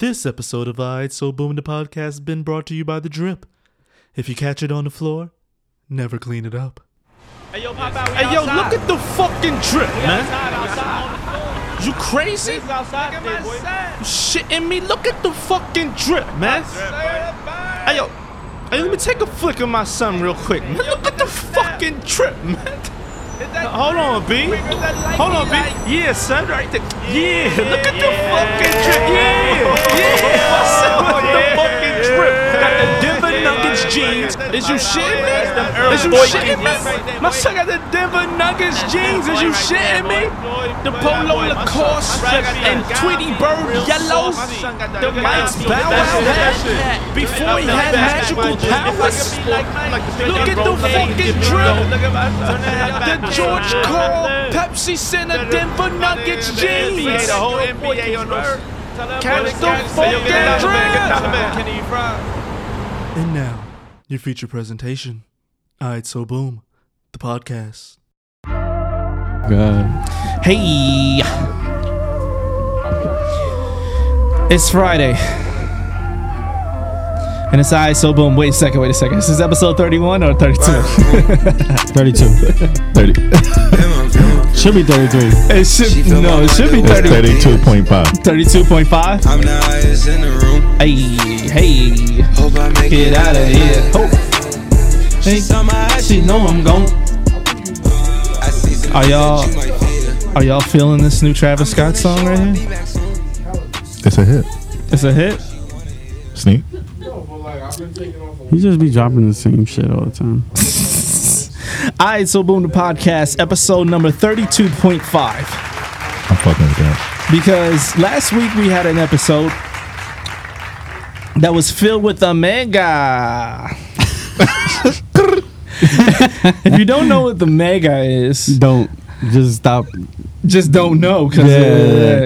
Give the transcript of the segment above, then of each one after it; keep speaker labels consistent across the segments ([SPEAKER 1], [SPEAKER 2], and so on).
[SPEAKER 1] This episode of I So Boom the Podcast has been brought to you by The Drip. If you catch it on the floor, never clean it up.
[SPEAKER 2] Hey yo, pop out. We
[SPEAKER 3] Hey, yo,
[SPEAKER 2] outside.
[SPEAKER 3] look at the fucking drip,
[SPEAKER 2] we
[SPEAKER 3] man.
[SPEAKER 2] outside, outside.
[SPEAKER 3] You crazy?
[SPEAKER 2] It's outside, big boy.
[SPEAKER 3] Shitting me? Look at the fucking drip, man. Hey, yo. Hey, let me take a flick of my son real quick. Man, look at the fucking drip, man. Hold on, B. Hold on, B. Yeah, son, right there. Yeah, look at the fucking drip. Yeah, yeah. My son with the fucking drip. Got the Denver Nuggets jeans. Is you shitting me? Is you shitting me? My son got the Denver Nuggets jeans. Is you shitting me? The polo Lacoste and Tweety Bird yellow. The Mike's Bow Wow hat. Before he had magical powers. Look at the fucking drip. The George Carl Pepsi Center Denver Nuggets jeans.
[SPEAKER 2] The whole NBA on us.
[SPEAKER 3] Catch the fucking drip.
[SPEAKER 2] Kenny Fry.
[SPEAKER 1] And now, your feature presentation. I So Boom, the podcast.
[SPEAKER 4] God.
[SPEAKER 3] Hey. It's Friday. And it's I so boom. Wait a second, wait a second. This is episode 31 or 32?
[SPEAKER 4] 32. 30. should be 33.
[SPEAKER 3] it should no, it should be
[SPEAKER 4] That's
[SPEAKER 3] 30,
[SPEAKER 4] 32.5.
[SPEAKER 3] 32.5.
[SPEAKER 5] I'm the highest in the room.
[SPEAKER 3] Hey, hey.
[SPEAKER 5] Hope I make
[SPEAKER 3] Get
[SPEAKER 5] it
[SPEAKER 3] out of here. Oh,
[SPEAKER 5] She saw my eyes,
[SPEAKER 3] she
[SPEAKER 5] she
[SPEAKER 3] know I'm gone.
[SPEAKER 5] I see some
[SPEAKER 3] Are
[SPEAKER 5] things
[SPEAKER 3] y'all-
[SPEAKER 5] that you might fear.
[SPEAKER 3] Are y'all feeling this new Travis Scott song right here?
[SPEAKER 4] It's a hit.
[SPEAKER 3] It's a hit.
[SPEAKER 4] Sneak.
[SPEAKER 6] You just be dropping the same shit all the time.
[SPEAKER 3] All right, so boom the podcast, episode number 32.5.
[SPEAKER 4] I'm fucking with that.
[SPEAKER 3] because last week we had an episode that was filled with a mega. if you don't know what the mega is,
[SPEAKER 6] Don't just stop.
[SPEAKER 3] just don't know because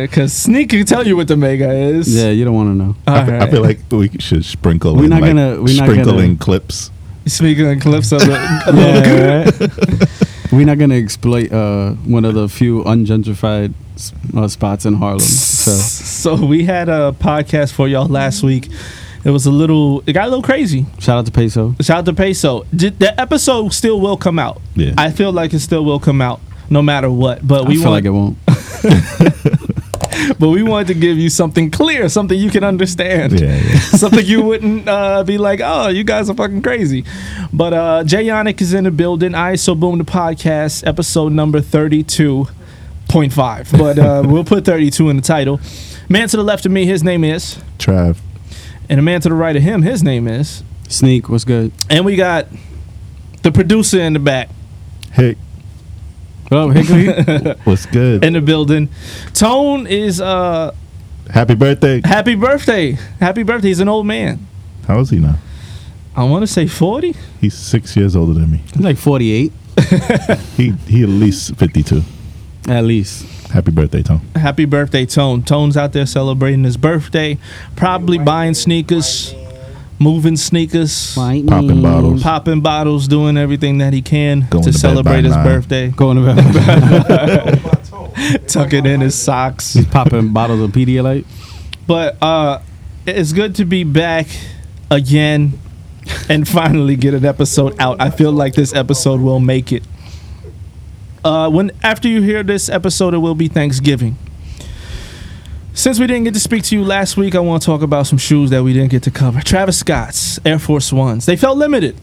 [SPEAKER 6] Yeah.
[SPEAKER 3] Sneak can tell you what the mega is.
[SPEAKER 6] Yeah, you don't want to know.
[SPEAKER 4] I,
[SPEAKER 3] All
[SPEAKER 4] fe-
[SPEAKER 3] right.
[SPEAKER 4] I feel like we should sprinkle
[SPEAKER 6] We're
[SPEAKER 4] in,
[SPEAKER 6] not
[SPEAKER 4] like,
[SPEAKER 6] gonna- we're not
[SPEAKER 4] sprinkle
[SPEAKER 6] gonna-
[SPEAKER 4] in clips.
[SPEAKER 3] Speaking of clips of the
[SPEAKER 6] Yeah, right? We're not gonna exploit uh, one of the few ungentrified s- uh, spots in Harlem. So
[SPEAKER 3] so we had a podcast for y'all last week. It was a little, it got a little crazy.
[SPEAKER 6] shout out to Peso.
[SPEAKER 3] Shout out to Peso. Did, the episode still will come out.
[SPEAKER 4] Yeah.
[SPEAKER 3] I feel like it still will come out no matter what. But we
[SPEAKER 6] We feel
[SPEAKER 3] want,
[SPEAKER 6] like it won't.
[SPEAKER 3] but we wanted to give you something clear, something you can understand,
[SPEAKER 4] yeah, yeah.
[SPEAKER 3] something you wouldn't uh, be like, oh, you guys are fucking crazy. But uh, Jay Yannick is in the building. I so boom the podcast episode number thirty-two point five. But uh, we'll put thirty-two in the title. Man to the left of me, his name is,
[SPEAKER 4] Trav.
[SPEAKER 3] and the man to the right of him, his name is,
[SPEAKER 6] Sneak, what's good?
[SPEAKER 3] and we got the producer in the back.
[SPEAKER 4] Hey,
[SPEAKER 6] What up, Hickory?
[SPEAKER 4] what's good?
[SPEAKER 3] in the building. Tone is uh
[SPEAKER 4] Happy birthday.
[SPEAKER 3] happy birthday. Happy birthday. He's an old man.
[SPEAKER 4] How is he now?
[SPEAKER 3] I want to say 40.
[SPEAKER 4] He's six years older than me.
[SPEAKER 6] He's like 48
[SPEAKER 4] He he at least 52.
[SPEAKER 6] at least.
[SPEAKER 4] Happy birthday, Tom.
[SPEAKER 3] Happy birthday, Tone. Tone's out there celebrating his birthday, probably buying sneakers, moving sneakers,
[SPEAKER 4] Popping bottles.
[SPEAKER 3] popping bottles, doing everything that he can
[SPEAKER 4] Going
[SPEAKER 3] to
[SPEAKER 4] to bed
[SPEAKER 3] celebrate
[SPEAKER 4] by
[SPEAKER 3] his
[SPEAKER 4] nine.
[SPEAKER 3] birthday.
[SPEAKER 6] Going to bed.
[SPEAKER 3] Tucking in his socks.
[SPEAKER 6] He's popping bottles of Pedialyte.
[SPEAKER 3] But uh it's good to be back again and finally get an episode out. I feel like this episode will make it. Uh when after you hear this episode it will be Thanksgiving. Since we didn't get to speak to you last week, I want to talk about some shoes that we didn't get to cover. Travis Scott's Air Force Ones. They felt limited.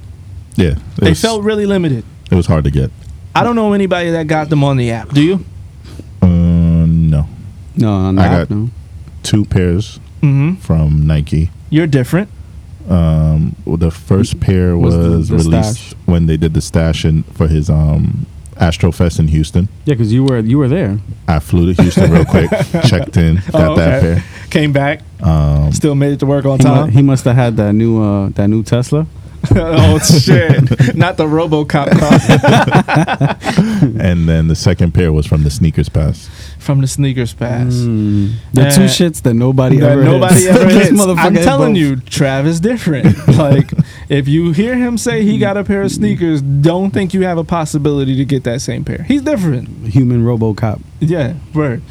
[SPEAKER 4] Yeah. It
[SPEAKER 3] They
[SPEAKER 4] was,
[SPEAKER 3] felt really limited.
[SPEAKER 4] it was hard to get.
[SPEAKER 3] I don't know anybody that got them on the app. Do you?
[SPEAKER 4] Um, no.
[SPEAKER 6] No, no,
[SPEAKER 4] I
[SPEAKER 6] I
[SPEAKER 4] got-
[SPEAKER 6] no.
[SPEAKER 4] Two pairs
[SPEAKER 3] Mm-hmm.
[SPEAKER 4] from Nike.
[SPEAKER 3] You're different.
[SPEAKER 4] um well, the first pair was,
[SPEAKER 6] Was the- the
[SPEAKER 4] released
[SPEAKER 6] stash.
[SPEAKER 4] when they did the stash in for his um Astrofest in Houston.
[SPEAKER 6] Yeah, because you were you were there.
[SPEAKER 4] I flew to Houston real quick, checked in, got
[SPEAKER 3] Oh,
[SPEAKER 4] that
[SPEAKER 3] okay.
[SPEAKER 4] pair.
[SPEAKER 3] Came back.
[SPEAKER 4] Um
[SPEAKER 3] Still made it to work on
[SPEAKER 6] He, mu-
[SPEAKER 3] time.
[SPEAKER 6] he must have had that new uh, that new Tesla.
[SPEAKER 3] oh shit! Not the RoboCop car
[SPEAKER 4] and then the second pair was from the sneakers pass.
[SPEAKER 3] from the sneakers pass.
[SPEAKER 6] The two
[SPEAKER 3] Uh,
[SPEAKER 6] shits that nobody
[SPEAKER 3] That
[SPEAKER 6] ever
[SPEAKER 3] Mm. nobody
[SPEAKER 6] hits.
[SPEAKER 3] ever
[SPEAKER 6] This
[SPEAKER 3] hits.
[SPEAKER 6] motherfucker
[SPEAKER 3] I'm
[SPEAKER 6] hit
[SPEAKER 3] telling
[SPEAKER 6] both.
[SPEAKER 3] you, Travis different. like if you hear him say he got a pair of sneakers, don't think you have a possibility to get that same pair. He's different.
[SPEAKER 6] human RoboCop.
[SPEAKER 3] Yeah, word.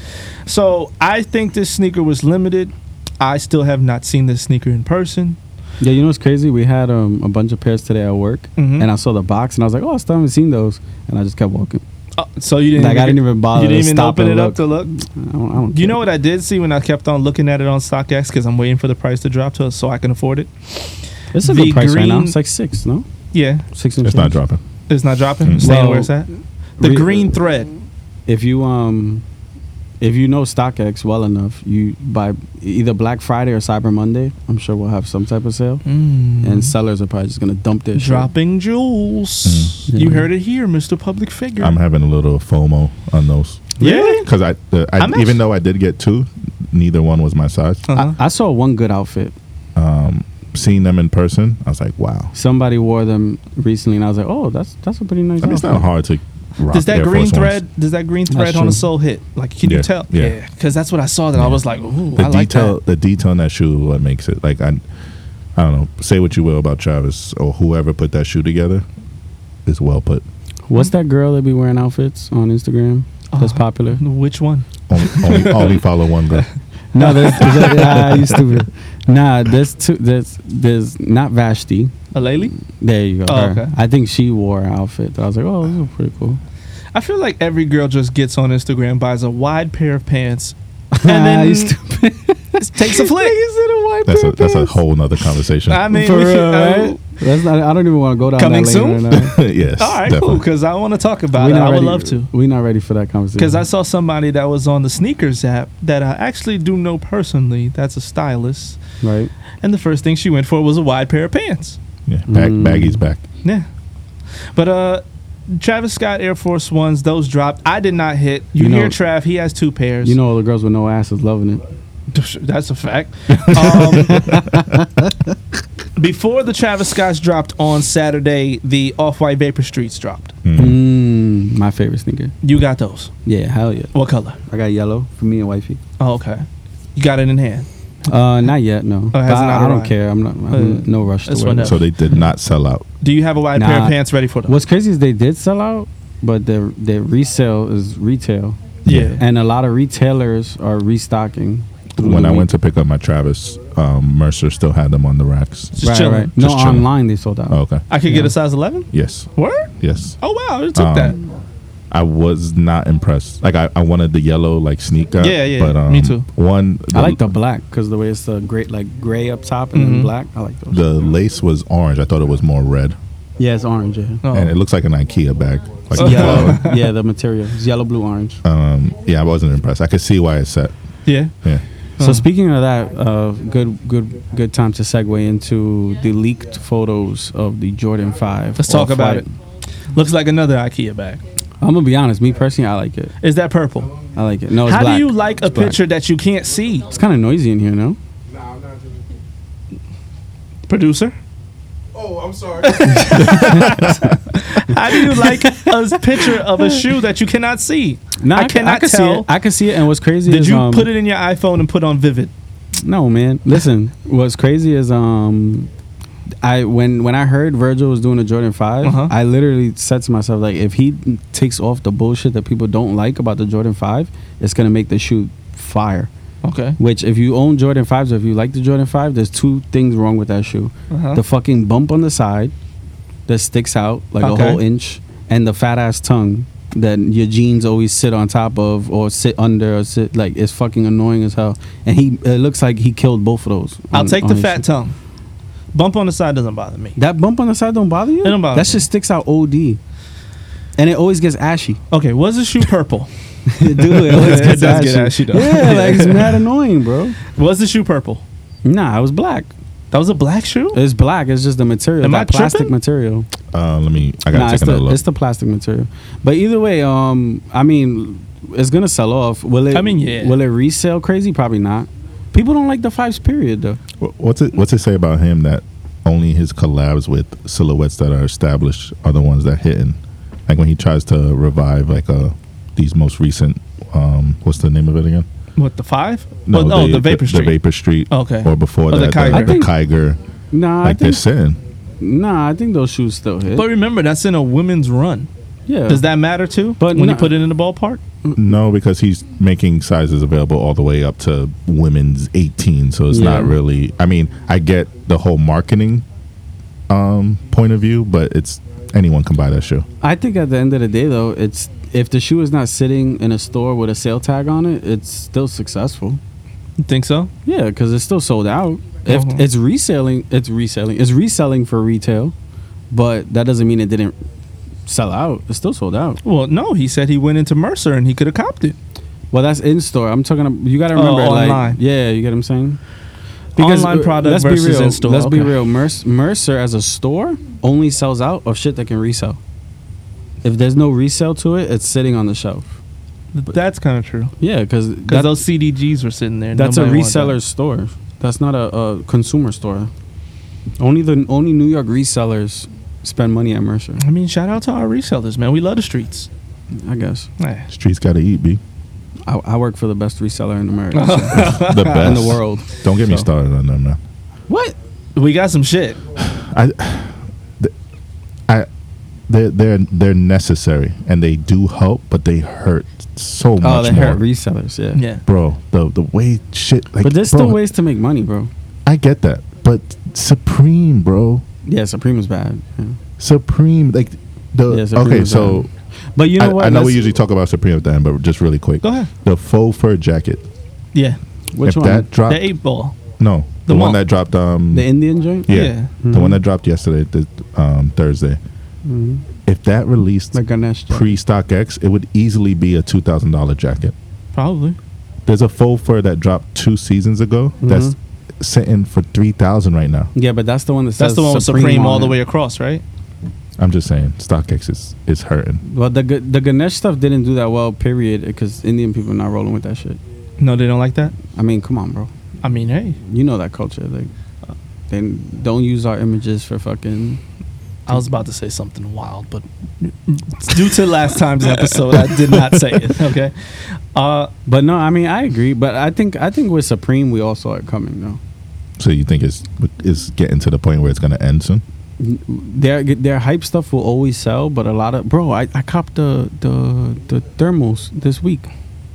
[SPEAKER 3] So I think this sneaker was limited. I still have not seen this sneaker in person.
[SPEAKER 6] Yeah, you know what's crazy? We had um, a bunch of pairs today at work,
[SPEAKER 3] Mhm.
[SPEAKER 6] and I saw the box, and I was like, "Oh, I still haven't seen those," and I just kept walking.
[SPEAKER 3] Uh, so you didn't
[SPEAKER 6] Like, I didn't even bother
[SPEAKER 3] You didn't
[SPEAKER 6] to
[SPEAKER 3] even
[SPEAKER 6] stop
[SPEAKER 3] open it
[SPEAKER 6] and
[SPEAKER 3] up
[SPEAKER 6] look.
[SPEAKER 3] to look.
[SPEAKER 6] I don't, I don't
[SPEAKER 3] You
[SPEAKER 6] care.
[SPEAKER 3] know what I did see when I kept on looking at it on StockX because I'm waiting for the price to drop to so I can afford it.
[SPEAKER 6] It's a
[SPEAKER 3] the
[SPEAKER 6] good price right now.
[SPEAKER 3] green-
[SPEAKER 6] It's like six, no?
[SPEAKER 3] Yeah,
[SPEAKER 6] Six and
[SPEAKER 4] It's not dropping.
[SPEAKER 3] it's not dropping.
[SPEAKER 4] Mm.
[SPEAKER 3] Staying
[SPEAKER 6] Well,
[SPEAKER 3] where it's at. The
[SPEAKER 6] re-
[SPEAKER 3] green thread.
[SPEAKER 6] If you um, if you know StockX well enough, you by either Black Friday or Cyber Monday, I'm sure we'll have some type of sale,
[SPEAKER 4] Mm.
[SPEAKER 3] Mm-hmm.
[SPEAKER 6] and sellers are probably just gonna dump their shit.
[SPEAKER 3] dropping jewels.
[SPEAKER 6] Mm.
[SPEAKER 3] You
[SPEAKER 6] Yeah.
[SPEAKER 3] heard it here, Mr. Public Figure.
[SPEAKER 4] I'm having a little FOMO on those
[SPEAKER 3] really?
[SPEAKER 4] because I, uh, I
[SPEAKER 3] I'm
[SPEAKER 4] even
[SPEAKER 3] actually-
[SPEAKER 4] though I did get two, neither one was my size.
[SPEAKER 3] Uh-huh.
[SPEAKER 6] I, I saw one good outfit.
[SPEAKER 4] Um, seeing them in person, I was like, wow.
[SPEAKER 6] Somebody wore them recently, and I was like, "Oh, that's that's a pretty nice."
[SPEAKER 4] I mean, it's
[SPEAKER 6] outfit.
[SPEAKER 4] not hard to. Rock
[SPEAKER 3] does that
[SPEAKER 4] Air
[SPEAKER 3] green
[SPEAKER 4] Force Ones.
[SPEAKER 3] thread? Does that green
[SPEAKER 6] That's
[SPEAKER 3] thread on the
[SPEAKER 6] true.
[SPEAKER 3] sole hit? Like, can you
[SPEAKER 4] Yeah,
[SPEAKER 3] tell?
[SPEAKER 4] yeah.
[SPEAKER 3] Because that's what I saw. That I
[SPEAKER 4] Yeah.
[SPEAKER 3] was like, ooh,
[SPEAKER 4] the
[SPEAKER 3] I like
[SPEAKER 4] detail
[SPEAKER 3] that.
[SPEAKER 4] the detail in that shoe what makes it like I I don't know say what you will about Travis or whoever put that shoe together is well put
[SPEAKER 6] What's that girl that be wearing outfits on Instagram? That's
[SPEAKER 3] Uh,
[SPEAKER 6] popular.
[SPEAKER 3] Which one?
[SPEAKER 4] only, only, only follow one girl
[SPEAKER 6] No, there's, there's ah, you stupid. Nah, there's two. There's there's not Vashti.
[SPEAKER 3] Aleli?
[SPEAKER 6] There you go.
[SPEAKER 3] Oh,
[SPEAKER 6] her.
[SPEAKER 3] okay.
[SPEAKER 6] I think she wore an outfit. That I was like, oh, this is pretty cool.
[SPEAKER 3] I feel like every girl just gets on Instagram, buys a wide pair of pants, and then
[SPEAKER 6] you stupid.
[SPEAKER 3] takes a flick.
[SPEAKER 4] that's a that's a whole nother conversation
[SPEAKER 3] I mean,
[SPEAKER 6] For
[SPEAKER 3] we-
[SPEAKER 6] real,
[SPEAKER 3] uh,
[SPEAKER 6] right? That's not, I don't even want to go down
[SPEAKER 3] Coming
[SPEAKER 6] that
[SPEAKER 3] soon?
[SPEAKER 6] lane right now.
[SPEAKER 4] yes
[SPEAKER 3] all right, cool.
[SPEAKER 4] definitely.
[SPEAKER 3] Because I want to talk about it. I would
[SPEAKER 6] ready,
[SPEAKER 3] love to.
[SPEAKER 6] We're not ready for that conversation.
[SPEAKER 3] Because I saw somebody that was on the sneakers app that I actually do know personally. That's a stylist,
[SPEAKER 6] right.
[SPEAKER 3] and the first thing she went for was a wide pair of pants.
[SPEAKER 4] yeah, back
[SPEAKER 6] Mm.
[SPEAKER 4] baggies back
[SPEAKER 3] Yeah, but uh. Travis Scott Air Force Ones, those dropped. I did not hit. You,
[SPEAKER 6] You know-
[SPEAKER 3] hear Trav? He has two pairs.
[SPEAKER 6] You know, all the girls with no ass is loving it.
[SPEAKER 3] That's a fact. Um, before the Travis Scotts dropped on Saturday, the Off White Vapor Streets dropped.
[SPEAKER 4] Mm.
[SPEAKER 6] Mm, my favorite sneaker.
[SPEAKER 3] You got those.
[SPEAKER 6] Yeah, hell yeah.
[SPEAKER 3] What color?
[SPEAKER 6] I got yellow for me and wifey.
[SPEAKER 3] Oh, okay. You got it in hand.
[SPEAKER 6] Uh, not yet, no.
[SPEAKER 3] Oh, it
[SPEAKER 6] But
[SPEAKER 3] hasn't
[SPEAKER 6] I, I don't
[SPEAKER 3] arrived.
[SPEAKER 6] care. I'm not. I'm
[SPEAKER 3] Uh,
[SPEAKER 6] in no rush to
[SPEAKER 3] that's
[SPEAKER 6] wear
[SPEAKER 3] one
[SPEAKER 6] them.
[SPEAKER 3] up.
[SPEAKER 4] so they did not sell out
[SPEAKER 3] Do you have a wide pair of
[SPEAKER 6] Nah.
[SPEAKER 3] pants ready for them?
[SPEAKER 6] What's crazy is they did sell out, but their their resale is retail,
[SPEAKER 3] yeah.
[SPEAKER 6] and a lot of retailers are restocking. through
[SPEAKER 4] when
[SPEAKER 3] Mm-hmm.
[SPEAKER 4] I
[SPEAKER 6] the week.
[SPEAKER 4] went to pick up my Travis um, Mercer still had them on the racks
[SPEAKER 3] Just chilling.
[SPEAKER 6] No,
[SPEAKER 4] Just chilling.
[SPEAKER 6] online they sold out.
[SPEAKER 4] oh, okay
[SPEAKER 3] I could get
[SPEAKER 6] Yeah.
[SPEAKER 3] a size 11?
[SPEAKER 4] yes
[SPEAKER 3] Word?
[SPEAKER 4] yes
[SPEAKER 3] Oh, wow. It took
[SPEAKER 4] Um,
[SPEAKER 3] that.
[SPEAKER 4] I was not impressed. Like I, I wanted the yellow like sneaker.
[SPEAKER 3] Yeah, yeah,
[SPEAKER 4] But um,
[SPEAKER 3] me too.
[SPEAKER 4] One,
[SPEAKER 6] I like the black because the way it's the great like gray up top and
[SPEAKER 3] Mhm.
[SPEAKER 6] then black. I like those.
[SPEAKER 4] The lace was orange. I thought it was more red,
[SPEAKER 6] yeah, it's orange. Yeah,
[SPEAKER 3] Oh.
[SPEAKER 4] and it looks like an IKEA bag. Like
[SPEAKER 3] Oh.
[SPEAKER 4] a flower.
[SPEAKER 6] yellow. yeah, the material is yellow, blue, orange.
[SPEAKER 4] Um, yeah, I wasn't impressed. I could see why it's set.
[SPEAKER 3] yeah.
[SPEAKER 4] Yeah,
[SPEAKER 6] So speaking of that, uh, good, good, good time to segue into the leaked photos of the Jordan Five.
[SPEAKER 3] Let's talk about
[SPEAKER 6] Off-White.
[SPEAKER 3] Looks like another IKEA bag.
[SPEAKER 6] I'm gonna be honest. Me personally, I like it.
[SPEAKER 3] Is that purple?
[SPEAKER 6] I like it. No, it's
[SPEAKER 3] How
[SPEAKER 6] black.
[SPEAKER 3] do you like a
[SPEAKER 6] It's black.
[SPEAKER 3] picture that you can't see,
[SPEAKER 6] It's kind of noisy in here, no?
[SPEAKER 3] producer?
[SPEAKER 7] Oh, I'm sorry.
[SPEAKER 3] How do you like a picture of a shoe that you cannot see?
[SPEAKER 6] No,
[SPEAKER 3] I
[SPEAKER 6] c-
[SPEAKER 3] cannot
[SPEAKER 6] could
[SPEAKER 3] tell.
[SPEAKER 6] See it. I can see it. And what's crazy
[SPEAKER 3] Did
[SPEAKER 6] is
[SPEAKER 3] you
[SPEAKER 6] um,
[SPEAKER 3] put it in your iPhone and put on Vivid?
[SPEAKER 6] No, man. Listen, what's crazy is um, I when when I heard Virgil was doing a Jordan 5
[SPEAKER 3] Uh-huh.
[SPEAKER 6] I literally said to myself like, if he takes off the bullshit that people don't like about the Jordan Five, it's gonna make the shoe fire.
[SPEAKER 3] Okay.
[SPEAKER 6] Which, if you own Jordan Fives or if you like the Jordan Five, there's two things wrong with that shoe:
[SPEAKER 3] Uh-huh.
[SPEAKER 6] the fucking bump on the side that sticks out like
[SPEAKER 3] Okay.
[SPEAKER 6] a whole inch, and the fat ass tongue that your jeans always sit on top of or sit under or sit like it's fucking annoying as hell. And he it looks like he killed both of those.
[SPEAKER 3] I'll
[SPEAKER 6] on-
[SPEAKER 3] take
[SPEAKER 6] on
[SPEAKER 3] the
[SPEAKER 6] his
[SPEAKER 3] fat
[SPEAKER 6] shoe.
[SPEAKER 3] tongue. Bump on the side doesn't bother me.
[SPEAKER 6] That bump on the side don't bother you.
[SPEAKER 3] It don't bother
[SPEAKER 6] that
[SPEAKER 3] me.
[SPEAKER 6] shit sticks out OD, and it always gets ashy.
[SPEAKER 3] Okay, was the shoe purple?
[SPEAKER 6] Dude, it always
[SPEAKER 3] It
[SPEAKER 6] gets
[SPEAKER 3] does
[SPEAKER 6] ashy.
[SPEAKER 3] get ashy, though.
[SPEAKER 6] Yeah, like it's mad annoying, bro.
[SPEAKER 3] Was the shoe purple?
[SPEAKER 6] Nah, it was black.
[SPEAKER 3] That was a black shoe?
[SPEAKER 6] It's black. It's just the material.
[SPEAKER 3] Am
[SPEAKER 6] that
[SPEAKER 3] I
[SPEAKER 6] plastic
[SPEAKER 3] tripping?
[SPEAKER 6] material.
[SPEAKER 4] uh, let me. I gotta
[SPEAKER 6] Nah,
[SPEAKER 4] take
[SPEAKER 6] it's
[SPEAKER 4] another
[SPEAKER 6] the,
[SPEAKER 4] look.
[SPEAKER 6] it's the plastic material. But either way, um, I mean, it's gonna sell off. Will it?
[SPEAKER 3] I mean, yeah.
[SPEAKER 6] Will it resell crazy? Probably not. People don't like the fives. Period, though.
[SPEAKER 4] Wh- What's it? What's it say about him that only his collabs with silhouettes that are established are the ones that hitting? Like when he tries to revive like uh these most recent. Um, what's the name of it again?
[SPEAKER 3] What, the five? Well, no, Oh, the Vapor Street.
[SPEAKER 4] The Vapor Street.
[SPEAKER 3] Okay.
[SPEAKER 4] Or before
[SPEAKER 3] Or the
[SPEAKER 4] that, the
[SPEAKER 3] Kiger.
[SPEAKER 4] Kiger.
[SPEAKER 6] I
[SPEAKER 4] The,
[SPEAKER 6] think-
[SPEAKER 4] Kiger.
[SPEAKER 6] Nah,
[SPEAKER 4] Like
[SPEAKER 6] I
[SPEAKER 4] they're
[SPEAKER 6] think.
[SPEAKER 4] saying.
[SPEAKER 6] Nah, I think those shoes still hit.
[SPEAKER 3] but remember, that's in a women's run.
[SPEAKER 6] Yeah.
[SPEAKER 3] Does that matter too?
[SPEAKER 6] But
[SPEAKER 3] when
[SPEAKER 6] no-
[SPEAKER 3] you put it in the ballpark,
[SPEAKER 4] No, because he's making sizes available all the way up to women's 18, so it's not
[SPEAKER 6] Yeah.
[SPEAKER 4] really. I mean, I get the whole marketing um, point of view, but it's anyone can buy that shoe.
[SPEAKER 6] I think at the end of the day, though, it's if the shoe is not sitting in a store with a sale tag on it, it's still successful.
[SPEAKER 3] you think so?
[SPEAKER 6] Yeah, because it's still sold out. If
[SPEAKER 3] Mhm.
[SPEAKER 6] it's reselling, it's reselling. It's reselling for retail, but that doesn't mean it didn't sell out. It's still sold out.
[SPEAKER 3] Well, no. He said he went into Mercer and he could have copped it.
[SPEAKER 6] Well, that's in store. I'm talking. About, you got to remember,
[SPEAKER 3] Oh,
[SPEAKER 6] like,
[SPEAKER 3] online.
[SPEAKER 6] yeah, you get what I'm saying.
[SPEAKER 3] Because
[SPEAKER 6] Online
[SPEAKER 3] online product versus
[SPEAKER 6] be real.
[SPEAKER 3] in-store,
[SPEAKER 6] uh, Let's be
[SPEAKER 3] okay.
[SPEAKER 6] real. Merc- Mercer as a store only sells out of shit that can resell. If there's no resale to it, it's sitting on the shelf.
[SPEAKER 3] That's kind of true.
[SPEAKER 6] Yeah, because
[SPEAKER 3] Because those CDGs were sitting there. and
[SPEAKER 6] That's a
[SPEAKER 3] nobody wanted them.
[SPEAKER 6] reseller's store. That's not a, a consumer store. Only the only New York resellers spend money at Mercer.
[SPEAKER 3] I mean, shout out to our resellers, man. We love the streets.
[SPEAKER 6] I guess
[SPEAKER 3] Eh.
[SPEAKER 4] Streets got to eat, B.
[SPEAKER 6] I, I work for the best reseller in America, so-
[SPEAKER 4] The best.
[SPEAKER 6] in the world.
[SPEAKER 4] Don't get me
[SPEAKER 6] So.
[SPEAKER 4] started on them, man.
[SPEAKER 3] What? We got some shit.
[SPEAKER 4] I, they're, they're, they're necessary and they do help, but they hurt so
[SPEAKER 6] Oh,
[SPEAKER 4] much
[SPEAKER 6] they
[SPEAKER 4] more.
[SPEAKER 6] hurt resellers. Yeah,
[SPEAKER 3] Yeah.
[SPEAKER 4] bro, the, the way shit. Like,
[SPEAKER 6] but there's
[SPEAKER 4] bro,
[SPEAKER 6] still ways to make money, bro.
[SPEAKER 4] I get that, but Supreme, bro.
[SPEAKER 6] Yeah, Supreme is bad. Yeah.
[SPEAKER 4] Supreme, like the
[SPEAKER 6] Yeah, Supreme
[SPEAKER 4] okay.
[SPEAKER 6] is
[SPEAKER 4] So
[SPEAKER 6] bad. But you know
[SPEAKER 4] I,
[SPEAKER 6] what?
[SPEAKER 4] I know we
[SPEAKER 6] Let's-
[SPEAKER 4] usually talk about Supreme at the end, but just really quick,
[SPEAKER 3] Go ahead.
[SPEAKER 4] the faux fur jacket.
[SPEAKER 3] Yeah.
[SPEAKER 6] Which
[SPEAKER 4] if
[SPEAKER 6] one?
[SPEAKER 4] that dropped,
[SPEAKER 3] The eight ball.
[SPEAKER 4] no,
[SPEAKER 3] the
[SPEAKER 4] the, one
[SPEAKER 3] mall.
[SPEAKER 4] that dropped. Um,
[SPEAKER 6] the Indian joint.
[SPEAKER 4] yeah,
[SPEAKER 3] yeah.
[SPEAKER 4] the one that dropped yesterday, the, um, Thursday.
[SPEAKER 6] Mhm.
[SPEAKER 4] If that released
[SPEAKER 6] Like Ganesh. joint.
[SPEAKER 4] pre Stock X, it would easily be a two thousand dollar jacket.
[SPEAKER 3] Probably.
[SPEAKER 4] There's a faux fur that dropped two seasons ago that's
[SPEAKER 6] Mm-hmm.
[SPEAKER 4] sitting for three thousand right now.
[SPEAKER 6] yeah, but that's the one that
[SPEAKER 3] That's
[SPEAKER 6] says
[SPEAKER 3] the one with Supreme,
[SPEAKER 6] on
[SPEAKER 3] all the
[SPEAKER 6] it.
[SPEAKER 3] way across, right?
[SPEAKER 4] I'm just saying, Stock X is is hurting.
[SPEAKER 6] Well, the Ga- the Ganesh stuff didn't do that well, period, because Indian people are not rolling with that shit.
[SPEAKER 3] No, they don't like that.
[SPEAKER 6] I mean, come on, bro.
[SPEAKER 3] I mean, hey.
[SPEAKER 6] You know that culture. Like, they don't use our images for fucking.
[SPEAKER 3] I was about to say something wild, but due to last time's episode, I did not say it. Okay. Uh,
[SPEAKER 6] But no, I mean I agree. But I think I think with Supreme we all saw it coming though.
[SPEAKER 4] So you think it's it's getting to the point where it's going to end soon?
[SPEAKER 6] Their their hype stuff will always sell, but a lot of bro, I, I copped the the the thermals this week,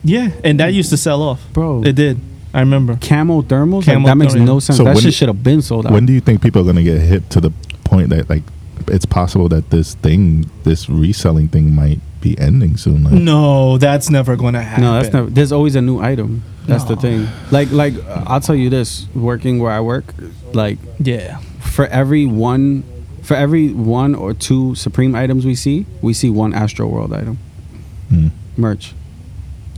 [SPEAKER 3] yeah. And that used to sell off.
[SPEAKER 6] bro.
[SPEAKER 3] It did. I remember.
[SPEAKER 6] Camel thermals,
[SPEAKER 3] Camel
[SPEAKER 6] like, that makes
[SPEAKER 3] thermal,
[SPEAKER 6] no
[SPEAKER 3] yeah.
[SPEAKER 6] sense.
[SPEAKER 4] So
[SPEAKER 6] that
[SPEAKER 4] when-
[SPEAKER 6] shit should have been sold out.
[SPEAKER 4] When do you think people are going to get hit to the point that like it's possible that this thing, this reselling thing, might be ending soon? Like,
[SPEAKER 3] No, that's never going to happen.
[SPEAKER 6] no, that's never. There's always a new item. That's the
[SPEAKER 3] No.
[SPEAKER 6] thing. Like like uh, I'll tell you this: working where I work, like
[SPEAKER 3] Yeah.
[SPEAKER 6] for every one for every one or two supreme items we see we see one astro world item
[SPEAKER 4] Mm.
[SPEAKER 6] merch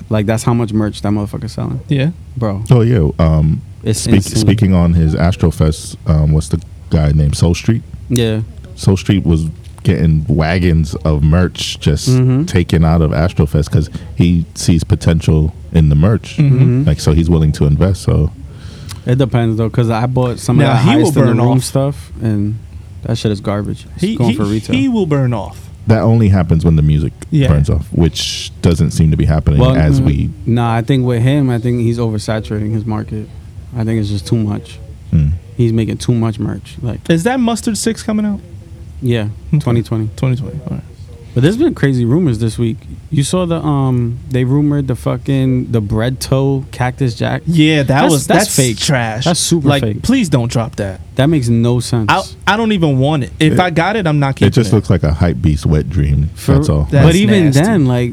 [SPEAKER 6] like that's how much merch that motherfucker's selling
[SPEAKER 3] Yeah.
[SPEAKER 6] bro
[SPEAKER 4] Oh yeah. Um,
[SPEAKER 6] it's
[SPEAKER 4] speak,
[SPEAKER 6] insane.
[SPEAKER 4] speaking on his Astrofest, um, what's the guy named Soul Street?
[SPEAKER 6] yeah
[SPEAKER 4] Soul Street was getting wagons of merch just
[SPEAKER 3] Mm-hmm.
[SPEAKER 6] Mhm.
[SPEAKER 4] taken out of Astrofest because he sees potential in the merch.
[SPEAKER 3] Mm-hmm.
[SPEAKER 6] Mhm.
[SPEAKER 4] Like so, he's willing to invest. So
[SPEAKER 6] Mm-hmm. it depends though because i bought some
[SPEAKER 3] Now,
[SPEAKER 6] of that
[SPEAKER 3] he will
[SPEAKER 6] highest in the
[SPEAKER 3] burn
[SPEAKER 6] room
[SPEAKER 3] off.
[SPEAKER 6] stuff and that shit is garbage it's
[SPEAKER 3] He,
[SPEAKER 6] going
[SPEAKER 3] he,
[SPEAKER 6] for retail
[SPEAKER 3] he will burn off.
[SPEAKER 4] that only happens when the music
[SPEAKER 3] Yeah. mm-hmm.
[SPEAKER 4] burns off, which doesn't seem to be happening as
[SPEAKER 6] mm,
[SPEAKER 4] we.
[SPEAKER 6] nah i think with him i think he's oversaturating his market i think it's just too much
[SPEAKER 4] Mm.
[SPEAKER 6] he's making too much merch like
[SPEAKER 3] Is that Mustard 6 coming out?
[SPEAKER 6] yeah 2020
[SPEAKER 3] 2020. All right.
[SPEAKER 6] But there's been crazy rumors this week. You saw the um they rumored the fucking the bread toe cactus jack.
[SPEAKER 3] Yeah, that
[SPEAKER 6] That's-
[SPEAKER 3] was
[SPEAKER 6] that's
[SPEAKER 3] that's,
[SPEAKER 6] fake.
[SPEAKER 3] fake trash.
[SPEAKER 6] That's super
[SPEAKER 3] like,
[SPEAKER 6] fake.
[SPEAKER 3] Please don't drop that.
[SPEAKER 6] That makes no sense.
[SPEAKER 3] I I don't even want it. If I got it, I'm not keeping
[SPEAKER 4] It just looks like a hype beast wet dream.
[SPEAKER 6] For-
[SPEAKER 4] that's all.
[SPEAKER 3] That's
[SPEAKER 6] but even
[SPEAKER 3] nasty.
[SPEAKER 6] then, like,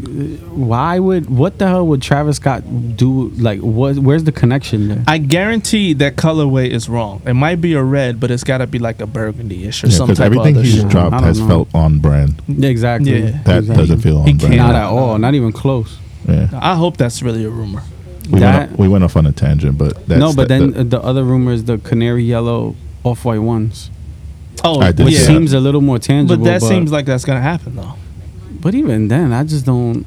[SPEAKER 6] why would what the hell would Travis Scott do? Like, what? Where's the connection there?
[SPEAKER 3] I guarantee that colorway is wrong. It might be a red, but it's got to be like a burgundy-ish or
[SPEAKER 4] Yeah,
[SPEAKER 3] some type
[SPEAKER 4] everything
[SPEAKER 3] of other
[SPEAKER 4] he's
[SPEAKER 3] shit.
[SPEAKER 4] dropped
[SPEAKER 6] I don't
[SPEAKER 4] has
[SPEAKER 6] know.
[SPEAKER 4] felt on brand.
[SPEAKER 6] Yeah, exactly.
[SPEAKER 3] Yeah.
[SPEAKER 4] That
[SPEAKER 6] Exactly.
[SPEAKER 4] doesn't feel
[SPEAKER 3] He
[SPEAKER 4] on
[SPEAKER 3] can't-
[SPEAKER 6] Not
[SPEAKER 4] brand.
[SPEAKER 6] at all. Not even close.
[SPEAKER 4] Yeah.
[SPEAKER 3] I hope that's really a rumor.
[SPEAKER 4] We, went
[SPEAKER 6] That-
[SPEAKER 4] off, we went off on a tangent, but that's
[SPEAKER 6] no,
[SPEAKER 4] that-
[SPEAKER 6] but then
[SPEAKER 4] that-
[SPEAKER 6] uh the other rumor is the canary yellow off white ones,
[SPEAKER 3] Oh,
[SPEAKER 4] I did
[SPEAKER 6] which
[SPEAKER 4] Yeah.
[SPEAKER 3] yeah.
[SPEAKER 6] seems a little more tangible.
[SPEAKER 3] But that seems like that's gonna happen though.
[SPEAKER 6] But even then, I just don't.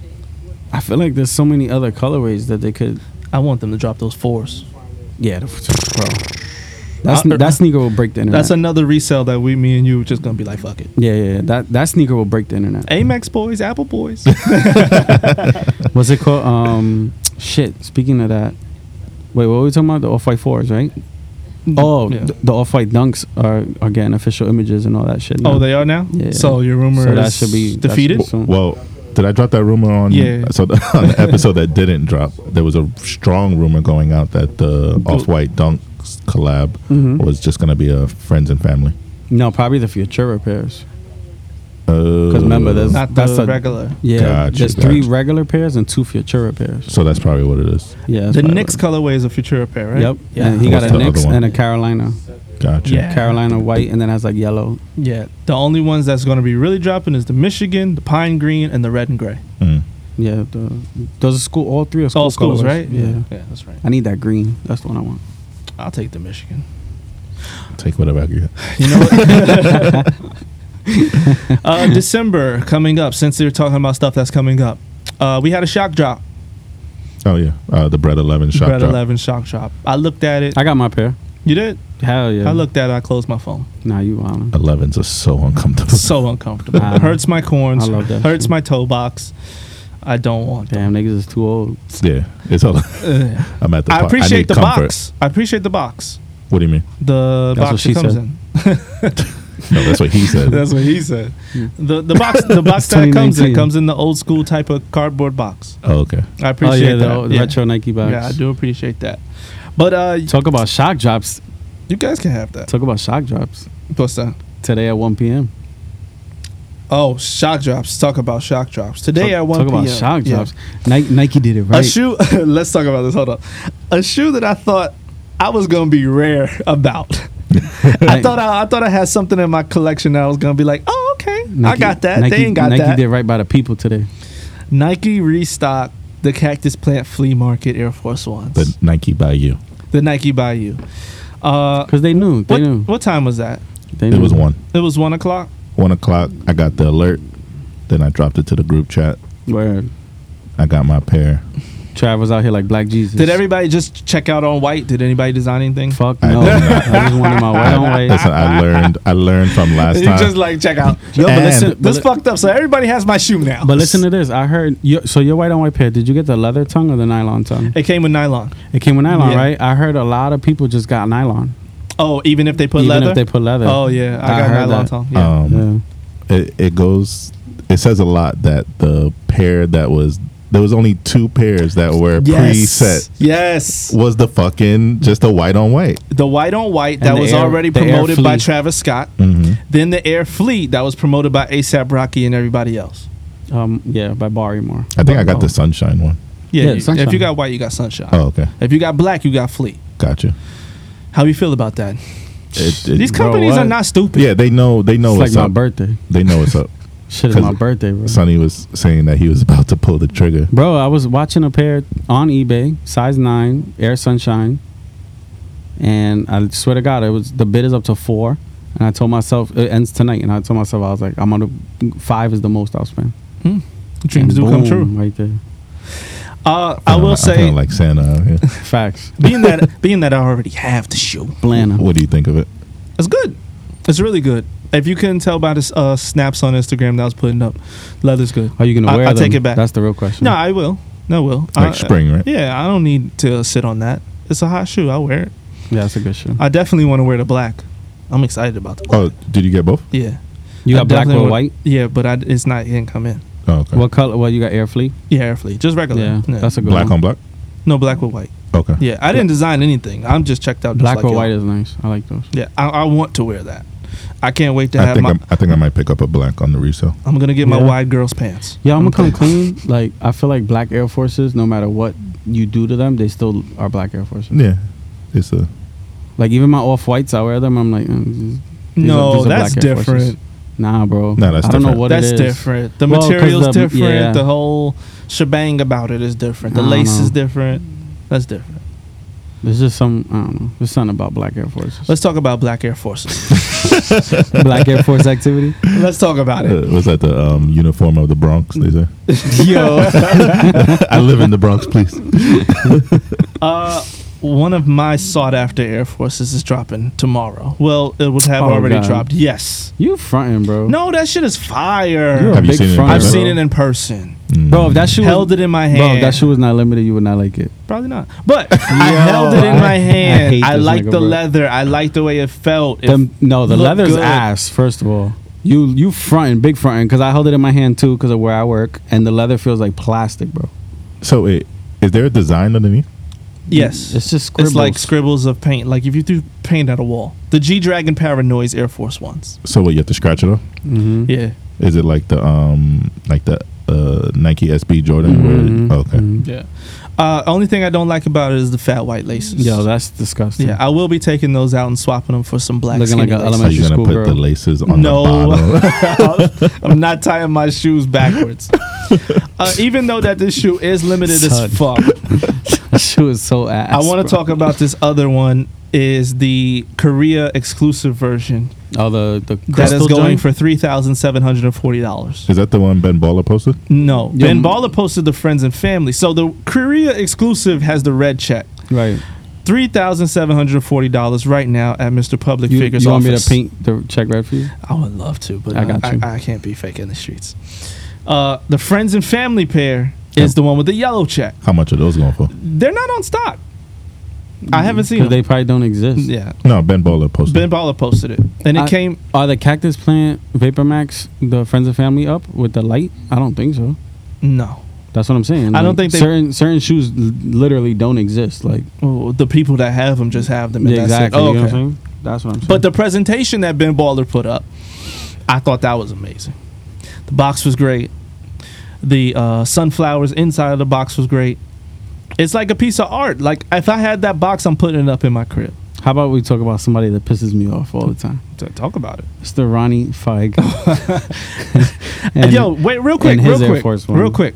[SPEAKER 6] I feel like there's so many other colorways that they could.
[SPEAKER 3] I want them to drop those fours.
[SPEAKER 6] Yeah, the, bro. That's
[SPEAKER 3] Uh,
[SPEAKER 6] that sneaker will break the internet.
[SPEAKER 3] That's another resale that we, me and you, just gonna be like, fuck it.
[SPEAKER 6] yeah, yeah, yeah. That that sneaker will break the internet.
[SPEAKER 3] Amex boys, Apple boys.
[SPEAKER 6] Oh, What's it called? Um, shit. Speaking of that, wait, what were we talking about? The off white fours, right? Oh,
[SPEAKER 3] Yeah.
[SPEAKER 6] th- the off white dunks are, are getting official images and all that shit.
[SPEAKER 3] Oh,
[SPEAKER 6] now.
[SPEAKER 3] they are now.
[SPEAKER 6] Yeah.
[SPEAKER 3] So your rumor
[SPEAKER 6] So that
[SPEAKER 3] is
[SPEAKER 6] should be- that should
[SPEAKER 3] defeated.
[SPEAKER 6] be- soon.
[SPEAKER 4] Well, did I drop that rumor on?
[SPEAKER 3] Yeah.
[SPEAKER 4] So the, on the episode that didn't drop, there was a strong rumor going out that the Off White Dunks collab
[SPEAKER 6] Mhm.
[SPEAKER 4] was just going to be a friends and family.
[SPEAKER 6] no, probably the Futura pairs.
[SPEAKER 4] Because
[SPEAKER 6] remember, there's-
[SPEAKER 4] Oh.
[SPEAKER 3] Not
[SPEAKER 6] That's
[SPEAKER 3] the
[SPEAKER 6] a-
[SPEAKER 3] regular.
[SPEAKER 6] Yeah,
[SPEAKER 4] Gotcha,
[SPEAKER 6] there's three
[SPEAKER 4] gotcha.
[SPEAKER 6] regular pairs and two Futura pairs.
[SPEAKER 4] So that's probably what it is.
[SPEAKER 6] Yeah, that's
[SPEAKER 3] The
[SPEAKER 6] probably
[SPEAKER 3] Knicks
[SPEAKER 6] what-
[SPEAKER 3] colorway is a Futura pair, right?
[SPEAKER 6] Yep,
[SPEAKER 3] Yeah.
[SPEAKER 6] and he
[SPEAKER 4] What's
[SPEAKER 6] got a
[SPEAKER 4] the other
[SPEAKER 6] Knicks
[SPEAKER 4] one?
[SPEAKER 6] and a Carolina,
[SPEAKER 4] Gotcha.
[SPEAKER 3] Yeah.
[SPEAKER 6] Carolina white, and then has like yellow.
[SPEAKER 3] Yeah. The only ones that's going to be really dropping is the Michigan, the pine green, and the red and gray.
[SPEAKER 4] Mm.
[SPEAKER 6] Yeah, the, those are school. All three are
[SPEAKER 3] It's
[SPEAKER 6] school
[SPEAKER 3] all schools,
[SPEAKER 6] colors.
[SPEAKER 3] right?
[SPEAKER 6] Yeah.
[SPEAKER 3] Yeah, that's right.
[SPEAKER 6] I need that green. That's the one I want.
[SPEAKER 3] I'll take the Michigan.
[SPEAKER 4] Take whatever I get.
[SPEAKER 3] You know what? uh, December coming up. Since they were talking about stuff that's coming up, uh, we had a shock drop.
[SPEAKER 4] Oh yeah, uh, the bread eleven shop.
[SPEAKER 3] Bread
[SPEAKER 4] drop.
[SPEAKER 3] Eleven shock drop. I looked at it.
[SPEAKER 6] I got my pair.
[SPEAKER 3] you did?
[SPEAKER 6] Hell yeah.
[SPEAKER 3] I looked at it. I closed my phone.
[SPEAKER 6] Nah, you wildin'.
[SPEAKER 4] Elevens are so uncomfortable.
[SPEAKER 3] So uncomfortable.
[SPEAKER 6] Nah.
[SPEAKER 3] Hurts my corns.
[SPEAKER 6] I love that
[SPEAKER 3] Hurts
[SPEAKER 6] shit.
[SPEAKER 3] my toe box. I don't want. That.
[SPEAKER 6] Damn, niggas is too
[SPEAKER 3] Oh,
[SPEAKER 6] old.
[SPEAKER 4] yeah, it's all. I'm at the.
[SPEAKER 3] I
[SPEAKER 4] par-
[SPEAKER 3] appreciate
[SPEAKER 4] need
[SPEAKER 3] the
[SPEAKER 4] comfort.
[SPEAKER 3] box. I appreciate the box.
[SPEAKER 4] What do you mean?
[SPEAKER 3] The
[SPEAKER 6] That's what
[SPEAKER 3] box
[SPEAKER 6] she
[SPEAKER 3] that comes
[SPEAKER 6] said.
[SPEAKER 3] in.
[SPEAKER 4] No, that's what he said.
[SPEAKER 3] That's what he said. The the box the box
[SPEAKER 6] It's
[SPEAKER 3] that it comes in
[SPEAKER 6] 2019.
[SPEAKER 3] comes in the old school type of cardboard box.
[SPEAKER 4] oh, okay.
[SPEAKER 3] I appreciate
[SPEAKER 6] oh yeah,
[SPEAKER 3] that.
[SPEAKER 6] the, old
[SPEAKER 3] yeah.
[SPEAKER 6] retro Nike bags.
[SPEAKER 3] Yeah, I do appreciate that. But uh,
[SPEAKER 6] Talk about shock drops.
[SPEAKER 3] you guys can have that.
[SPEAKER 6] Talk about shock drops.
[SPEAKER 3] What's that?
[SPEAKER 6] Today at 1 p.m.
[SPEAKER 3] Oh, shock drops. Talk about shock drops today
[SPEAKER 6] talk,
[SPEAKER 3] at one
[SPEAKER 6] Talk
[SPEAKER 3] p.m.
[SPEAKER 6] about shock
[SPEAKER 3] Yeah.
[SPEAKER 6] drops. Nike, Nike did it
[SPEAKER 3] A
[SPEAKER 6] right.
[SPEAKER 3] shoe. let's talk about this. Hold up. A shoe that I thought I was gonna be rare about. I
[SPEAKER 6] Nike-
[SPEAKER 3] thought I, I thought I had something in my collection that I was gonna be like, oh okay, I
[SPEAKER 6] Nike-
[SPEAKER 3] got that.
[SPEAKER 6] Nike,
[SPEAKER 3] they ain't got
[SPEAKER 6] Nike
[SPEAKER 3] that.
[SPEAKER 6] did right by the people today.
[SPEAKER 3] Nike restocked the Cactus Plant Flea Market Air Force Ones.
[SPEAKER 4] The Nike by you.
[SPEAKER 3] the Nike Bayou. Uh,
[SPEAKER 6] Cause they knew. They
[SPEAKER 3] what,
[SPEAKER 6] knew.
[SPEAKER 3] what time was that?
[SPEAKER 6] They
[SPEAKER 4] It
[SPEAKER 6] knew.
[SPEAKER 4] was one.
[SPEAKER 3] It was one o'clock.
[SPEAKER 4] One o'clock. I got the alert. Then I dropped it to the group chat.
[SPEAKER 6] Where
[SPEAKER 4] I got my pair.
[SPEAKER 6] Trav was out here like Black Jesus.
[SPEAKER 3] Did everybody just check out on white? Did anybody design anything?
[SPEAKER 6] Fuck
[SPEAKER 4] I
[SPEAKER 6] no.
[SPEAKER 4] did
[SPEAKER 6] I
[SPEAKER 4] not.
[SPEAKER 6] just wanted my white on white.
[SPEAKER 4] Listen, I learned. I learned from last
[SPEAKER 3] You
[SPEAKER 4] time.
[SPEAKER 3] just like check out.
[SPEAKER 6] Yo, but
[SPEAKER 4] And-
[SPEAKER 6] listen, but,
[SPEAKER 3] This
[SPEAKER 6] li-
[SPEAKER 3] fucked up. So everybody has my shoe now.
[SPEAKER 6] but listen to this. I heard. Your, so your white on white pair. Did you get the leather tongue or the nylon tongue?
[SPEAKER 3] it came with nylon.
[SPEAKER 6] It came with nylon,
[SPEAKER 3] Yeah.
[SPEAKER 6] right? I heard a lot of people just got nylon,
[SPEAKER 3] Oh, even if they put
[SPEAKER 6] even
[SPEAKER 3] leather.
[SPEAKER 6] if they put leather.
[SPEAKER 3] oh yeah, I,
[SPEAKER 6] I
[SPEAKER 3] got
[SPEAKER 6] heard
[SPEAKER 3] nylon
[SPEAKER 6] that. Oh,
[SPEAKER 3] tongue. Yeah.
[SPEAKER 4] um,
[SPEAKER 6] yeah.
[SPEAKER 4] it, it goes it says a lot that the pair that was there was only two pairs that were preset
[SPEAKER 3] Yes.
[SPEAKER 4] was the fucking just a white on white
[SPEAKER 3] The white on white
[SPEAKER 6] And
[SPEAKER 3] that
[SPEAKER 6] the
[SPEAKER 3] was
[SPEAKER 6] Air-
[SPEAKER 3] already
[SPEAKER 6] the Air
[SPEAKER 3] promoted by
[SPEAKER 6] Fleet.
[SPEAKER 3] Travis Scott.
[SPEAKER 4] mm-hmm.
[SPEAKER 3] Then the Air Fleet that was promoted by ASAP Rocky and everybody else.
[SPEAKER 6] Um, yeah, by Barrymore.
[SPEAKER 4] i think i got
[SPEAKER 6] Oh.
[SPEAKER 4] the sunshine one.
[SPEAKER 3] Yeah.
[SPEAKER 6] Yeah,
[SPEAKER 3] you-
[SPEAKER 6] Sunshine.
[SPEAKER 3] if you got white, you got sunshine.
[SPEAKER 4] Oh, okay
[SPEAKER 3] If you got black, you got Fleet.
[SPEAKER 4] gotcha
[SPEAKER 3] How you feel about that?
[SPEAKER 4] It- it-
[SPEAKER 3] These
[SPEAKER 6] Bro,
[SPEAKER 3] companies
[SPEAKER 6] what?
[SPEAKER 3] are not stupid.
[SPEAKER 4] yeah they know they know
[SPEAKER 6] it's like
[SPEAKER 4] what's
[SPEAKER 6] my
[SPEAKER 4] up
[SPEAKER 6] birthday.
[SPEAKER 4] they know what's up
[SPEAKER 6] Shit is
[SPEAKER 4] 'Cause
[SPEAKER 6] my birthday, bro.
[SPEAKER 4] sonny was saying that he was about to pull the trigger
[SPEAKER 6] Bro, I was watching a pair on eBay, size nine, Air Sunshine, and I swear to God, it was the bid is up to four, and I told myself it ends tonight, and I told myself I was like, I'm gonna five is the most I'll spend.
[SPEAKER 3] Dreams
[SPEAKER 6] And
[SPEAKER 3] do come
[SPEAKER 6] boom,
[SPEAKER 3] true.
[SPEAKER 6] right there.
[SPEAKER 3] Uh, I
[SPEAKER 4] I'm
[SPEAKER 3] will
[SPEAKER 4] like- I'm kinda
[SPEAKER 3] say,
[SPEAKER 4] like santa out here.
[SPEAKER 6] Facts.
[SPEAKER 3] being that being that I already have the shoe,
[SPEAKER 6] Blana.
[SPEAKER 4] what do you think of it
[SPEAKER 3] it's good. It's really good. If you couldn't tell by the s- uh, snaps on Instagram that I was putting up, leather's good.
[SPEAKER 6] Are you gonna
[SPEAKER 3] I-
[SPEAKER 6] wear
[SPEAKER 3] I
[SPEAKER 6] them?
[SPEAKER 3] take it back.
[SPEAKER 6] That's the real question.
[SPEAKER 3] No, I will. No, I will.
[SPEAKER 4] like
[SPEAKER 3] I-
[SPEAKER 4] spring right
[SPEAKER 3] Yeah, I don't need to sit on that. It's a hot shoe. I'll wear it.
[SPEAKER 6] yeah, that's a good shoe.
[SPEAKER 3] I definitely want to wear the black. I'm excited about the black.
[SPEAKER 4] oh did you get both
[SPEAKER 3] Yeah.
[SPEAKER 6] You
[SPEAKER 3] I
[SPEAKER 6] got black
[SPEAKER 3] definitely
[SPEAKER 6] or
[SPEAKER 3] wa-
[SPEAKER 6] white?
[SPEAKER 3] Yeah, but I, it's not, it didn't come in.
[SPEAKER 4] oh okay
[SPEAKER 6] What color? Well, you got Air Fleet.
[SPEAKER 3] Yeah, Air Fleet. Just regular.
[SPEAKER 6] Yeah, that's a good
[SPEAKER 4] black
[SPEAKER 6] one.
[SPEAKER 4] on black
[SPEAKER 3] No black with white.
[SPEAKER 4] okay
[SPEAKER 3] Yeah, I didn't design anything. I'm just checked out. Just
[SPEAKER 6] Black
[SPEAKER 3] like
[SPEAKER 6] or
[SPEAKER 3] y'all.
[SPEAKER 6] white is nice. I like those.
[SPEAKER 3] Yeah, I, I want to wear that. I can't wait to
[SPEAKER 4] I
[SPEAKER 3] have
[SPEAKER 4] think
[SPEAKER 3] my.
[SPEAKER 4] I'm, I think I might pick up a black on the resale.
[SPEAKER 3] I'm gonna get my
[SPEAKER 6] Yeah.
[SPEAKER 3] wide girl's pants.
[SPEAKER 6] Yeah, I'm gonna come clean. Like I feel like black Air Forces, no matter what you do to them, they still are black Air Forces.
[SPEAKER 4] Yeah, it's a
[SPEAKER 6] Like even my off whites, I wear them. I'm like, mm, these are-
[SPEAKER 3] No,
[SPEAKER 6] these are
[SPEAKER 3] that's
[SPEAKER 6] black Air Forces.
[SPEAKER 3] different.
[SPEAKER 6] Nah, bro.
[SPEAKER 4] No, that's
[SPEAKER 6] I don't know
[SPEAKER 4] different.
[SPEAKER 6] what
[SPEAKER 3] That's
[SPEAKER 6] it is.
[SPEAKER 3] different. The
[SPEAKER 6] Well, 'cause
[SPEAKER 3] material's
[SPEAKER 6] the-
[SPEAKER 3] different.
[SPEAKER 6] yeah.
[SPEAKER 3] The whole shebang about it is different. The
[SPEAKER 6] I don't
[SPEAKER 3] lace
[SPEAKER 6] know.
[SPEAKER 3] is different. That's different.
[SPEAKER 6] There's just some. I don't know. There's something about black Air Forces.
[SPEAKER 3] Let's talk about black Air Forces.
[SPEAKER 6] black Air Force activity.
[SPEAKER 3] Let's talk about it.
[SPEAKER 4] Uh, was that the um, uniform of the Bronx? They say.
[SPEAKER 3] Yo,
[SPEAKER 4] I live in the Bronx, please.
[SPEAKER 3] uh, one of my sought after Air Forces is dropping tomorrow. Well, it would have
[SPEAKER 6] Oh,
[SPEAKER 3] already
[SPEAKER 6] God.
[SPEAKER 3] dropped. Yes.
[SPEAKER 6] You fronting, bro?
[SPEAKER 3] No, that shit is fire.
[SPEAKER 6] You're a
[SPEAKER 4] Have you
[SPEAKER 6] big
[SPEAKER 4] seen it in
[SPEAKER 6] front,
[SPEAKER 3] I've
[SPEAKER 4] person?
[SPEAKER 3] seen
[SPEAKER 6] bro.
[SPEAKER 3] it in person.
[SPEAKER 4] Mm.
[SPEAKER 6] Bro, if that shoe
[SPEAKER 3] Held it in my hand.
[SPEAKER 6] Bro, if that shoe was not limited, you would not like it.
[SPEAKER 3] Probably not. But I held it in
[SPEAKER 6] I-
[SPEAKER 3] my
[SPEAKER 6] I
[SPEAKER 3] hand.
[SPEAKER 6] hate
[SPEAKER 3] I,
[SPEAKER 6] this
[SPEAKER 3] like
[SPEAKER 6] nigga,
[SPEAKER 3] the
[SPEAKER 6] bro.
[SPEAKER 3] leather. I like the way it felt. If-
[SPEAKER 6] The- no, the
[SPEAKER 3] look
[SPEAKER 6] leather's
[SPEAKER 3] good.
[SPEAKER 6] ass. First of all, you you fronting, big fronting, because I held it in my hand too, because of where I work, and the leather feels like plastic, bro.
[SPEAKER 4] So wait, is there a design underneath?
[SPEAKER 3] yes.
[SPEAKER 6] it's just
[SPEAKER 3] It's like
[SPEAKER 6] scribbles.
[SPEAKER 3] scribbles of paint. Like if you threw paint at a wall. The G Dragon Paranoise Air Force ones.
[SPEAKER 4] So what you have to scratch it off?
[SPEAKER 6] Mhm.
[SPEAKER 3] Yeah.
[SPEAKER 4] Is it like the um like the uh Nike SB Jordan?
[SPEAKER 6] Mhm.
[SPEAKER 4] Where, Mm-hmm. okay.
[SPEAKER 6] Mhm.
[SPEAKER 3] Yeah. Uh, only thing I don't like about it is the fat white laces.
[SPEAKER 6] Yo, that's disgusting.
[SPEAKER 3] yeah. I will be taking those out and swapping them for some black.
[SPEAKER 6] Looking
[SPEAKER 3] skinny
[SPEAKER 6] like a
[SPEAKER 3] laces.
[SPEAKER 4] Are you
[SPEAKER 6] Elementary
[SPEAKER 4] gonna
[SPEAKER 6] school
[SPEAKER 4] put
[SPEAKER 6] girl.
[SPEAKER 4] the laces on
[SPEAKER 3] No.
[SPEAKER 4] the bottom?
[SPEAKER 3] I'm not tying my shoes backwards. uh, even though that this shoe is limited
[SPEAKER 6] Son.
[SPEAKER 3] as fuck,
[SPEAKER 6] that shoe is so ass.
[SPEAKER 3] I want
[SPEAKER 6] bro.
[SPEAKER 3] to talk about this other one. Is the Korea exclusive version
[SPEAKER 6] Oh, the the
[SPEAKER 3] that is
[SPEAKER 6] crystal
[SPEAKER 3] going
[SPEAKER 6] joint?
[SPEAKER 3] for three thousand seven hundred and forty dollars?
[SPEAKER 4] is that the one Ben Baller posted?
[SPEAKER 3] No,
[SPEAKER 6] Yo,
[SPEAKER 3] Ben
[SPEAKER 6] m-
[SPEAKER 3] Baller posted the friends and family. So the Korea exclusive has the red check.
[SPEAKER 6] right.
[SPEAKER 3] Three thousand seven hundred and forty dollars right now at Mr. Public
[SPEAKER 6] You,
[SPEAKER 3] Figures
[SPEAKER 6] you want
[SPEAKER 3] office.
[SPEAKER 6] me to paint the check red for you?
[SPEAKER 3] I would love to, but
[SPEAKER 6] I
[SPEAKER 3] I,
[SPEAKER 6] got you.
[SPEAKER 3] I, I can't be fake in the streets. Uh, the friends and family pair is the one with the yellow check.
[SPEAKER 4] How much are those going for?
[SPEAKER 3] They're not on stock. I haven't seen
[SPEAKER 6] Because
[SPEAKER 3] them.
[SPEAKER 6] Mm-hmm. they probably don't exist.
[SPEAKER 3] yeah,
[SPEAKER 4] No, Ben Baller posted.
[SPEAKER 3] Ben Baller posted it, and it
[SPEAKER 6] I-
[SPEAKER 3] came.
[SPEAKER 6] Are the cactus plant Vapor Max the friends and family up with the light? I don't think so.
[SPEAKER 3] No,
[SPEAKER 6] That's what I'm saying.
[SPEAKER 3] I don't think
[SPEAKER 6] Like,
[SPEAKER 3] they-
[SPEAKER 6] certain certain shoes l- literally don't exist. Like
[SPEAKER 3] oh, the people that have them just have them. And
[SPEAKER 6] Yeah,
[SPEAKER 3] That's it.
[SPEAKER 6] exactly.
[SPEAKER 3] Oh,
[SPEAKER 6] you know what
[SPEAKER 3] okay.
[SPEAKER 6] I'm saying? That's what I'm saying.
[SPEAKER 3] But the presentation that Ben Baller put up, I thought that was amazing. The box was great. The uh, sunflowers inside of the box was great. It's like a piece of art. Like if I had that box, I'm putting it up in my crib.
[SPEAKER 6] how about we talk about somebody that pisses me off all the time?
[SPEAKER 3] T- Talk about it.
[SPEAKER 6] It's the Ronnie Feig.
[SPEAKER 3] And Yo, wait, real quick,
[SPEAKER 6] and
[SPEAKER 3] real
[SPEAKER 6] his Air
[SPEAKER 3] quick,
[SPEAKER 6] Force One.
[SPEAKER 3] real quick.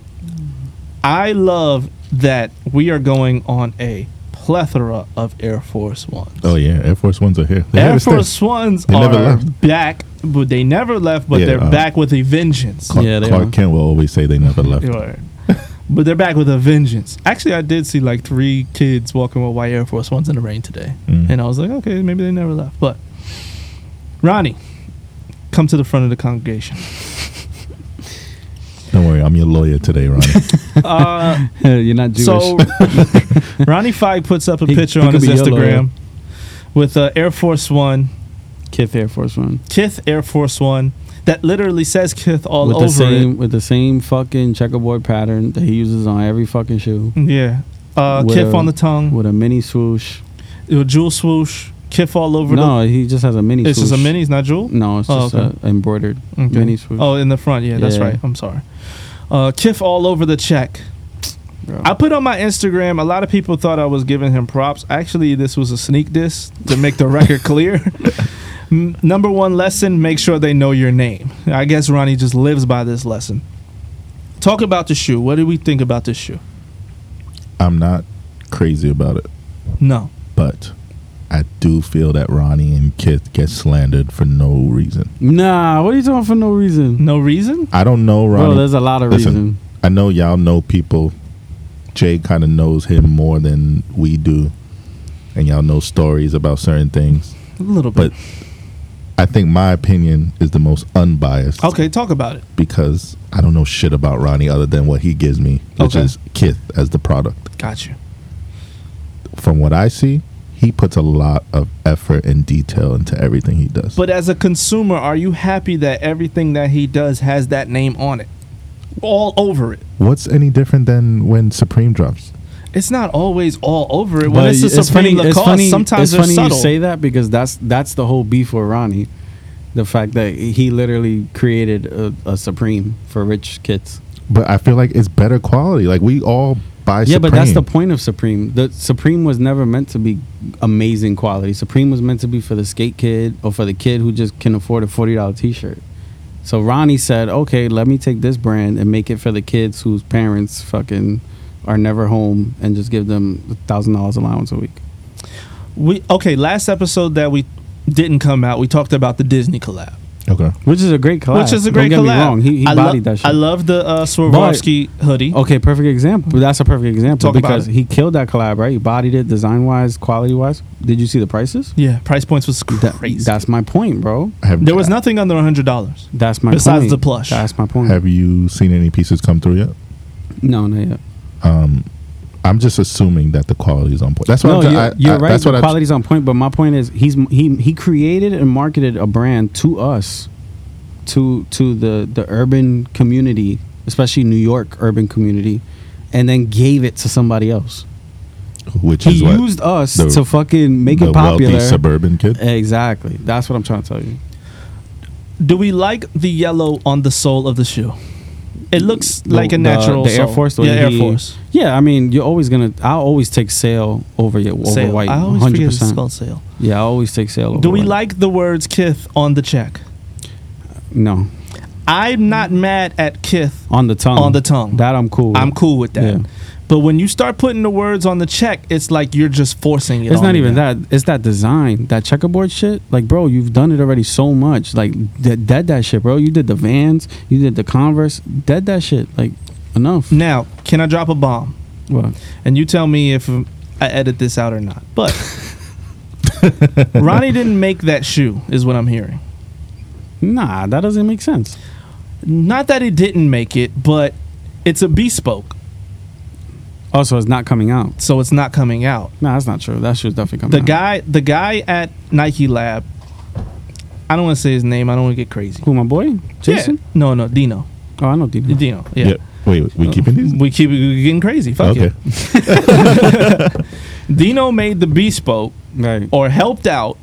[SPEAKER 3] I love that we are going on a plethora of Air Force Ones.
[SPEAKER 4] oh yeah, Air Force Ones are here. They
[SPEAKER 3] Air
[SPEAKER 4] had to stay.
[SPEAKER 3] Force Ones
[SPEAKER 4] They
[SPEAKER 3] are
[SPEAKER 4] never left.
[SPEAKER 3] back, but they never left. But
[SPEAKER 4] Yeah,
[SPEAKER 3] they're
[SPEAKER 4] uh,
[SPEAKER 3] back with a vengeance.
[SPEAKER 4] Clark,
[SPEAKER 6] Yeah, they
[SPEAKER 4] Clark
[SPEAKER 6] are.
[SPEAKER 4] Kent will always say they never left.
[SPEAKER 3] Right. but they're back with a vengeance. Actually, I did see like three kids walking with white Air Force Ones in the rain today,
[SPEAKER 6] Mm-hmm.
[SPEAKER 4] Mm.
[SPEAKER 3] and I was like, okay, maybe they never left. But Ronnie, come to the front of the congregation.
[SPEAKER 4] Don't worry, I'm your lawyer today, Ronnie.
[SPEAKER 3] Uh,
[SPEAKER 6] You're not Jewish.
[SPEAKER 3] So Ronnie Feig puts up a
[SPEAKER 6] He-
[SPEAKER 3] picture
[SPEAKER 6] he
[SPEAKER 3] on
[SPEAKER 6] could
[SPEAKER 3] his
[SPEAKER 6] be your lawyer.
[SPEAKER 3] Instagram with uh, Air Force One,
[SPEAKER 6] Kith Air Force One.
[SPEAKER 3] Kith Air Force One, that literally says Kith all
[SPEAKER 6] with
[SPEAKER 3] over
[SPEAKER 6] the same with the same fucking checkerboard pattern that he uses on every fucking shoe.
[SPEAKER 3] it. Yeah. Uh,
[SPEAKER 6] With
[SPEAKER 3] Kith
[SPEAKER 6] a-
[SPEAKER 3] on the tongue,
[SPEAKER 6] With a mini swoosh.
[SPEAKER 3] with jewel swoosh, Kith all over
[SPEAKER 6] No, he just has a mini
[SPEAKER 3] the. It's
[SPEAKER 6] swoosh.
[SPEAKER 3] just a mini, it's not jewel.
[SPEAKER 6] No, it's
[SPEAKER 3] Oh,
[SPEAKER 6] just
[SPEAKER 3] okay.
[SPEAKER 6] a embroidered
[SPEAKER 3] Okay.
[SPEAKER 6] mini swoosh.
[SPEAKER 3] Oh, in the front. Yeah, that's
[SPEAKER 6] Mm. Yeah.
[SPEAKER 3] right. I'm sorry. Uh, Kith all over the check.
[SPEAKER 6] Bro.
[SPEAKER 3] I put on my Instagram. A lot of people thought I was giving him props. Actually, this was a sneak diss to make the record clear. M- Number one lesson: make sure they know your name. I guess Ronnie just lives by this lesson. Talk about the shoe. What do we think about this shoe?
[SPEAKER 4] I'm not crazy about it,
[SPEAKER 3] No,
[SPEAKER 4] but I do feel that Ronnie and Kith get slandered for no reason.
[SPEAKER 6] Nah, what are you talking for no reason?
[SPEAKER 3] no reason.
[SPEAKER 4] I don't know
[SPEAKER 6] Bro,
[SPEAKER 4] Ronnie.
[SPEAKER 6] there's a lot of
[SPEAKER 4] listen.
[SPEAKER 6] reason.
[SPEAKER 4] I know y'all know people. Jay kind of knows him more than we do, and y'all know stories about certain things.
[SPEAKER 3] A little bit.
[SPEAKER 4] I think my opinion is the most unbiased
[SPEAKER 3] okay, talk about it.
[SPEAKER 4] because I don't know shit about Ronnie other than what he gives me, which
[SPEAKER 3] Okay.
[SPEAKER 4] is Kith as the product.
[SPEAKER 3] Got you.
[SPEAKER 4] From what I see, he puts a lot of effort and detail into everything he does.
[SPEAKER 3] But as a consumer, are you happy that everything that he does has that name on it, all over it?
[SPEAKER 4] What's any different than when Supreme drops?
[SPEAKER 3] It's not always all over it. When
[SPEAKER 6] But
[SPEAKER 3] it's a Supreme Lacoste, sometimes
[SPEAKER 6] it's
[SPEAKER 3] they're
[SPEAKER 6] funny
[SPEAKER 3] subtle.
[SPEAKER 6] you say that because that's that's the whole beef with Ronnie. The fact that he literally created a, a Supreme for rich kids.
[SPEAKER 4] But I feel like it's better quality. Like we all buy.
[SPEAKER 6] Yeah, but that's the
[SPEAKER 4] Supreme.
[SPEAKER 6] point of Supreme. The Supreme was never meant to be amazing quality. Supreme was meant to be for the skate kid or for the kid who just can afford a forty dollar t shirt. So Ronnie said, "Okay, let me take this brand and make it for the kids whose parents fucking are never home, and just give them a thousand dollars allowance a week."
[SPEAKER 3] We okay. Last episode that we didn't come out, we talked about the Disney collab,
[SPEAKER 4] okay.
[SPEAKER 6] Which is a great collab.
[SPEAKER 3] which is a
[SPEAKER 6] Don't
[SPEAKER 3] great
[SPEAKER 6] get
[SPEAKER 3] collab.
[SPEAKER 6] Me wrong. He, he
[SPEAKER 3] I lo-
[SPEAKER 6] bodied that shit.
[SPEAKER 3] I love the uh, Swarovski hoodie.
[SPEAKER 6] okay, perfect example. That's a perfect example
[SPEAKER 3] Talk about
[SPEAKER 6] because
[SPEAKER 3] it.
[SPEAKER 6] he killed that collab, right? He bodied it design wise, quality wise. Did you see the prices?
[SPEAKER 3] Yeah, price points was
[SPEAKER 6] That-
[SPEAKER 3] crazy.
[SPEAKER 6] that's my point, bro.
[SPEAKER 4] I Have,
[SPEAKER 3] there was nothing under hundred dollars.
[SPEAKER 6] That's my
[SPEAKER 3] Besides
[SPEAKER 6] point.
[SPEAKER 3] the plush.
[SPEAKER 6] That's my point.
[SPEAKER 4] Have you seen any pieces come through yet?
[SPEAKER 6] No, not yet.
[SPEAKER 4] Um, I'm just assuming that the quality is on point. That's what
[SPEAKER 6] No,
[SPEAKER 4] I'm
[SPEAKER 6] you're,
[SPEAKER 4] trying- I-
[SPEAKER 6] you're
[SPEAKER 4] I-
[SPEAKER 6] right.
[SPEAKER 4] That's what I,
[SPEAKER 6] Quality's on point, but my point is he's he he created and marketed a brand to us, to to the the urban community, especially New York urban community, and then gave it to somebody else.
[SPEAKER 4] which
[SPEAKER 6] He
[SPEAKER 4] is what
[SPEAKER 6] used us
[SPEAKER 4] the-
[SPEAKER 6] to fucking make
[SPEAKER 4] the
[SPEAKER 6] it popular.
[SPEAKER 4] wealthy suburban kid.
[SPEAKER 6] exactly. That's what I'm trying to tell you.
[SPEAKER 3] Do we like the yellow on the sole of the shoe? It looks
[SPEAKER 6] The-
[SPEAKER 3] like a
[SPEAKER 6] the-
[SPEAKER 3] natural.
[SPEAKER 6] the Air
[SPEAKER 3] sole.
[SPEAKER 6] Force, the way
[SPEAKER 3] yeah, Air
[SPEAKER 6] he-
[SPEAKER 3] Force.
[SPEAKER 6] Yeah, I mean, you're always gonna. I always take sale over your over
[SPEAKER 3] Sale.
[SPEAKER 6] white.
[SPEAKER 3] I always
[SPEAKER 6] hundred
[SPEAKER 3] forget it's
[SPEAKER 6] percent.
[SPEAKER 3] called sale.
[SPEAKER 6] Yeah, I always take sale over.
[SPEAKER 3] Do we
[SPEAKER 6] white.
[SPEAKER 3] like the words Kith on the check?
[SPEAKER 6] No,
[SPEAKER 3] I'm not mad at Kith
[SPEAKER 6] on the tongue.
[SPEAKER 3] on the tongue.
[SPEAKER 6] That I'm cool. with.
[SPEAKER 3] I'm cool with that.
[SPEAKER 6] Yeah.
[SPEAKER 3] But when you start putting the words on the check, it's like you're just forcing it.
[SPEAKER 6] It's
[SPEAKER 3] on
[SPEAKER 6] not
[SPEAKER 3] me
[SPEAKER 6] even
[SPEAKER 3] now.
[SPEAKER 6] that. It's that design, that checkerboard shit. Like, bro, you've done it already so much. Like, dead, dead that shit, bro. You did the Vans, you did the Converse, dead that shit. Like, enough.
[SPEAKER 3] Now, can I drop a bomb?
[SPEAKER 6] What?
[SPEAKER 3] And you tell me if I edit this out or not. But Ronnie didn't make that shoe, is what I'm hearing.
[SPEAKER 6] Nah, that doesn't make sense.
[SPEAKER 3] Not that he didn't make it, but it's a bespoke,
[SPEAKER 6] Also, it's not coming out.
[SPEAKER 3] so it's not coming out.
[SPEAKER 6] Nah, that's not true. That shit's definitely coming
[SPEAKER 3] The
[SPEAKER 6] out.
[SPEAKER 3] guy, the guy at Nike Lab. I don't want to say his name. I don't want to get crazy.
[SPEAKER 6] Who, my boy? Jason?
[SPEAKER 3] Yeah. No, no, Dino.
[SPEAKER 6] Oh, I know Dino.
[SPEAKER 3] Dino. Yeah.
[SPEAKER 4] Wait,
[SPEAKER 6] Uh,
[SPEAKER 4] we keeping these?
[SPEAKER 3] We keep we getting crazy. Fuck
[SPEAKER 4] Okay.
[SPEAKER 3] it. Dino made the bespoke
[SPEAKER 6] Right.
[SPEAKER 3] or helped out.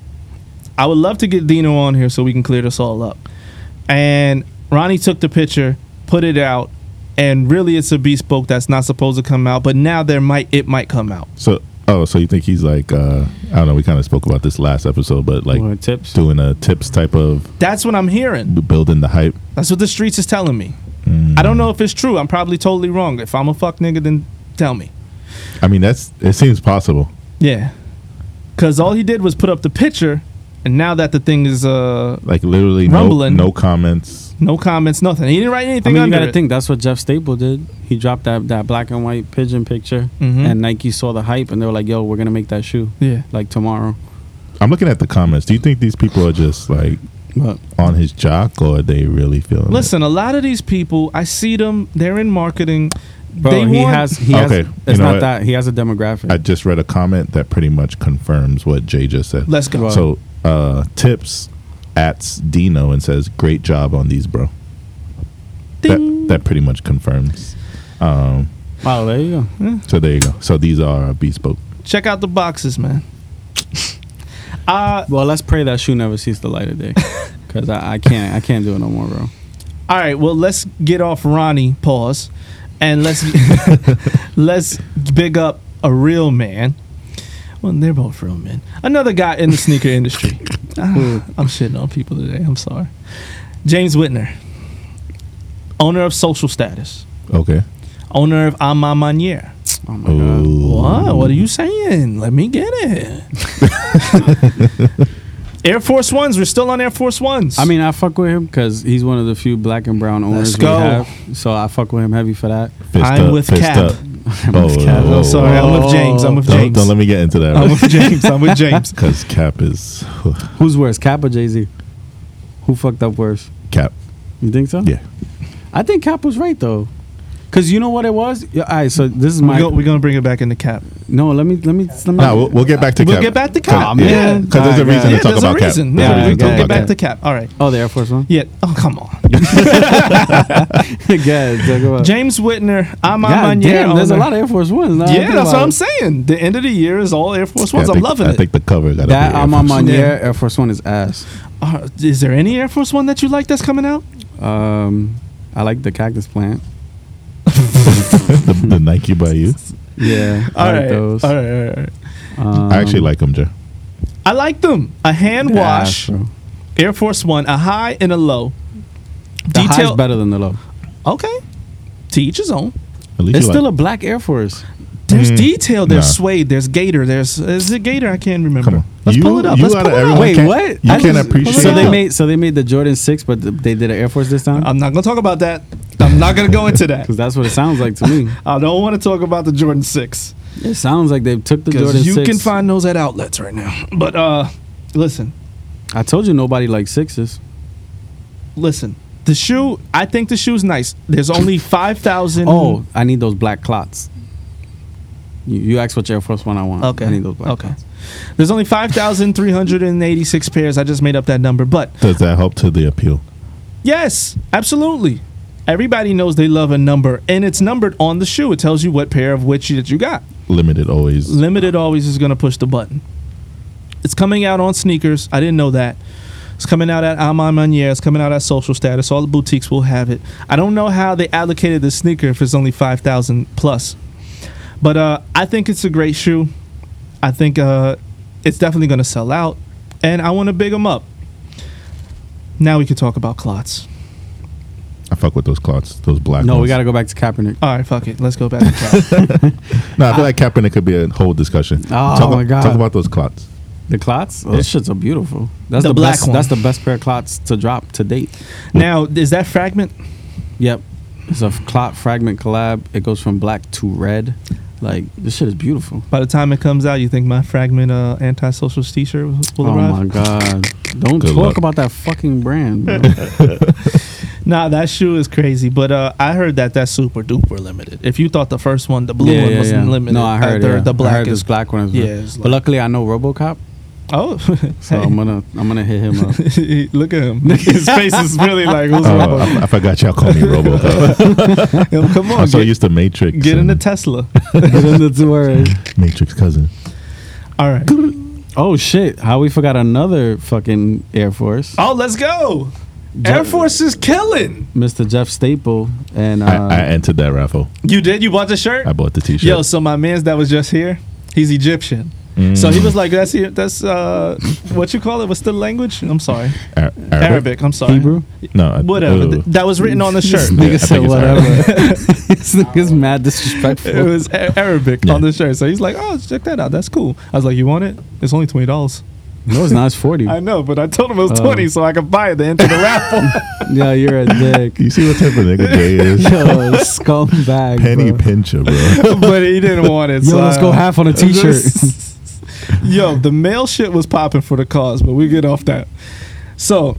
[SPEAKER 3] I would love to get Dino on here so we can clear this all up. And Ronnie took the picture, put it out, and really it's a bespoke that's not supposed to come out, but now there might it might come out.
[SPEAKER 4] So, oh, so you think he's like, uh, I don't know, we kind of spoke about this last episode, but like
[SPEAKER 6] What, tips?
[SPEAKER 4] doing a tips type of
[SPEAKER 3] That's what I'm hearing.
[SPEAKER 4] building the hype. Mm.
[SPEAKER 3] That's what the streets is telling me. I don't know if it's true. I'm probably totally wrong. If I'm a fuck nigga, then tell me.
[SPEAKER 4] I mean, that's it seems possible.
[SPEAKER 3] Yeah. Cause all he did was put up the picture, and now that the thing is uh
[SPEAKER 4] Like literally, no,
[SPEAKER 3] Rumbling.
[SPEAKER 4] no comments.
[SPEAKER 3] no comments, nothing. He didn't write
[SPEAKER 6] I
[SPEAKER 3] anything
[SPEAKER 6] mean, you
[SPEAKER 3] under
[SPEAKER 6] gotta
[SPEAKER 3] it.
[SPEAKER 6] think that's what Jeff Staple did. He dropped that, that black and white pigeon picture,
[SPEAKER 3] Mhm.
[SPEAKER 6] and Nike saw the hype, and they were like, yo, we're gonna make that shoe,
[SPEAKER 3] Yeah.
[SPEAKER 6] like, tomorrow.
[SPEAKER 4] I'm looking at the comments. Do you think these people are just like
[SPEAKER 6] But
[SPEAKER 4] on his jock, or are they really feeling? it?
[SPEAKER 3] Listen, a lot of these people, I see them. They're in marketing.
[SPEAKER 6] Bro,
[SPEAKER 3] they
[SPEAKER 6] he
[SPEAKER 3] want,
[SPEAKER 6] has. He
[SPEAKER 4] Okay,
[SPEAKER 6] Has,
[SPEAKER 4] you
[SPEAKER 6] it's
[SPEAKER 4] know
[SPEAKER 6] not
[SPEAKER 4] what?
[SPEAKER 6] that he has a demographic.
[SPEAKER 4] I just read a comment that pretty much confirms what Jay just said.
[SPEAKER 3] Let's go.
[SPEAKER 6] Well-
[SPEAKER 4] so, uh, tips at Dino and says, "Great job on these, bro." That
[SPEAKER 3] Ding.
[SPEAKER 4] that pretty much confirms. Um,
[SPEAKER 6] oh, there you go.
[SPEAKER 4] so there you go. So these are bespoke.
[SPEAKER 3] Check out the boxes, man. Uh,
[SPEAKER 6] Well, let's pray that shoe never sees the light of day, because I, I can't. I can't do it no more, bro.
[SPEAKER 3] all right. Well, let's get off Ronnie. Pause, and let's let's big up a real man. Well, they're both real men. Another guy in the sneaker industry. Ah, I'm shitting on people today. I'm sorry. James Whitner, owner of Social Status,
[SPEAKER 4] Okay.
[SPEAKER 3] owner of Ama Manier.
[SPEAKER 6] Oh my god.
[SPEAKER 4] Ooh.
[SPEAKER 3] What? What are you saying? Let me get it. Air Force Ones. We're still on Air Force Ones.
[SPEAKER 6] I mean, I fuck with him because he's one of the few black and brown
[SPEAKER 3] Let's
[SPEAKER 6] owners
[SPEAKER 3] go.
[SPEAKER 6] we have. So I fuck with him heavy for that.
[SPEAKER 4] Fist
[SPEAKER 3] I'm with
[SPEAKER 4] fist
[SPEAKER 3] Cap.
[SPEAKER 4] up.
[SPEAKER 6] I'm
[SPEAKER 4] Oh,
[SPEAKER 6] with
[SPEAKER 4] oh,
[SPEAKER 6] Cap.
[SPEAKER 4] oh,
[SPEAKER 3] I'm sorry. I'm with James. I'm with
[SPEAKER 4] Don't,
[SPEAKER 3] James.
[SPEAKER 4] don't let me get into
[SPEAKER 3] I'm
[SPEAKER 4] that
[SPEAKER 3] with James. I'm with James.
[SPEAKER 4] because Cap is
[SPEAKER 6] Who's worse, Cap or Jay Z? Who fucked up worse?
[SPEAKER 4] Cap.
[SPEAKER 6] You think so?
[SPEAKER 4] Yeah.
[SPEAKER 6] I think Cap was right though, because you know what it was. Yeah, all right. So this is
[SPEAKER 3] We
[SPEAKER 6] my.
[SPEAKER 3] go, we're gonna bring it back in the cap.
[SPEAKER 6] no, let me let me let me.
[SPEAKER 4] No, we'll, we'll get back to
[SPEAKER 3] We'll
[SPEAKER 4] Cap.
[SPEAKER 3] get back to Cap.
[SPEAKER 4] Cap.
[SPEAKER 6] Yeah.
[SPEAKER 3] Yeah,
[SPEAKER 4] Because there's a
[SPEAKER 6] Alright,
[SPEAKER 4] reason
[SPEAKER 3] yeah
[SPEAKER 6] yeah,
[SPEAKER 4] to talk
[SPEAKER 3] there's a
[SPEAKER 4] about Cap.
[SPEAKER 3] reason.
[SPEAKER 6] Yeah,
[SPEAKER 3] Yeah,
[SPEAKER 6] yeah,
[SPEAKER 3] we
[SPEAKER 6] yeah,
[SPEAKER 3] can
[SPEAKER 6] yeah.
[SPEAKER 3] get back to cap. All right.
[SPEAKER 6] oh, the Air Force One.
[SPEAKER 3] Yeah. Oh, come on.
[SPEAKER 6] yeah, talk about.
[SPEAKER 3] James Whitner. I'm
[SPEAKER 6] God
[SPEAKER 3] on
[SPEAKER 6] damn, there's a lot of Air Force Ones. now that I
[SPEAKER 3] Yeah,
[SPEAKER 6] think
[SPEAKER 3] that's
[SPEAKER 6] about
[SPEAKER 3] what I'm
[SPEAKER 6] it.
[SPEAKER 3] saying. The end of the year is all Air Force
[SPEAKER 4] Yeah,
[SPEAKER 3] Ones.
[SPEAKER 4] I
[SPEAKER 3] I'm
[SPEAKER 4] think-
[SPEAKER 3] loving
[SPEAKER 4] I
[SPEAKER 3] it.
[SPEAKER 4] think the cover got
[SPEAKER 6] That I'm on my
[SPEAKER 3] Yeah.
[SPEAKER 6] yeah. Air Force One is ass.
[SPEAKER 3] Uh, is there any Air Force One that you like that's coming out?
[SPEAKER 6] Um, I like the cactus plant.
[SPEAKER 4] the, the Nike by you.
[SPEAKER 6] Yeah, I
[SPEAKER 3] All
[SPEAKER 6] like
[SPEAKER 3] right.
[SPEAKER 6] those.
[SPEAKER 3] All right. All right.
[SPEAKER 6] Um,
[SPEAKER 4] I actually like him, Jay.
[SPEAKER 3] I like them. A hand wash,
[SPEAKER 6] ass, bro.
[SPEAKER 3] Air Force One, a high and a low.
[SPEAKER 6] The high's
[SPEAKER 3] Detail.
[SPEAKER 6] better than the low.
[SPEAKER 3] okay. To each his own.
[SPEAKER 4] At least
[SPEAKER 6] It's
[SPEAKER 4] you
[SPEAKER 6] still
[SPEAKER 4] like,
[SPEAKER 6] a black Air Force.
[SPEAKER 3] There's
[SPEAKER 4] Mm,
[SPEAKER 3] detail. There's
[SPEAKER 4] nah.
[SPEAKER 3] suede. There's gator. There's is it gator? I can't remember.
[SPEAKER 4] Come on.
[SPEAKER 3] Let's
[SPEAKER 4] You-
[SPEAKER 3] pull it up.
[SPEAKER 4] you
[SPEAKER 3] Let's
[SPEAKER 4] outta
[SPEAKER 3] pull it up.
[SPEAKER 4] everyone
[SPEAKER 3] Wait,
[SPEAKER 6] Wait,
[SPEAKER 4] can't-
[SPEAKER 6] what?
[SPEAKER 4] you
[SPEAKER 6] I
[SPEAKER 4] can't
[SPEAKER 6] just-
[SPEAKER 4] appreciate
[SPEAKER 6] So they
[SPEAKER 3] that.
[SPEAKER 6] made so they made the Jordan Six, but th- they did an Air Force this time
[SPEAKER 3] I'm not gonna talk about that. I'm not gonna go into that.
[SPEAKER 6] because that's what it sounds like to me.
[SPEAKER 3] I don't want to talk about the Jordan Six
[SPEAKER 6] It sounds like they took the Jordan
[SPEAKER 3] because you
[SPEAKER 6] Six.
[SPEAKER 3] can find those at outlets right now. But uh, listen,
[SPEAKER 6] I told you nobody likes sixes.
[SPEAKER 3] listen. The shoe, I think the shoe's nice. There's only five thousand.
[SPEAKER 6] Oh, I need those black clots. You, you asked what Air Force One I want.
[SPEAKER 3] Okay.
[SPEAKER 6] I need those black
[SPEAKER 3] Okay.
[SPEAKER 6] clots.
[SPEAKER 3] there's only five thousand three hundred and eighty-six pairs. I just made up that number, but
[SPEAKER 4] Does that help to the appeal?
[SPEAKER 3] Yes, absolutely. Everybody knows they love a number, and it's numbered on the shoe. It tells you what pair of which that you got.
[SPEAKER 4] Limited always.
[SPEAKER 3] Limited always is going to push the button. It's coming out on sneakers. I didn't know that. It's coming out at Amon Manier. It's coming out at Social Status. All the boutiques will have it. I don't know how they allocated the sneaker if it's only 5,000 plus. But uh, I think it's a great shoe. I think uh, it's definitely going to sell out. And I want to big them up. Now we can talk about clots.
[SPEAKER 4] I fuck with those clots, those black.
[SPEAKER 6] No, we
[SPEAKER 4] ones.
[SPEAKER 6] got to go back to Kaepernick.
[SPEAKER 3] All right, fuck it. Let's go back to Cal.
[SPEAKER 4] No, I feel like Kaepernick could be a whole discussion.
[SPEAKER 6] Oh,
[SPEAKER 4] talk,
[SPEAKER 6] my God.
[SPEAKER 4] Talk about those clots.
[SPEAKER 6] The clots? Those
[SPEAKER 4] Yeah.
[SPEAKER 6] shits are beautiful. That's
[SPEAKER 3] The
[SPEAKER 6] the,
[SPEAKER 3] black
[SPEAKER 6] best,
[SPEAKER 3] one.
[SPEAKER 6] That's the best pair of clots to drop to date.
[SPEAKER 3] now, is that fragment?
[SPEAKER 6] Yep. It's a clot fragment collab. It goes from black to red. Like this shit is beautiful.
[SPEAKER 3] By the time it comes out, you think my fragment uh, antisocial T-shirt will, will
[SPEAKER 6] oh
[SPEAKER 3] arrive?
[SPEAKER 6] my god! Don't
[SPEAKER 4] Good
[SPEAKER 6] talk
[SPEAKER 4] luck.
[SPEAKER 6] about that fucking brand. bro.
[SPEAKER 3] Nah, that shoe is crazy. But uh, I heard that that's super duper limited. If you thought the first one, the blue
[SPEAKER 6] yeah,
[SPEAKER 3] one,
[SPEAKER 6] yeah,
[SPEAKER 3] was
[SPEAKER 6] yeah.
[SPEAKER 3] limited,
[SPEAKER 6] No, I
[SPEAKER 3] uh,
[SPEAKER 6] heard
[SPEAKER 3] the,
[SPEAKER 6] yeah.
[SPEAKER 3] the black
[SPEAKER 6] I heard
[SPEAKER 3] is
[SPEAKER 6] this black one. Is
[SPEAKER 3] yeah.
[SPEAKER 6] yeah,
[SPEAKER 3] It's
[SPEAKER 6] but
[SPEAKER 3] like,
[SPEAKER 6] luckily I know RoboCop,
[SPEAKER 3] oh,
[SPEAKER 6] so I'm gonna I'm gonna hit him up.
[SPEAKER 3] hey, look at him. His face is really like, who's
[SPEAKER 4] Oh,
[SPEAKER 3] wrong?
[SPEAKER 4] I, I forgot y'all call me Robo.
[SPEAKER 3] Yo, come on,
[SPEAKER 4] I'm so
[SPEAKER 3] get,
[SPEAKER 4] used to Matrix.
[SPEAKER 3] get in the
[SPEAKER 4] and
[SPEAKER 3] Tesla.
[SPEAKER 6] Hit him that's worried.
[SPEAKER 4] Matrix cousin.
[SPEAKER 3] All right.
[SPEAKER 6] Oh shit! How we forgot another fucking Air Force,
[SPEAKER 3] Oh, let's go. Air
[SPEAKER 6] Jet-
[SPEAKER 3] Force is killing.
[SPEAKER 6] Mr. Jeff Staple, and uh,
[SPEAKER 4] I, I entered that raffle.
[SPEAKER 3] You did? You bought the shirt?
[SPEAKER 4] I bought the T-shirt.
[SPEAKER 3] Yo, so my man's that was just here, he's Egyptian.
[SPEAKER 4] Mm.
[SPEAKER 3] So he was like, "That's that's uh, what you call it? What's the language? I'm sorry,
[SPEAKER 4] Ar-
[SPEAKER 3] Arabic. I'm sorry,
[SPEAKER 6] Hebrew. Oh.
[SPEAKER 4] No, I-
[SPEAKER 3] Whatever.
[SPEAKER 4] ooh.
[SPEAKER 3] Th- that was written on the
[SPEAKER 6] This
[SPEAKER 3] shirt.
[SPEAKER 4] Yeah, I
[SPEAKER 6] nigga
[SPEAKER 4] think
[SPEAKER 6] said
[SPEAKER 4] it's
[SPEAKER 6] whatever. this nigga's mad disrespectful.
[SPEAKER 3] It was A- Arabic
[SPEAKER 4] Yeah.
[SPEAKER 3] on the shirt. So he's like, "Oh, check that out. That's cool." I was like, "You want it? It's only twenty dollars."
[SPEAKER 6] no, it's not. It's forty.
[SPEAKER 3] I know, but I told him it was
[SPEAKER 6] Oh.
[SPEAKER 3] twenty, so I could buy it. They entered the raffle.
[SPEAKER 6] yeah, you're a dick.
[SPEAKER 4] You see what type of nigga Jay is?
[SPEAKER 6] Yo, scumbag.
[SPEAKER 4] Penny
[SPEAKER 6] bro.
[SPEAKER 4] pincher, bro.
[SPEAKER 3] but he didn't want it.
[SPEAKER 6] Yo,
[SPEAKER 3] so
[SPEAKER 6] let's
[SPEAKER 3] I-
[SPEAKER 6] go half on a t-shirt.
[SPEAKER 3] Yo, the male shit was popping for the cause, but we get off that. So,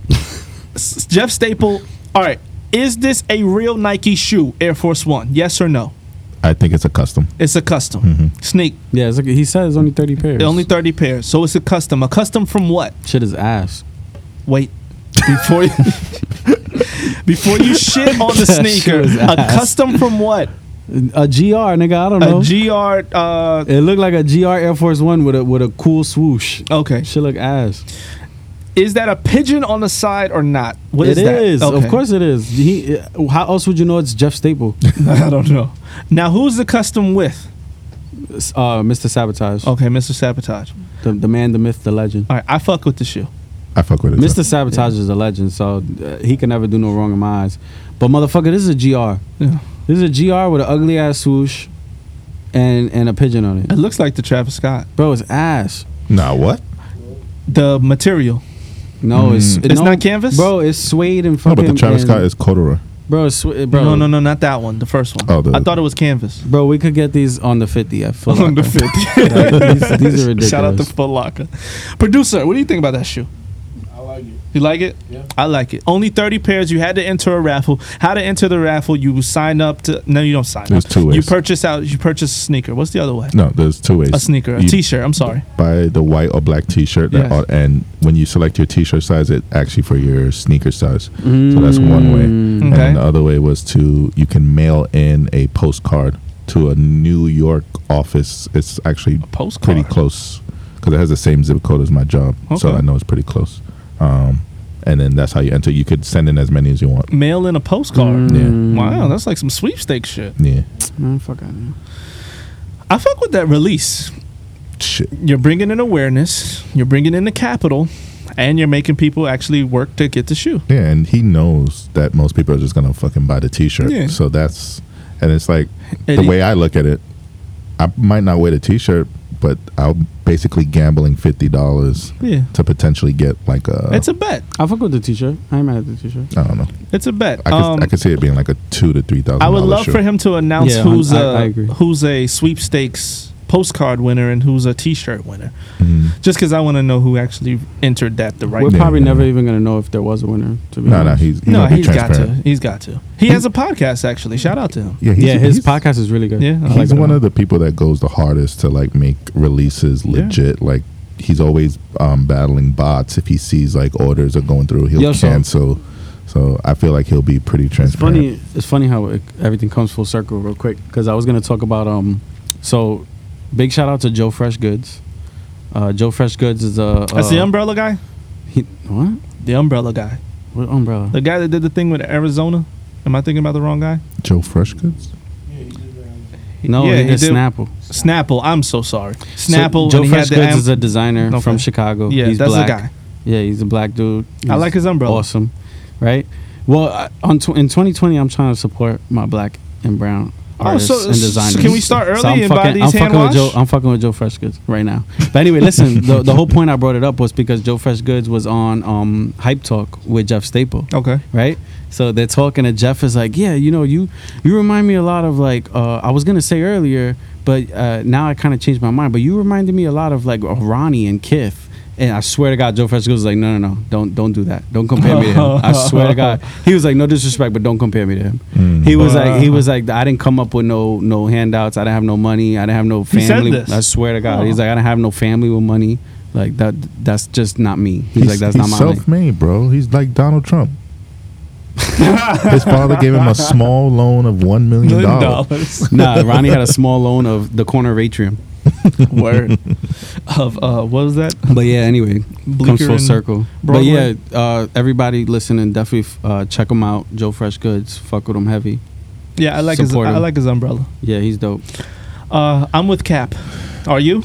[SPEAKER 3] S- Jeff Staple, all right, is this a real Nike shoe, Air Force One? Yes or no?
[SPEAKER 4] I think it's a custom.
[SPEAKER 3] It's a custom. Sneak,
[SPEAKER 6] yeah, it's like, he said Mm-hmm. it's only thirty pairs.
[SPEAKER 3] only 30 pairs. So, it's a custom. A custom from what?
[SPEAKER 6] shit is ass.
[SPEAKER 3] Wait. Before you, before you shit on the
[SPEAKER 6] That
[SPEAKER 3] sneaker,
[SPEAKER 6] shit was
[SPEAKER 3] a
[SPEAKER 6] ass.
[SPEAKER 3] custom from what?
[SPEAKER 6] A GR, nigga. I don't
[SPEAKER 3] A
[SPEAKER 6] know.
[SPEAKER 3] GR. Uh,
[SPEAKER 6] it looked like a GR Air Force One with a with a cool swoosh.
[SPEAKER 3] Oh, okay.
[SPEAKER 6] Shit look ass.
[SPEAKER 3] Is that a pigeon on the side or not? What
[SPEAKER 6] It
[SPEAKER 3] is
[SPEAKER 6] is,
[SPEAKER 3] that?
[SPEAKER 6] of course it is. He, how else would you know it's Jeff Staple,
[SPEAKER 3] I don't know. Now, who's the custom with?
[SPEAKER 6] uh, Mr. Sabotage,
[SPEAKER 3] Okay, Mr. Sabotage.
[SPEAKER 6] the, the man, the myth, the legend.
[SPEAKER 3] All right, I fuck with the shoe.
[SPEAKER 4] I fuck with it. though.
[SPEAKER 6] Mr. Sabotage is a legend, so uh, he can never do no wrong in my eyes. But motherfucker, this is a GR.
[SPEAKER 3] Yeah.
[SPEAKER 6] This is a GR with an ugly ass swoosh, and and a pigeon on it.
[SPEAKER 3] It looks like the Travis Scott.
[SPEAKER 6] Bro, it's ass.
[SPEAKER 4] Nah, what?
[SPEAKER 3] The material.
[SPEAKER 6] No, it's
[SPEAKER 3] Mm. It's
[SPEAKER 6] no,
[SPEAKER 3] not canvas?
[SPEAKER 6] Bro, it's suede and
[SPEAKER 4] No,
[SPEAKER 6] fucking.
[SPEAKER 4] but the Travis
[SPEAKER 6] and-
[SPEAKER 4] Scott is corduroy.
[SPEAKER 6] Bro, it's swe- bro,
[SPEAKER 3] No, no, no, not that one. The first one.
[SPEAKER 4] Oh, the-
[SPEAKER 3] I thought it was canvas.
[SPEAKER 6] Bro, we could get these on the fifty. I feel
[SPEAKER 3] On
[SPEAKER 6] like.
[SPEAKER 3] the 50.
[SPEAKER 6] Like, these, these are ridiculous.
[SPEAKER 3] Shout out to Foot Locker. Producer, what do you think about that shoe?
[SPEAKER 2] I like it.
[SPEAKER 3] You like it?
[SPEAKER 2] Yeah.
[SPEAKER 3] I like it. Only 30 pairs. You had to enter a raffle. How to enter the raffle? You sign up to. No, you don't sign
[SPEAKER 4] There's
[SPEAKER 3] up.
[SPEAKER 4] two ways.
[SPEAKER 3] You purchase out. You purchase a sneaker. What's the other way?
[SPEAKER 4] No, there's two ways.
[SPEAKER 3] A sneaker. A
[SPEAKER 4] You
[SPEAKER 3] t shirt. I'm sorry.
[SPEAKER 4] Buy the white or black T-shirt, that-
[SPEAKER 3] Yes.
[SPEAKER 4] and when you select your T-shirt size, it actually for your sneaker size. So that's one way.
[SPEAKER 6] Mm.
[SPEAKER 4] And
[SPEAKER 3] Okay.
[SPEAKER 4] then the other way was to you can mail in a postcard to a New York office. It's actually
[SPEAKER 3] Postcard.
[SPEAKER 4] pretty close because it has the same zip code as my job, so
[SPEAKER 3] Okay.
[SPEAKER 4] I know it's pretty close. Um, and then that's how you enter. You could send in as many as you want.
[SPEAKER 3] Mail in a postcard.
[SPEAKER 4] Mm.
[SPEAKER 3] Wow, that's like some sweepstakes shit.
[SPEAKER 4] Yeah,
[SPEAKER 6] Man, fuck out of here.
[SPEAKER 3] I fuck with that release.
[SPEAKER 4] shit.
[SPEAKER 3] you're bringing in awareness, you're bringing in the capital, and you're making people actually work to get the shoe.
[SPEAKER 4] Yeah, and he knows that most people are just gonna fucking buy the T-shirt.
[SPEAKER 3] Yeah.
[SPEAKER 4] So that's and it's like
[SPEAKER 3] It
[SPEAKER 4] the
[SPEAKER 3] is-
[SPEAKER 4] way I look at it, I might not wear the T-shirt, but I'm basically gambling fifty dollars
[SPEAKER 3] Yeah.
[SPEAKER 4] to potentially get like a.
[SPEAKER 3] It's a bet.
[SPEAKER 6] I fuck with the t-shirt. I ain't mad at the t-shirt.
[SPEAKER 4] I don't know.
[SPEAKER 3] It's a bet.
[SPEAKER 4] I could,
[SPEAKER 3] um,
[SPEAKER 4] I could see it being like a two to three thousand.
[SPEAKER 3] I would love for him to announce
[SPEAKER 6] Yeah,
[SPEAKER 3] who's
[SPEAKER 6] I-
[SPEAKER 3] a
[SPEAKER 6] I agree.
[SPEAKER 3] who's a sweepstakes postcard winner and who's a T-shirt winner.
[SPEAKER 4] Mhm.
[SPEAKER 3] Just because I want to know who actually entered that the right.
[SPEAKER 6] We're
[SPEAKER 4] Yeah,
[SPEAKER 6] probably
[SPEAKER 4] yeah.
[SPEAKER 6] never even gonna know if there was a winner. To be
[SPEAKER 4] No, no,
[SPEAKER 6] honest.
[SPEAKER 4] he's he's
[SPEAKER 3] No,
[SPEAKER 4] gonna be
[SPEAKER 3] he's got to.
[SPEAKER 4] transparent.
[SPEAKER 3] He's got to. He has a podcast actually. Shout out to him.
[SPEAKER 4] Yeah, he's,
[SPEAKER 6] yeah, his
[SPEAKER 4] he's-
[SPEAKER 6] podcast is really good.
[SPEAKER 3] Yeah, I
[SPEAKER 6] I
[SPEAKER 4] He's
[SPEAKER 6] like
[SPEAKER 4] one of the people that goes the hardest to like make releases legit. Like he's always um, battling bots. If he sees like orders are going through, he'll
[SPEAKER 6] Yeah, so-
[SPEAKER 4] cancel. So I feel like he'll be pretty
[SPEAKER 6] It's
[SPEAKER 4] transparent.
[SPEAKER 6] funny. It's funny how it, everything comes full circle real quick. Because I was gonna talk about um, so big shout out to Joe Fresh Goods. Uh, Joe Fresh Goods is a. Uh,
[SPEAKER 3] That's the umbrella guy.
[SPEAKER 6] He, what?
[SPEAKER 3] The umbrella guy.
[SPEAKER 6] What umbrella?
[SPEAKER 3] The guy that did the thing with Arizona. Am I thinking about the wrong guy?
[SPEAKER 4] Joe Freshgoods.
[SPEAKER 6] no,
[SPEAKER 3] yeah,
[SPEAKER 6] he
[SPEAKER 3] he
[SPEAKER 6] did
[SPEAKER 3] did-
[SPEAKER 6] Snapple.
[SPEAKER 3] Snapple. I'm so sorry.
[SPEAKER 6] So
[SPEAKER 3] Snapple.
[SPEAKER 6] Joe
[SPEAKER 3] and he had
[SPEAKER 6] Fresh
[SPEAKER 3] the
[SPEAKER 6] Goods
[SPEAKER 3] am-
[SPEAKER 6] is a designer
[SPEAKER 3] Okay.
[SPEAKER 6] from Chicago.
[SPEAKER 3] yeah,
[SPEAKER 6] he's
[SPEAKER 3] that's
[SPEAKER 6] black.
[SPEAKER 3] the guy.
[SPEAKER 6] Yeah, he's a black dude.
[SPEAKER 3] I
[SPEAKER 6] He's
[SPEAKER 3] like his umbrella.
[SPEAKER 6] Awesome, right? Well, I, on tw- in 2020, I'm trying to support my black and brown
[SPEAKER 3] Oh,
[SPEAKER 6] artists
[SPEAKER 3] so-
[SPEAKER 6] and
[SPEAKER 3] so
[SPEAKER 6] designers.
[SPEAKER 3] can we start early
[SPEAKER 6] I'm
[SPEAKER 3] and buy
[SPEAKER 6] fucking,
[SPEAKER 3] these
[SPEAKER 6] I'm
[SPEAKER 3] hand
[SPEAKER 6] fucking with Joe.
[SPEAKER 3] wash?
[SPEAKER 6] I'm fucking with Joe Fresh Goods right now. But anyway, listen. the, the whole point I brought it up was because Joe Fresh Goods was on um, Hype Talk with Jeff Staple
[SPEAKER 3] Okay.
[SPEAKER 6] right? So they're talking, and Jeff is like, "Yeah, you know, you you remind me a lot of like uh, I was gonna say earlier, but uh, now I kind of changed my mind. But you reminded me a lot of like of Ronnie and Kiff." And I swear to God, Joe Fresco was like, "No, no, no, don't don't do that. Don't compare me to him." I swear to God, he was like, "No disrespect, but don't compare me to him."
[SPEAKER 4] Mm-hmm.
[SPEAKER 6] He was like, "He was like, I didn't come up with no no handouts. I didn't have no money. I didn't have no
[SPEAKER 3] He said
[SPEAKER 6] family.
[SPEAKER 3] this. Oh.
[SPEAKER 6] I swear to God, he's like, I didn't have no family with money." Like that, that's just not me. He's, like, that's not my. lane."
[SPEAKER 4] self-made, bro. He's like Donald Trump. his father gave him a small loan of one million dollars.
[SPEAKER 3] dollars.
[SPEAKER 6] nah, Ronnie had a small loan of the corner of Atrium.
[SPEAKER 3] Word. Of uh, what was that?
[SPEAKER 6] But yeah, anyway, comes
[SPEAKER 3] Bleecker
[SPEAKER 6] full
[SPEAKER 3] and
[SPEAKER 6] circle.
[SPEAKER 3] Broadway?
[SPEAKER 6] But yeah, uh, everybody listening, definitely f- uh, check him out. Joe Fresh Goods, fuck with him heavy.
[SPEAKER 3] Yeah, I like his.
[SPEAKER 6] Support him.
[SPEAKER 3] I like his umbrella.
[SPEAKER 6] Yeah, he's dope.
[SPEAKER 3] Uh, I'm with Cap. Are you?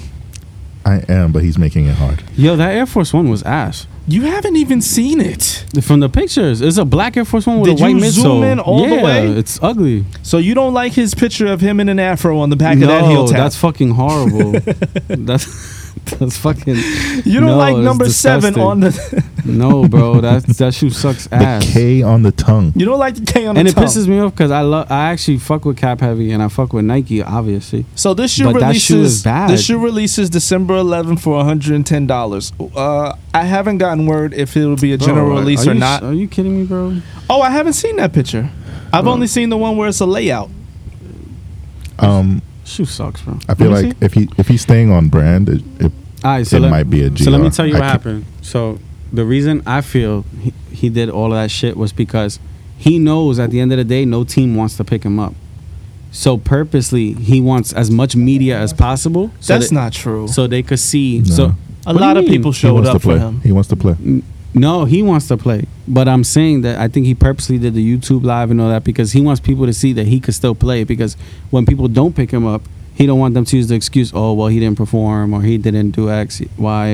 [SPEAKER 4] I am, but he's making it hard.
[SPEAKER 6] Yo, that Air Force One was ass.
[SPEAKER 3] You haven't even seen it,
[SPEAKER 6] From the pictures, it's a black Air Force One with
[SPEAKER 3] Did
[SPEAKER 6] a white
[SPEAKER 3] you
[SPEAKER 6] midsole.
[SPEAKER 3] zoom in all the
[SPEAKER 6] yeah,
[SPEAKER 3] way?
[SPEAKER 6] it's ugly.
[SPEAKER 3] so you don't like his picture of him in an afro on the back
[SPEAKER 6] no,
[SPEAKER 3] of that heel tap.
[SPEAKER 6] that's fucking horrible. that's that's fucking
[SPEAKER 3] you don't
[SPEAKER 6] no,
[SPEAKER 3] like
[SPEAKER 6] it's
[SPEAKER 3] number seven
[SPEAKER 6] disgusting.
[SPEAKER 3] on the.
[SPEAKER 6] no, bro. That that shoe sucks ass.
[SPEAKER 4] The K on the tongue.
[SPEAKER 3] You don't like the K on
[SPEAKER 6] and
[SPEAKER 3] the
[SPEAKER 6] it
[SPEAKER 3] tongue.
[SPEAKER 6] pisses me off because I love I actually fuck with Cap Heavy and I fuck with Nike obviously.
[SPEAKER 3] So this shoe
[SPEAKER 6] But that
[SPEAKER 3] releases.
[SPEAKER 6] shoe is bad.
[SPEAKER 3] This shoe releases December 11th for 110 dollars. Uh, I haven't gotten word if it will be a general
[SPEAKER 6] Bro, are-
[SPEAKER 3] release
[SPEAKER 6] are
[SPEAKER 3] or
[SPEAKER 6] you-
[SPEAKER 3] not.
[SPEAKER 6] Are you kidding me, bro?
[SPEAKER 3] oh, I haven't seen that picture. I've only seen the one where it's a layout.
[SPEAKER 4] Um,
[SPEAKER 6] Shoe sucks, bro.
[SPEAKER 4] I feel
[SPEAKER 3] Let me
[SPEAKER 4] like if he if he's staying on brand, it, it
[SPEAKER 6] All right, so
[SPEAKER 4] It
[SPEAKER 6] let,
[SPEAKER 4] might be a
[SPEAKER 6] So let me
[SPEAKER 4] GR.
[SPEAKER 6] tell you
[SPEAKER 4] I
[SPEAKER 6] what
[SPEAKER 4] can't-
[SPEAKER 6] happened. So the reason I feel he, he did all of that shit was because he knows at the end of the day, no team wants to pick him up. So purposely, he wants as much media as possible. So
[SPEAKER 3] That's
[SPEAKER 6] that-
[SPEAKER 3] not true.
[SPEAKER 6] So they could see.
[SPEAKER 4] No.
[SPEAKER 6] So
[SPEAKER 3] a
[SPEAKER 6] What do
[SPEAKER 3] lot
[SPEAKER 6] you
[SPEAKER 3] of
[SPEAKER 6] mean?
[SPEAKER 3] people
[SPEAKER 4] he
[SPEAKER 3] showed
[SPEAKER 4] wants to
[SPEAKER 3] up for
[SPEAKER 4] play.
[SPEAKER 3] him.
[SPEAKER 4] He wants to play.
[SPEAKER 6] No, he wants to play. But I'm saying that I think he purposely did the YouTube live and all that because he wants people to see that he could still play. Because when people don't pick him up, he don't want them to use the excuse, oh well, he didn't perform or he didn't do X, Y.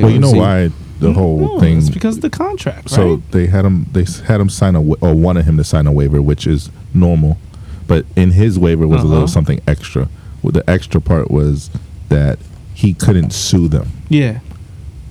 [SPEAKER 4] Well, you
[SPEAKER 6] or
[SPEAKER 4] know
[SPEAKER 6] Z."
[SPEAKER 4] why the whole
[SPEAKER 3] Mm. No,
[SPEAKER 4] thing.
[SPEAKER 3] It's because of the contract,
[SPEAKER 4] So
[SPEAKER 3] right?
[SPEAKER 4] they had him. They s- had him sign a wa- or wanted him to sign a waiver, which is normal, but in his waiver was a
[SPEAKER 3] Uh-huh.
[SPEAKER 4] little something extra. Well, the extra part was that he couldn't sue them,
[SPEAKER 3] Yeah.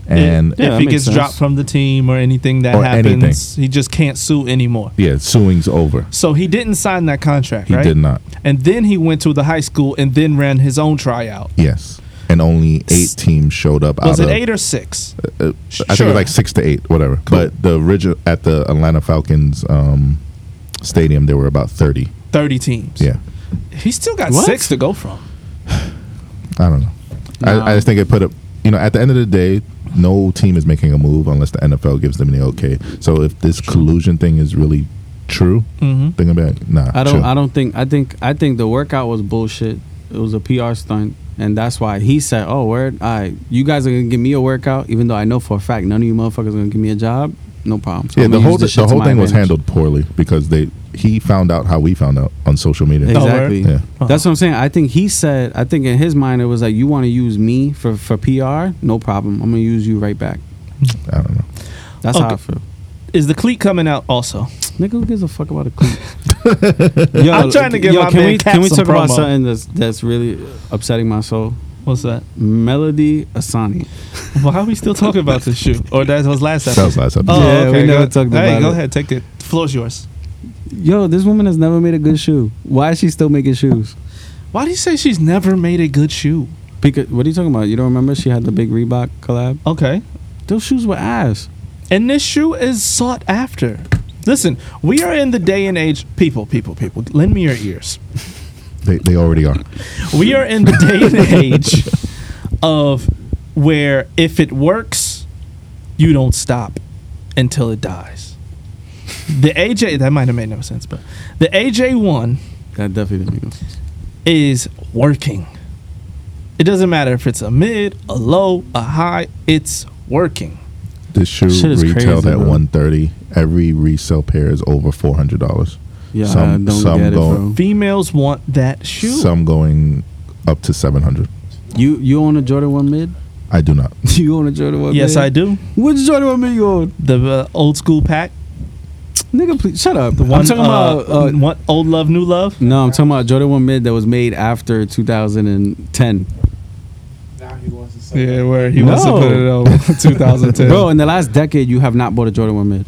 [SPEAKER 4] and yeah,
[SPEAKER 6] Yeah,
[SPEAKER 3] if
[SPEAKER 6] that
[SPEAKER 3] he
[SPEAKER 6] makes
[SPEAKER 3] gets
[SPEAKER 6] sense.
[SPEAKER 3] dropped from the team or anything that
[SPEAKER 4] Or
[SPEAKER 3] happens,
[SPEAKER 4] anything.
[SPEAKER 3] he just can't sue anymore.
[SPEAKER 4] suing's over.
[SPEAKER 3] So he didn't sign that contract,
[SPEAKER 4] He
[SPEAKER 3] right?
[SPEAKER 4] did not.
[SPEAKER 3] And then he went to the high school and then ran his own tryout.
[SPEAKER 4] Yes, and only eight teams showed up.
[SPEAKER 3] Was
[SPEAKER 4] out
[SPEAKER 3] it
[SPEAKER 4] of,
[SPEAKER 3] eight or six?
[SPEAKER 4] Uh, I think it
[SPEAKER 3] Sure.
[SPEAKER 4] was like six to eight, whatever. But the original at the Atlanta Falcons um, stadium, there were about thirty.
[SPEAKER 3] Thirty teams.
[SPEAKER 4] Yeah,
[SPEAKER 3] He still got
[SPEAKER 6] What?
[SPEAKER 3] six to go from.
[SPEAKER 4] I don't know.
[SPEAKER 6] Nah.
[SPEAKER 4] I, I just think it put a you know at the end of the day, no team is making a move unless the NFL gives them the okay. So if this collusion thing is really true,
[SPEAKER 3] Mm-hmm.
[SPEAKER 4] think about it. nah.
[SPEAKER 6] Hmm. I don't.
[SPEAKER 4] chill.
[SPEAKER 6] I don't think. I think. I think the workout was bullshit. It was a PR stunt, and that's why he said, "Oh, word, all right, you guys are gonna give me a workout, even though I know for a fact none of you motherfuckers are gonna give me a job. No problem." So
[SPEAKER 4] yeah,
[SPEAKER 6] I'm
[SPEAKER 4] the
[SPEAKER 6] gonna
[SPEAKER 4] whole
[SPEAKER 6] use this
[SPEAKER 4] the
[SPEAKER 6] shit to
[SPEAKER 4] whole
[SPEAKER 6] my
[SPEAKER 4] thing was
[SPEAKER 6] advantage."
[SPEAKER 4] handled poorly because they he found out how we found out on social media.
[SPEAKER 3] word.
[SPEAKER 6] Exactly.
[SPEAKER 4] Yeah.
[SPEAKER 6] That's what I'm saying. I think he said. I think in his mind it was like, "You want to use me for for PR? No problem. I'm gonna use you right back."
[SPEAKER 4] I don't know.
[SPEAKER 6] That's how
[SPEAKER 3] Okay.
[SPEAKER 6] I feel.
[SPEAKER 3] Is the cleat coming out also?
[SPEAKER 6] Nigga, who gives a fuck about a clip? yo,
[SPEAKER 3] I'm trying to give my
[SPEAKER 6] can
[SPEAKER 3] man
[SPEAKER 6] we
[SPEAKER 3] Cap
[SPEAKER 6] can we
[SPEAKER 3] some
[SPEAKER 6] talk about
[SPEAKER 3] promo.
[SPEAKER 6] something that's that's really upsetting my soul?
[SPEAKER 3] What's that?
[SPEAKER 6] Melody Asani.
[SPEAKER 3] Well, how are we still talking about this shoe? Or that was last
[SPEAKER 4] That
[SPEAKER 3] episode.
[SPEAKER 4] was last episode.
[SPEAKER 3] Oh,
[SPEAKER 6] Yeah,
[SPEAKER 3] okay.
[SPEAKER 6] we never
[SPEAKER 3] go,
[SPEAKER 6] talked
[SPEAKER 3] hey,
[SPEAKER 6] about
[SPEAKER 3] go
[SPEAKER 6] it.
[SPEAKER 3] ahead, take it. Floor's yours.
[SPEAKER 6] Yo, this woman has never made a good shoe. Why is she still making shoes?
[SPEAKER 3] Why do you say she's never made a good shoe?
[SPEAKER 6] Because what are you talking about? You don't remember she had the big Reebok collab?
[SPEAKER 3] Okay.
[SPEAKER 6] Those shoes were ass.
[SPEAKER 3] And this shoe is sought after. Listen, we are in the day and age. People, people, people, lend me your ears.
[SPEAKER 4] They, they already are.
[SPEAKER 3] We are in the day and age of where if it works, you don't stop until it dies. The AJ, that might have made no sense, but the AJ1
[SPEAKER 6] That definitely didn't make no sense.
[SPEAKER 3] is working. It doesn't matter if it's a mid, a low, a high, it's working.
[SPEAKER 4] This shoe
[SPEAKER 6] Shit is
[SPEAKER 4] retailed
[SPEAKER 6] crazy,
[SPEAKER 4] at
[SPEAKER 6] bro.
[SPEAKER 4] one thirty. Every resale pair is over four hundred dollars.
[SPEAKER 6] Yeah, I
[SPEAKER 4] Some-
[SPEAKER 6] don't
[SPEAKER 4] some
[SPEAKER 6] get it,
[SPEAKER 4] don't.
[SPEAKER 6] bro.
[SPEAKER 3] Females want that shoe.
[SPEAKER 4] Some going up to seven hundred.
[SPEAKER 6] You you own a Jordan One mid?
[SPEAKER 4] I do not.
[SPEAKER 6] You own a Jordan One?
[SPEAKER 3] yes, I do.
[SPEAKER 6] Which Jordan One mid you own?
[SPEAKER 3] The uh, old school pack.
[SPEAKER 6] Nigga, please shut up.
[SPEAKER 3] One,
[SPEAKER 6] I'm talking
[SPEAKER 3] uh,
[SPEAKER 6] about. Uh,
[SPEAKER 3] one, old love, new love.
[SPEAKER 6] no, I'm talking about Jordan One mid that was made after 2010.
[SPEAKER 2] Now he wants to say.
[SPEAKER 3] Yeah, where he
[SPEAKER 6] wants to put it
[SPEAKER 3] over 2010.
[SPEAKER 6] Bro, in the last decade, you have not bought a Jordan One mid.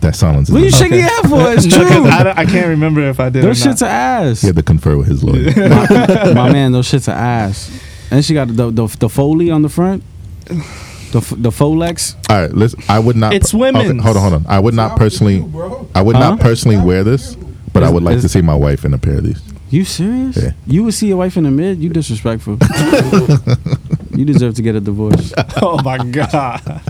[SPEAKER 4] That silence.
[SPEAKER 6] What are you
[SPEAKER 4] is not-
[SPEAKER 6] shaking your head for? It's
[SPEAKER 3] No, 'cause
[SPEAKER 6] true.
[SPEAKER 3] I, don't- I can't remember if I did.
[SPEAKER 6] Those
[SPEAKER 3] Those or
[SPEAKER 6] shits
[SPEAKER 3] not.
[SPEAKER 6] are ass.
[SPEAKER 4] He had to confer with his lawyer.
[SPEAKER 6] my, my man, those shits are ass. And she got the the, the foley on the front, the f- the Folex.
[SPEAKER 4] All right, listen. I would not.
[SPEAKER 3] It's
[SPEAKER 4] okay,
[SPEAKER 3] women's.
[SPEAKER 4] hold on, hold on. I would not personally.
[SPEAKER 2] bro.
[SPEAKER 4] I would not
[SPEAKER 6] Huh?
[SPEAKER 4] personally wear this, but I
[SPEAKER 6] Is-
[SPEAKER 4] would like
[SPEAKER 6] is-
[SPEAKER 4] to see my wife in a pair of these.
[SPEAKER 6] You serious?
[SPEAKER 4] Yeah.
[SPEAKER 6] You would see your wife in the mid? You disrespectful. you deserve to get a divorce.
[SPEAKER 3] Oh my god!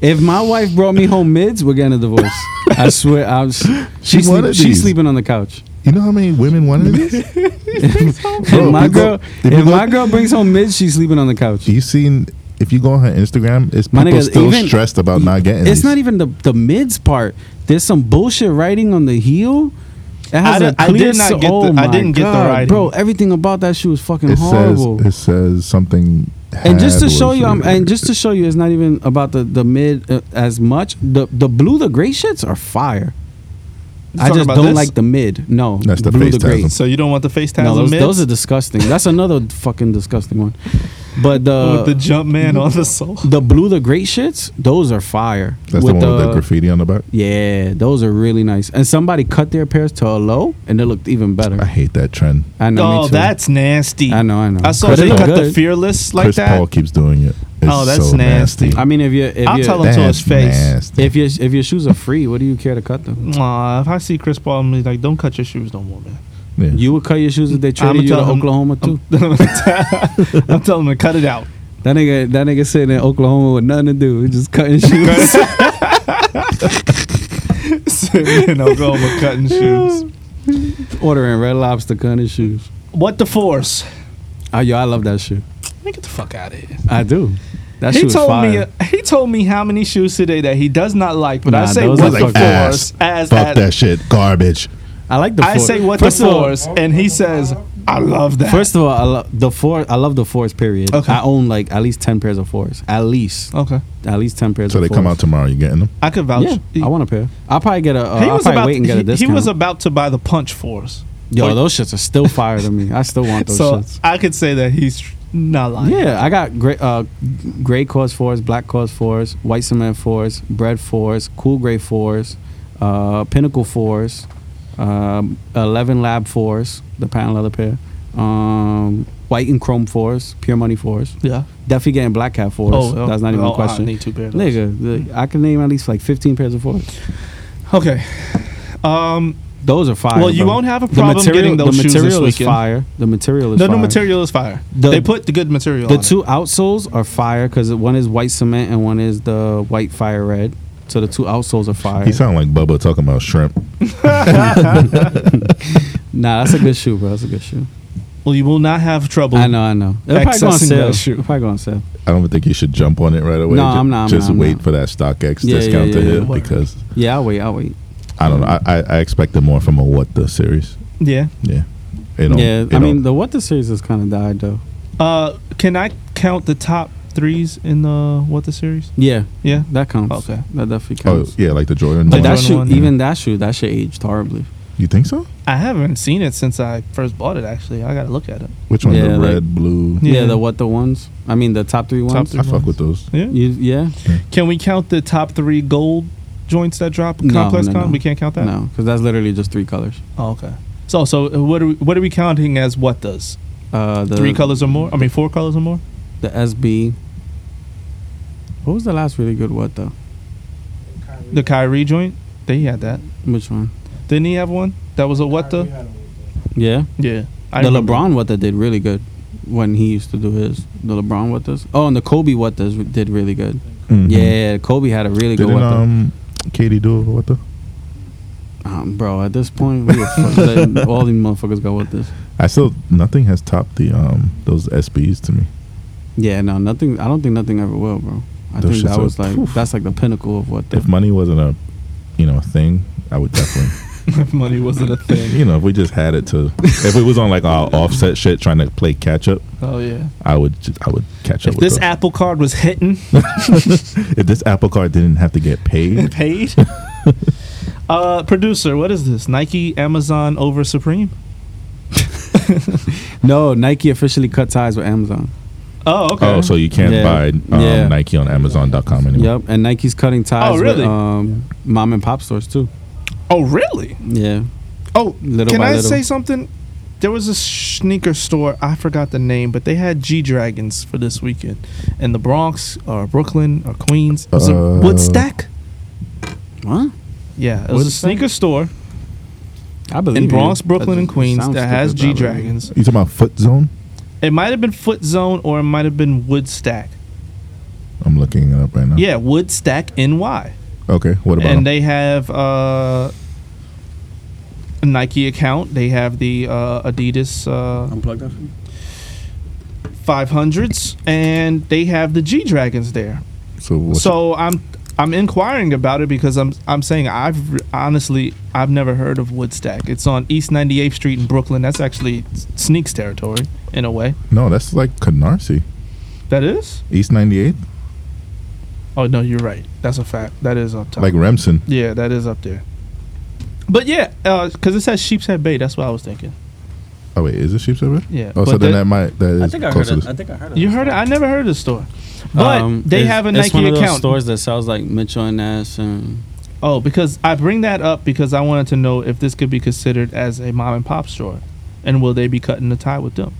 [SPEAKER 6] If my wife brought me home mids, we're getting a divorce. I swear, I was,
[SPEAKER 4] She
[SPEAKER 6] she's, sleep-
[SPEAKER 4] wanted
[SPEAKER 6] she's
[SPEAKER 4] these.
[SPEAKER 6] sleeping on the couch.
[SPEAKER 4] You know how many women wanted these? Bro,
[SPEAKER 6] if my
[SPEAKER 4] people-
[SPEAKER 6] girl,
[SPEAKER 4] if you
[SPEAKER 6] if
[SPEAKER 4] go-
[SPEAKER 6] my girl brings home mids, she's sleeping on the couch.
[SPEAKER 4] Do you seen? If you go on her Instagram, it's
[SPEAKER 6] My
[SPEAKER 4] people
[SPEAKER 6] nigga,
[SPEAKER 4] still
[SPEAKER 6] even-
[SPEAKER 4] stressed about not getting.
[SPEAKER 6] It's
[SPEAKER 4] these.
[SPEAKER 6] not even the the mids part. There's some bullshit writing on the heel. It has
[SPEAKER 3] I
[SPEAKER 6] a
[SPEAKER 3] di- I
[SPEAKER 6] clear
[SPEAKER 3] did not
[SPEAKER 6] so-
[SPEAKER 3] get the-
[SPEAKER 6] oh
[SPEAKER 3] I
[SPEAKER 6] my
[SPEAKER 3] didn't get the
[SPEAKER 6] God,
[SPEAKER 3] writing.
[SPEAKER 6] bro. Everything about that shoe is fucking
[SPEAKER 4] It
[SPEAKER 6] horrible.
[SPEAKER 4] says. It says something.
[SPEAKER 6] and just to show
[SPEAKER 4] Hadley-
[SPEAKER 6] you, I'm, and just to show you, it's not even about the the mid uh, as much. The the blue, the gray shits are fire. I
[SPEAKER 3] talking
[SPEAKER 6] just
[SPEAKER 3] about
[SPEAKER 6] don't
[SPEAKER 3] this?
[SPEAKER 6] like the mid. No,
[SPEAKER 4] That's the
[SPEAKER 6] blue,
[SPEAKER 4] face
[SPEAKER 6] the gray.
[SPEAKER 4] tasm.
[SPEAKER 3] So you don't want the FaceTime?
[SPEAKER 6] No, those, those are disgusting. That's another fucking disgusting one. But the
[SPEAKER 3] with the jump man on the soul.
[SPEAKER 6] the blue, the gray shits, those are fire.
[SPEAKER 4] that's the one with the graffiti on the back.
[SPEAKER 6] Yeah, those are really nice. And somebody cut their pairs to a low, and it looked even
[SPEAKER 4] I
[SPEAKER 6] better.
[SPEAKER 4] hate that trend.
[SPEAKER 6] I know. me
[SPEAKER 3] oh,
[SPEAKER 6] too.
[SPEAKER 3] that's nasty.
[SPEAKER 6] I know. I know.
[SPEAKER 3] I saw
[SPEAKER 6] But it
[SPEAKER 3] they
[SPEAKER 6] look
[SPEAKER 3] cut the
[SPEAKER 6] good.
[SPEAKER 3] fearless like
[SPEAKER 4] Chris
[SPEAKER 3] that.
[SPEAKER 4] Paul keeps doing it. It's
[SPEAKER 3] Oh, that's
[SPEAKER 4] so
[SPEAKER 3] nasty.
[SPEAKER 6] I mean, if you if
[SPEAKER 3] I'll
[SPEAKER 6] you
[SPEAKER 3] tell him
[SPEAKER 4] That's
[SPEAKER 3] to his face.
[SPEAKER 4] nasty.
[SPEAKER 6] if your if your shoes are free, what do you care to cut them?
[SPEAKER 3] Aw, if I see Chris Paul, I'm like, don't cut your shoes no more, man.
[SPEAKER 4] Yeah.
[SPEAKER 6] You would cut your shoes if they
[SPEAKER 3] I'ma
[SPEAKER 6] traded you to
[SPEAKER 3] tell him-
[SPEAKER 6] Oklahoma too.
[SPEAKER 3] I'm telling him to cut it out.
[SPEAKER 6] that nigga, that nigga sitting in Oklahoma with nothing to do, just cutting shoes.
[SPEAKER 3] Sitting in Oklahoma cutting shoes.
[SPEAKER 6] Ordering Red Lobster, cutting shoes.
[SPEAKER 3] What the force?
[SPEAKER 6] Oh, yo, I love that shoe.
[SPEAKER 3] Man, get the fuck out of here.
[SPEAKER 6] I do. That
[SPEAKER 3] he
[SPEAKER 6] shoe is
[SPEAKER 3] told
[SPEAKER 6] fire.
[SPEAKER 3] me uh, he told me how many shoes today that he does not like, but I
[SPEAKER 6] Nah,
[SPEAKER 3] say
[SPEAKER 6] those
[SPEAKER 3] what
[SPEAKER 6] are
[SPEAKER 3] the
[SPEAKER 6] fucking-
[SPEAKER 3] force as, as
[SPEAKER 4] Fuck that shit. Garbage.
[SPEAKER 6] I like the.
[SPEAKER 3] I
[SPEAKER 6] Force.
[SPEAKER 3] say what
[SPEAKER 6] First
[SPEAKER 3] the
[SPEAKER 6] of all-
[SPEAKER 3] force, and he says I love that.
[SPEAKER 6] First of all, I love the four. I love the fours. Period.
[SPEAKER 3] Okay.
[SPEAKER 6] I own like at least ten pairs of fours. At least,
[SPEAKER 3] okay,
[SPEAKER 6] at least ten pairs.
[SPEAKER 4] So
[SPEAKER 6] of
[SPEAKER 4] they come
[SPEAKER 6] fours.
[SPEAKER 4] out tomorrow. You getting them?
[SPEAKER 3] I could vouch.
[SPEAKER 6] Yeah,
[SPEAKER 3] he,
[SPEAKER 6] I want a pair. I'll probably get a. Uh,
[SPEAKER 3] he
[SPEAKER 6] I'll
[SPEAKER 3] was
[SPEAKER 6] probably
[SPEAKER 3] about
[SPEAKER 6] wait and get
[SPEAKER 3] he,
[SPEAKER 6] a
[SPEAKER 3] he
[SPEAKER 6] discount.
[SPEAKER 3] was about to buy the punch force,
[SPEAKER 6] Yo,
[SPEAKER 3] Wait.
[SPEAKER 6] those shits are still fire to me. I still want those
[SPEAKER 3] so
[SPEAKER 6] shits.
[SPEAKER 3] I could say that he's not lying.
[SPEAKER 6] Yeah, I got gray, uh, gray cause fours, black cause fours, white cement fours, bread fours, cool gray fours, uh, pinnacle fours, um, eleven lab fours, the patent leather pair, um, white and chrome fours, pure money fours.
[SPEAKER 3] yeah.
[SPEAKER 6] Definitely getting black cat fours. That's not even
[SPEAKER 3] oh,
[SPEAKER 6] a
[SPEAKER 3] I
[SPEAKER 6] question.
[SPEAKER 3] need two pair of those.
[SPEAKER 6] Nigga, the- I can name at least like fifteen pairs of fours.
[SPEAKER 3] Okay. Um,
[SPEAKER 6] Those are fire.
[SPEAKER 3] well, you
[SPEAKER 6] bro.
[SPEAKER 3] won't have a
[SPEAKER 6] The
[SPEAKER 3] problem
[SPEAKER 6] material,
[SPEAKER 3] getting those
[SPEAKER 6] the
[SPEAKER 3] shoes this
[SPEAKER 6] material is
[SPEAKER 3] weekend.
[SPEAKER 6] fire. The material is
[SPEAKER 3] No,
[SPEAKER 6] fire.
[SPEAKER 3] no material is fire.
[SPEAKER 6] The-
[SPEAKER 3] they put the good material.
[SPEAKER 6] The
[SPEAKER 3] on it.
[SPEAKER 6] two outsoles are fire because one is white cement and one is the white fire red. So the two outsoles are fire.
[SPEAKER 4] He sound like Bubba talking about shrimp.
[SPEAKER 6] nah, that's a good shoe, bro. That's a good shoe.
[SPEAKER 3] Well, you will not have trouble.
[SPEAKER 6] I know, I know. It'll probably go on
[SPEAKER 3] Accessing
[SPEAKER 6] sale.
[SPEAKER 3] that shoe.
[SPEAKER 6] It'll probably go on sale.
[SPEAKER 4] I don't think you should jump on it right away.
[SPEAKER 6] No,
[SPEAKER 4] Ju-
[SPEAKER 6] I'm not, I'm
[SPEAKER 4] Just
[SPEAKER 6] not, I'm
[SPEAKER 4] wait
[SPEAKER 6] not.
[SPEAKER 4] for that StockX
[SPEAKER 6] Yeah, yeah,
[SPEAKER 4] discount
[SPEAKER 6] yeah,
[SPEAKER 4] to
[SPEAKER 6] yeah.
[SPEAKER 4] hit because
[SPEAKER 6] Yeah, I'll wait. I'll wait.
[SPEAKER 4] I don't know. I, I, I expected more from a what the series.
[SPEAKER 3] Yeah.
[SPEAKER 4] Yeah. You know,
[SPEAKER 6] Yeah,
[SPEAKER 4] you
[SPEAKER 6] I
[SPEAKER 4] know,
[SPEAKER 6] mean, the what the series has kind of died though.
[SPEAKER 3] Uh, can I count the top threes in the what the series?
[SPEAKER 6] Yeah,
[SPEAKER 3] Yeah.
[SPEAKER 6] that counts.
[SPEAKER 3] Okay.
[SPEAKER 6] that definitely
[SPEAKER 4] oh
[SPEAKER 6] counts.
[SPEAKER 4] yeah, like the Jordan.
[SPEAKER 6] But
[SPEAKER 4] one.
[SPEAKER 6] that
[SPEAKER 3] Jordan
[SPEAKER 6] shoe,
[SPEAKER 3] one, yeah.
[SPEAKER 6] even that shoe, that shit aged horribly.
[SPEAKER 4] you think so?
[SPEAKER 3] I haven't seen it since I first bought it. Actually, I gotta look at it.
[SPEAKER 4] Which one?
[SPEAKER 6] Yeah,
[SPEAKER 4] the
[SPEAKER 6] like-
[SPEAKER 4] red, blue.
[SPEAKER 3] Yeah.
[SPEAKER 6] Yeah. the what the ones. I mean, the top three
[SPEAKER 3] Top
[SPEAKER 6] ones.
[SPEAKER 3] three.
[SPEAKER 4] I fuck with those.
[SPEAKER 3] Yeah.
[SPEAKER 6] You, yeah,
[SPEAKER 3] Can we count the top three gold joints that drop?
[SPEAKER 6] No,
[SPEAKER 3] Complex
[SPEAKER 6] no,
[SPEAKER 3] Con?
[SPEAKER 6] no.
[SPEAKER 3] We can't count that. uh,
[SPEAKER 6] no, because that's literally just three colors.
[SPEAKER 3] Oh, okay. So, so what are we, what are we counting as what does?
[SPEAKER 6] uh, the
[SPEAKER 3] Three colors or more? I mean, four colors or more?
[SPEAKER 6] the SB. What was the last really good what though?
[SPEAKER 3] The Kyrie joint? They had that.
[SPEAKER 6] Which one?
[SPEAKER 3] Didn't he have one? That was a what the?
[SPEAKER 6] Yeah,
[SPEAKER 3] Yeah. I
[SPEAKER 6] the
[SPEAKER 3] remember.
[SPEAKER 6] LeBron what that did really good when he used to do his the LeBron what this. Oh, and the Kobe what this did really good.
[SPEAKER 3] Mm-hmm.
[SPEAKER 4] Mhm.
[SPEAKER 6] Yeah, Kobe had a really good
[SPEAKER 4] Didn't
[SPEAKER 6] what the.
[SPEAKER 4] um, Katie do it? What the?
[SPEAKER 6] Um, bro, at this point, we were fuck- let- all these motherfuckers go with this.
[SPEAKER 4] I still nothing has topped the um those SBs to me.
[SPEAKER 6] Yeah, no, nothing. I don't think nothing ever will, bro. I
[SPEAKER 4] Those
[SPEAKER 6] think that
[SPEAKER 4] shits are-
[SPEAKER 6] was like
[SPEAKER 4] phew.
[SPEAKER 6] that's like the pinnacle of what the
[SPEAKER 4] If money wasn't a you know thing, I would definitely
[SPEAKER 3] If money wasn't a thing.
[SPEAKER 4] you know if we just had it to if it was on like our offset shit trying to play catch up,
[SPEAKER 3] Oh yeah.
[SPEAKER 4] I would ju- I would catch up.
[SPEAKER 3] If
[SPEAKER 4] with
[SPEAKER 3] this
[SPEAKER 4] those.
[SPEAKER 3] Apple card was hitting
[SPEAKER 4] if this Apple card didn't have to get paid,
[SPEAKER 3] paid. uh, producer, what is this? Nike, Amazon over Supreme?
[SPEAKER 6] no Nike officially cut ties with Amazon.
[SPEAKER 3] Oh okay.
[SPEAKER 4] oh, so you can't
[SPEAKER 6] Yeah.
[SPEAKER 4] buy um,
[SPEAKER 6] Yeah.
[SPEAKER 4] Nike on Amazon.com anymore.
[SPEAKER 6] Yep, and Nike's cutting ties
[SPEAKER 3] Oh, really?
[SPEAKER 6] with um, mom and pop stores too.
[SPEAKER 3] oh really?
[SPEAKER 6] Yeah,
[SPEAKER 3] Oh,
[SPEAKER 6] little
[SPEAKER 3] Can
[SPEAKER 6] by
[SPEAKER 3] I
[SPEAKER 6] little.
[SPEAKER 3] say something? There was a sneaker store, I forgot the name, but they had G Dragons for this weekend in the Bronx or Brooklyn or Queens. It was a
[SPEAKER 4] Uh,
[SPEAKER 3] Woodstack.
[SPEAKER 6] what?
[SPEAKER 3] Yeah, it was a
[SPEAKER 6] Woodstack?
[SPEAKER 3] sneaker store
[SPEAKER 6] I believe
[SPEAKER 3] in
[SPEAKER 6] you.
[SPEAKER 3] Bronx, Brooklyn,
[SPEAKER 6] That
[SPEAKER 3] and
[SPEAKER 6] just
[SPEAKER 3] Queens
[SPEAKER 6] sounds
[SPEAKER 3] that has G
[SPEAKER 6] stupid, but I believe you.
[SPEAKER 3] Dragons.
[SPEAKER 4] You talking about Foot Zone?
[SPEAKER 3] It might have been Foot Zone or it might have been Woodstack.
[SPEAKER 4] I'm looking it up right now.
[SPEAKER 3] Yeah, Woodstack NY.
[SPEAKER 4] Okay. What about?
[SPEAKER 3] and
[SPEAKER 4] them?
[SPEAKER 3] they have uh, a Nike account. They have the uh, Adidas uh,
[SPEAKER 6] Unplug that. for me.
[SPEAKER 3] 500s, and they have the G Dragons there.
[SPEAKER 4] so what's
[SPEAKER 3] so I'm I'm inquiring about it because I'm I'm saying I've re- honestly I've never heard of Woodstack. It's on East 98th Street in Brooklyn. That's actually s- sneaks territory in a way.
[SPEAKER 4] no, that's like Canarsie,
[SPEAKER 3] That is.
[SPEAKER 4] East 98,
[SPEAKER 3] Oh no, you're right. That's a fact. That is up top.
[SPEAKER 4] like Remsen.
[SPEAKER 3] yeah, that is up there. But yeah, because it says Sheep's Head Bay. That's what I was thinking.
[SPEAKER 4] Oh wait, is it Sheepshead Bay?
[SPEAKER 3] Yeah.
[SPEAKER 4] Oh, so
[SPEAKER 3] but
[SPEAKER 4] then
[SPEAKER 3] the-
[SPEAKER 4] that might that is
[SPEAKER 8] I think I heard
[SPEAKER 4] close to
[SPEAKER 8] it.
[SPEAKER 4] this.
[SPEAKER 8] I think I heard it.
[SPEAKER 3] you heard it. I never heard of the store, but
[SPEAKER 6] Um,
[SPEAKER 3] they
[SPEAKER 6] it's-
[SPEAKER 3] have a
[SPEAKER 6] it's
[SPEAKER 3] Nike
[SPEAKER 6] one of those
[SPEAKER 3] account.
[SPEAKER 6] stores that sells like Mitchell and Ness and
[SPEAKER 3] Oh, because I bring that up because I wanted to know if this could be considered as a mom and pop store, and will they be cutting the tie with them?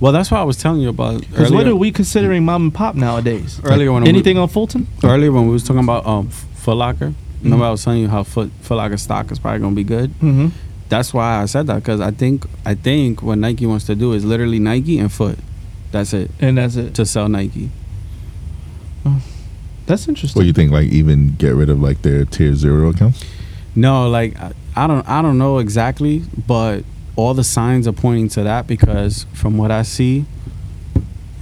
[SPEAKER 6] well, that's what I was telling you about
[SPEAKER 3] Because
[SPEAKER 6] earlier.
[SPEAKER 3] what are we considering mom and pop nowadays?
[SPEAKER 6] earlier when we-
[SPEAKER 3] Anything on Fulton?
[SPEAKER 6] earlier when we was talking about um F- Foot Locker. Remember I was telling you how Foot Foot Locker stock is probably gonna be good.
[SPEAKER 3] Mm-hmm.
[SPEAKER 6] That's why I said that because I think I think what Nike wants to do is literally Nike and Foot. That's it
[SPEAKER 3] And that's it.
[SPEAKER 6] to sell Nike.
[SPEAKER 3] That's interesting.
[SPEAKER 4] What you think? Like even get rid of like their tier zero accounts?
[SPEAKER 6] No, like I, I don't I don't know exactly, but all the signs are pointing to that because from what I see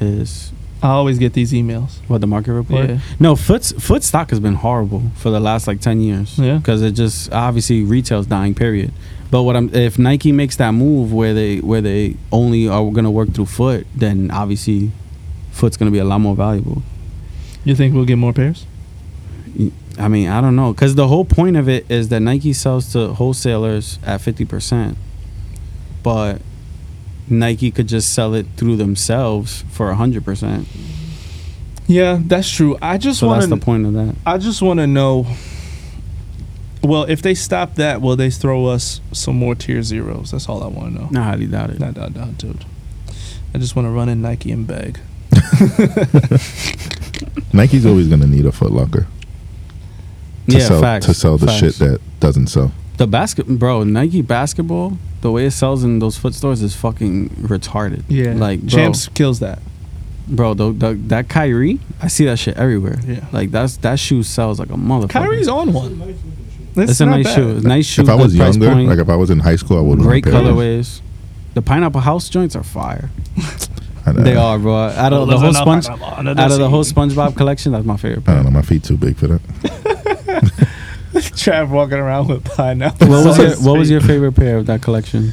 [SPEAKER 6] is
[SPEAKER 3] I always get these emails.
[SPEAKER 6] what the market report.
[SPEAKER 3] Yeah.
[SPEAKER 6] No, Foot's Foot stock has been horrible for the last like ten years.
[SPEAKER 3] Yeah.
[SPEAKER 6] because it just obviously retail's dying. Period. But what I'm if Nike makes that move where they where they only are gonna work through Foot, then obviously Foot's gonna be a lot more valuable.
[SPEAKER 3] You think we'll get more pairs?
[SPEAKER 6] I mean, I don't know, because the whole point of it is that Nike sells to wholesalers at fifty percent, but Nike could just sell it through themselves for hundred percent.
[SPEAKER 3] Yeah, that's true. I just
[SPEAKER 6] So
[SPEAKER 3] want
[SPEAKER 6] that's
[SPEAKER 3] to.
[SPEAKER 6] the point of that.
[SPEAKER 3] I just want to know. Well, if they stop that, will they throw us some more tier zeros? That's all I want to know.
[SPEAKER 6] Nah, I highly doubt it.
[SPEAKER 3] Nah, nah, nah, dude. I just want to run in Nike and beg.
[SPEAKER 4] Nike's always gonna need a Foot Locker to
[SPEAKER 6] yeah,
[SPEAKER 4] sell
[SPEAKER 6] facts.
[SPEAKER 4] to sell the
[SPEAKER 6] facts.
[SPEAKER 4] shit that doesn't sell.
[SPEAKER 6] The basket, bro, Nike basketball, the way it sells in those foot stores is fucking retarded. like bro,
[SPEAKER 3] champs kills that.
[SPEAKER 6] bro, the, the, that Kyrie, I see that shit everywhere.
[SPEAKER 3] Yeah.
[SPEAKER 6] like that's that shoe sells like a motherfucker.
[SPEAKER 3] Kyrie's on one. It's,
[SPEAKER 6] it's, a
[SPEAKER 3] not
[SPEAKER 6] nice
[SPEAKER 3] bad.
[SPEAKER 6] shoe. It's a nice shoe.
[SPEAKER 4] if I
[SPEAKER 6] good
[SPEAKER 4] was
[SPEAKER 6] price
[SPEAKER 4] younger,
[SPEAKER 6] point,
[SPEAKER 4] like if I was in high school, I would
[SPEAKER 6] great
[SPEAKER 4] want a pair of those.
[SPEAKER 6] colorways. The pineapple house joints are fire.
[SPEAKER 4] I don't,
[SPEAKER 6] They are, bro. Out of the whole sponge, out of the whole SpongeBob collection, that's my favorite.
[SPEAKER 4] I
[SPEAKER 6] pair.
[SPEAKER 4] don't know. My feet too big for that.
[SPEAKER 3] Trav walking around with pineapple.
[SPEAKER 6] What was
[SPEAKER 3] on
[SPEAKER 6] your
[SPEAKER 3] his
[SPEAKER 6] What was
[SPEAKER 3] feet.
[SPEAKER 6] your favorite pair of that collection?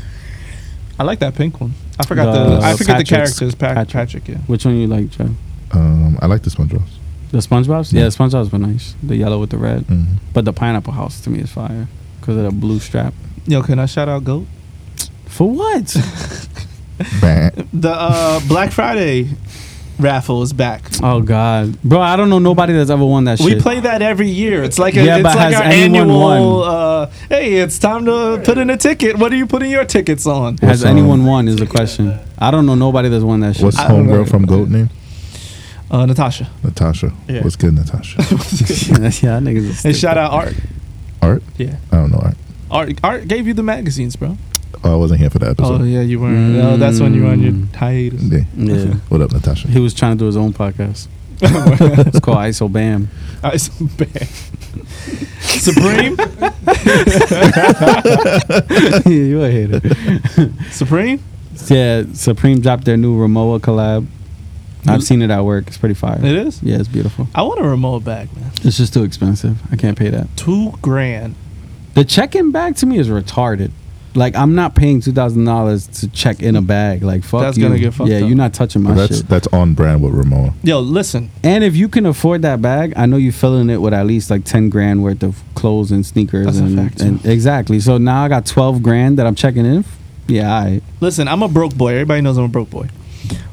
[SPEAKER 3] I like that pink one. I forgot the.
[SPEAKER 6] The
[SPEAKER 3] I forget the
[SPEAKER 6] Patrick's-
[SPEAKER 3] characters. Pa- Patrick.
[SPEAKER 6] Patrick.
[SPEAKER 3] Yeah.
[SPEAKER 6] Which one you like, Joe?
[SPEAKER 4] Um, I like the SpongeBob.
[SPEAKER 6] The SpongeBob's? Yeah, the SpongeBob's were nice. The yellow with the red.
[SPEAKER 4] Mm-hmm.
[SPEAKER 6] But the pineapple house to me is fire because of the blue strap.
[SPEAKER 3] Yo, can I shout out Goat?
[SPEAKER 6] For what?
[SPEAKER 4] Bang.
[SPEAKER 3] The uh, Black Friday raffle is back.
[SPEAKER 6] Oh God, bro! I don't know nobody that's ever won that
[SPEAKER 3] We
[SPEAKER 6] shit.
[SPEAKER 3] play that every year. It's like a,
[SPEAKER 6] Yeah,
[SPEAKER 3] it's
[SPEAKER 6] but
[SPEAKER 3] like
[SPEAKER 6] has
[SPEAKER 3] our
[SPEAKER 6] anyone
[SPEAKER 3] annual.
[SPEAKER 6] won?
[SPEAKER 3] Uh, hey, it's time to put in a ticket. What are you putting your tickets on?
[SPEAKER 6] Has
[SPEAKER 4] What's, um,
[SPEAKER 6] anyone won? Is the question. I don't know nobody that's won that shit.
[SPEAKER 4] What's homegirl from Goat name?
[SPEAKER 3] Uh, Natasha.
[SPEAKER 4] Natasha.
[SPEAKER 3] Yeah.
[SPEAKER 4] What's good, Natasha?
[SPEAKER 6] yeah, that niggas. is
[SPEAKER 3] And
[SPEAKER 6] stupid.
[SPEAKER 3] shout out Art.
[SPEAKER 4] Art?
[SPEAKER 3] Yeah.
[SPEAKER 4] I don't know Art.
[SPEAKER 3] Art. Art gave you the magazines, bro.
[SPEAKER 4] Oh, I wasn't here for that episode.
[SPEAKER 3] Oh yeah, you weren't. Oh, that's when you were on your
[SPEAKER 6] Mm.
[SPEAKER 3] hiatus.
[SPEAKER 4] Yeah.
[SPEAKER 6] Yeah,
[SPEAKER 4] What up, Natasha?
[SPEAKER 6] he was trying to do his own podcast. it's called ISO Bam.
[SPEAKER 3] I s- bang. Supreme,
[SPEAKER 6] you a hater.
[SPEAKER 3] Supreme.
[SPEAKER 6] Yeah, Supreme dropped their new Ramoa collab.
[SPEAKER 3] Mm.
[SPEAKER 6] I've seen it at work. It's pretty fire.
[SPEAKER 3] It is.
[SPEAKER 6] Yeah, it's beautiful.
[SPEAKER 3] I want a remote bag, man.
[SPEAKER 6] It's just too expensive. I can't pay that.
[SPEAKER 3] Two grand.
[SPEAKER 6] The check-in bag to me is retarded. Like I'm not paying two thousand dollars to check in a bag. Like fuck
[SPEAKER 3] That's
[SPEAKER 6] you.
[SPEAKER 3] gonna get fucked
[SPEAKER 6] Yeah,
[SPEAKER 3] up.
[SPEAKER 6] you're not touching my
[SPEAKER 4] But that's
[SPEAKER 6] shit.
[SPEAKER 4] that's on brand with Ramona.
[SPEAKER 3] Yo, listen.
[SPEAKER 6] And if you can afford that bag, I know you're filling it with at least like ten grand worth of clothes and sneakers.
[SPEAKER 3] That's a
[SPEAKER 6] and,
[SPEAKER 3] fact,
[SPEAKER 6] and- exactly. So now I got twelve grand that I'm checking in. f- Yeah, I
[SPEAKER 3] Listen, I'm a broke boy. Everybody knows I'm a broke boy.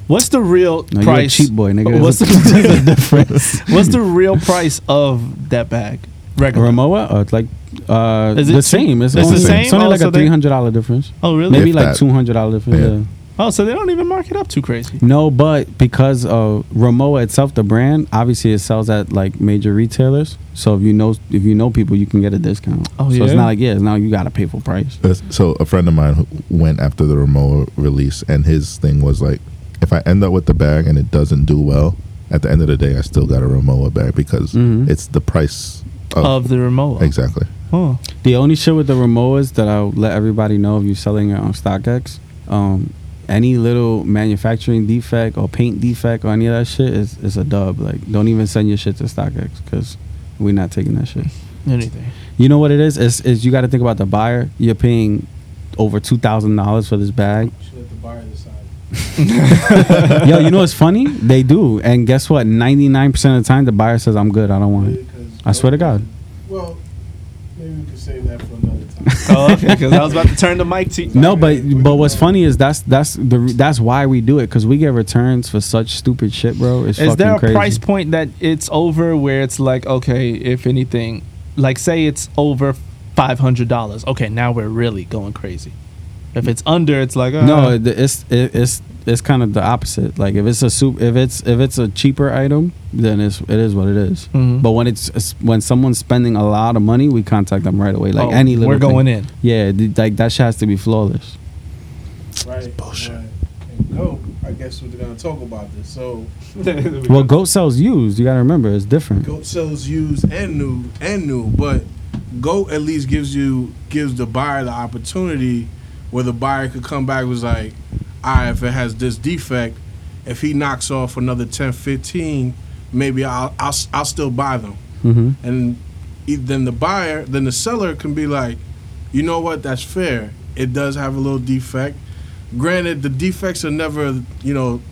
[SPEAKER 3] What's the real
[SPEAKER 6] no, you're a
[SPEAKER 3] price?
[SPEAKER 6] cheap boy, nigga.
[SPEAKER 3] What's
[SPEAKER 6] What's
[SPEAKER 3] the-
[SPEAKER 6] the difference?
[SPEAKER 3] What's the real price of that bag? Regular.
[SPEAKER 6] Ramoa? Or like uh,
[SPEAKER 3] Is it
[SPEAKER 6] the
[SPEAKER 3] cheap?
[SPEAKER 6] same? It's,
[SPEAKER 3] It's the
[SPEAKER 6] only,
[SPEAKER 3] same?
[SPEAKER 6] It's only
[SPEAKER 3] Oh,
[SPEAKER 6] like
[SPEAKER 3] so
[SPEAKER 6] a
[SPEAKER 3] they-
[SPEAKER 6] three hundred dollar difference.
[SPEAKER 3] Oh really?
[SPEAKER 6] Maybe
[SPEAKER 4] If
[SPEAKER 6] like
[SPEAKER 4] that.
[SPEAKER 6] two hundred dollar difference.
[SPEAKER 4] Yeah.
[SPEAKER 6] yeah.
[SPEAKER 3] Oh, so they don't even mark it up too crazy.
[SPEAKER 6] No, but because of Ramoa itself, the brand obviously it sells at like major retailers. So if you know if you know people, you can get a discount.
[SPEAKER 3] Oh,
[SPEAKER 6] so
[SPEAKER 3] yeah?
[SPEAKER 6] it's not like yeah, it's not like you got to pay full price.
[SPEAKER 4] That's- Uh, So a friend of mine who went after the Ramona release, and his thing was like, if I end up with the bag and it doesn't do well, at the end of the day, I still got a Ramona bag because
[SPEAKER 6] Mhm.
[SPEAKER 4] it's the price of,
[SPEAKER 6] Oh.
[SPEAKER 3] Of the remote.
[SPEAKER 4] exactly.
[SPEAKER 3] Oh.
[SPEAKER 6] The only shit with the Ramoas that I'll let everybody know if you're selling it on StockX, um, any little manufacturing defect or paint defect or any of that shit is, is a dub. Like, don't even send your shit to StockX because we're not taking that shit.
[SPEAKER 3] Anything.
[SPEAKER 6] You know what it is? Is is you got to think about the buyer. You're paying over two thousand dollars for this bag.
[SPEAKER 2] Should let the buyer decide.
[SPEAKER 6] Yo, you know what's funny? They do, and guess what? Ninety nine percent of the time, the buyer says, "I'm good. I don't want it."
[SPEAKER 2] Because
[SPEAKER 6] I swear to God.
[SPEAKER 2] Well, maybe we could save that for another time.
[SPEAKER 3] Oh, okay. Because I was about to turn the mic to you.
[SPEAKER 6] No, but but what's funny is that's that's the re- that's why we do it because we get returns for such stupid shit, bro. It's
[SPEAKER 3] Is
[SPEAKER 6] fucking
[SPEAKER 3] there a
[SPEAKER 6] crazy.
[SPEAKER 3] price point that it's over where it's like, okay, if anything, like say it's over five hundred dollars. Okay, now we're really going crazy. If it's under, it's like uh,
[SPEAKER 6] No, it- it's it, it's it's kind of the opposite. Like if it's a soup, if it's if it's a cheaper item, then it's it is what it is.
[SPEAKER 3] Mhm.
[SPEAKER 6] But when it's it's- when someone's spending a lot of money, we contact them right away. Like
[SPEAKER 3] oh,
[SPEAKER 6] any little,
[SPEAKER 3] we're going
[SPEAKER 6] thing.
[SPEAKER 3] in.
[SPEAKER 6] Yeah, th- like that shit has to be flawless.
[SPEAKER 2] Right. Bullshit. And go. I guess we're gonna talk about this. So,
[SPEAKER 6] Well, goat sells used. You gotta remember, it's different.
[SPEAKER 2] goat sells used and new and new, but goat at least gives you gives the buyer the opportunity where the buyer could come back was like, all right, if it has this defect, if he knocks off another 10, 15, maybe I'll I'll, I'll still buy them.
[SPEAKER 6] hmm
[SPEAKER 2] and e- then the buyer, then the seller can be like, you know what, that's fair. It does have a little defect. Granted, the defects are never, you know,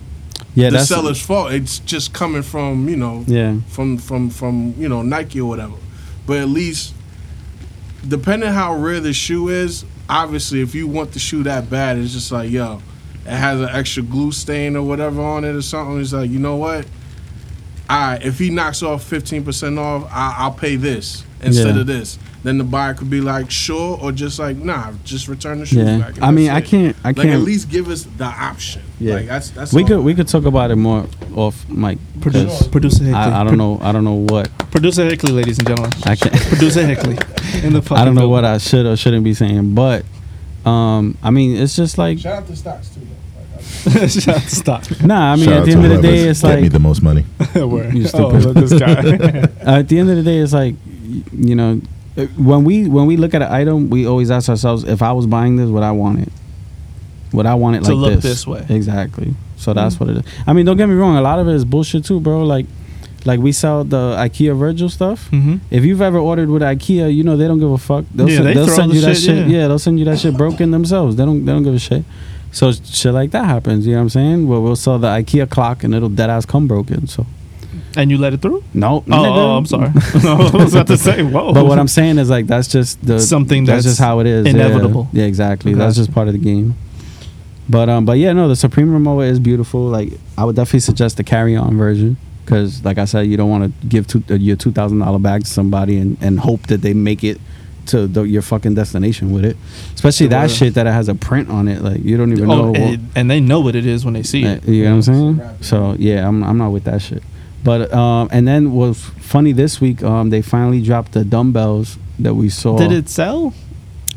[SPEAKER 6] Yeah,
[SPEAKER 2] the
[SPEAKER 6] that's
[SPEAKER 2] seller's fault. It's just coming from, you know,
[SPEAKER 6] yeah.
[SPEAKER 2] from from from you know Nike or whatever. But at least, depending how rare the shoe is, obviously, if you want the shoe that bad, it's just like yo, it has an extra glue stain or whatever on it or something. It's like you know what, all right, if he knocks off fifteen percent off, I, I'll pay this instead
[SPEAKER 6] Yeah.
[SPEAKER 2] of this. Then the buyer could be like, sure, or just like, nah, just return the shoe
[SPEAKER 6] Yeah.
[SPEAKER 2] back. and
[SPEAKER 6] I mean,
[SPEAKER 2] that's
[SPEAKER 6] I
[SPEAKER 2] it.
[SPEAKER 6] can't- I
[SPEAKER 2] Like, at
[SPEAKER 6] can't-
[SPEAKER 2] least give us the option.
[SPEAKER 6] Yeah.
[SPEAKER 2] Like, that's that's.
[SPEAKER 6] We
[SPEAKER 2] all.
[SPEAKER 6] could we could talk about it more off mic. 'cause
[SPEAKER 3] Producer, producer Hickley.
[SPEAKER 6] I, I don't know I don't know what
[SPEAKER 3] Producer Hickley, ladies and gentlemen.
[SPEAKER 6] I can
[SPEAKER 3] Producer Hickley. In the
[SPEAKER 6] I don't know what I should or shouldn't be saying, but um I mean it's just like
[SPEAKER 2] Shout out to stocks too. Though. Like, I-
[SPEAKER 3] Shut stop.
[SPEAKER 6] nah. I mean
[SPEAKER 4] Shout
[SPEAKER 6] at
[SPEAKER 4] out
[SPEAKER 6] the
[SPEAKER 4] to
[SPEAKER 6] end of the
[SPEAKER 4] whoever's
[SPEAKER 6] day, it's
[SPEAKER 4] get me
[SPEAKER 6] like
[SPEAKER 4] the most money.
[SPEAKER 6] You
[SPEAKER 3] Oh,
[SPEAKER 6] stupid.
[SPEAKER 3] look at this guy.
[SPEAKER 6] Uh, at the end of the day, it's like y- you know uh, when we when we look at an item, we always ask ourselves if I was buying this, would I want it? Would I want it
[SPEAKER 3] To
[SPEAKER 6] like
[SPEAKER 3] look
[SPEAKER 6] this?
[SPEAKER 3] this way. Mm-hmm.
[SPEAKER 6] Exactly. So that's what it is. I mean, don't get me wrong. A lot of it is bullshit too, bro. Like like we sell the IKEA Virgil stuff.
[SPEAKER 3] mm-hmm.
[SPEAKER 6] If you've ever ordered with IKEA, you know they don't give a fuck. They'll,
[SPEAKER 3] Yeah,
[SPEAKER 6] send,
[SPEAKER 3] they
[SPEAKER 6] will
[SPEAKER 3] throw
[SPEAKER 6] send
[SPEAKER 3] the
[SPEAKER 6] you that
[SPEAKER 3] shit,
[SPEAKER 6] shit.
[SPEAKER 3] yeah.
[SPEAKER 6] Yeah. they'll send you that shit broken themselves. They don't they don't give a shit. So shit like that happens. You know what I'm saying? Where we'll sell the IKEA clock and it'll dead ass come broken. So
[SPEAKER 3] And you let it through?
[SPEAKER 6] no,
[SPEAKER 3] Oh,
[SPEAKER 6] nigga.
[SPEAKER 3] oh, I'm sorry. I was about to say, whoa.
[SPEAKER 6] But what I'm saying is like that's just the
[SPEAKER 3] Something
[SPEAKER 6] That's,
[SPEAKER 3] that's
[SPEAKER 6] just how it is. Yeah.
[SPEAKER 3] inevitable.
[SPEAKER 6] Yeah, exactly. That's
[SPEAKER 3] Gotcha.
[SPEAKER 6] just part of the game. But um, but yeah, no, the Supreme Remover is beautiful. Like I would definitely suggest the carry on version because, like I said, you don't want to give two, uh, your two thousand dollar bag to somebody and, and hope that they make it to the, your fucking destination with it. Especially that shit that it has a print on it. Like you don't even know.
[SPEAKER 3] Oh,
[SPEAKER 6] what-
[SPEAKER 3] and, and they know what it is when they see
[SPEAKER 6] uh,
[SPEAKER 3] it.
[SPEAKER 6] You know what I'm saying? So yeah, I'm I'm not with that shit. But um, and then was funny this week. Um, they finally dropped the dumbbells that we saw.
[SPEAKER 3] Did it sell?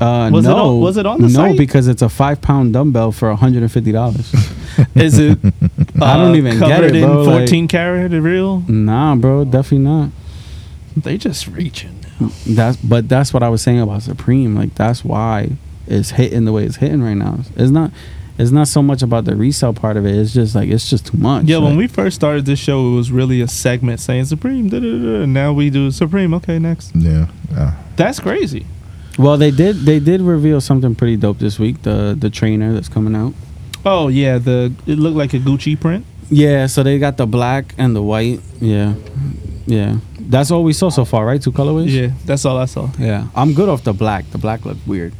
[SPEAKER 6] Uh,
[SPEAKER 3] was it
[SPEAKER 6] no,
[SPEAKER 3] on- was it on the
[SPEAKER 6] no,
[SPEAKER 3] site?
[SPEAKER 6] because it's a five pound dumbbell for 150 dollars.
[SPEAKER 3] Is it?
[SPEAKER 6] I don't
[SPEAKER 3] uh,
[SPEAKER 6] even get
[SPEAKER 3] covered
[SPEAKER 6] it, bro,
[SPEAKER 3] in
[SPEAKER 6] like-
[SPEAKER 3] 14 karat real.
[SPEAKER 6] nah, bro, definitely not.
[SPEAKER 3] They just reaching.
[SPEAKER 6] That's but that's what I was saying about Supreme. Like that's why it's hitting the way it's hitting right now. It's not. It's not so much about the resale part of it. It's just like it's just too much.
[SPEAKER 3] Yeah, when
[SPEAKER 6] Like,
[SPEAKER 3] we first started this show, it was really a segment saying Supreme. Da, da, da, da. Now we do Supreme. Okay, next.
[SPEAKER 4] Yeah. Uh,
[SPEAKER 3] That's crazy.
[SPEAKER 6] well they did they did reveal something pretty dope this week. The the trainer that's coming out.
[SPEAKER 3] Oh yeah, the it looked like a Gucci print.
[SPEAKER 6] Yeah, so they got the black and the white. Yeah, yeah. That's all we saw so far, right? Two colorways.
[SPEAKER 3] Yeah, that's all I saw.
[SPEAKER 6] Yeah, I'm good off the black. The black looked weird.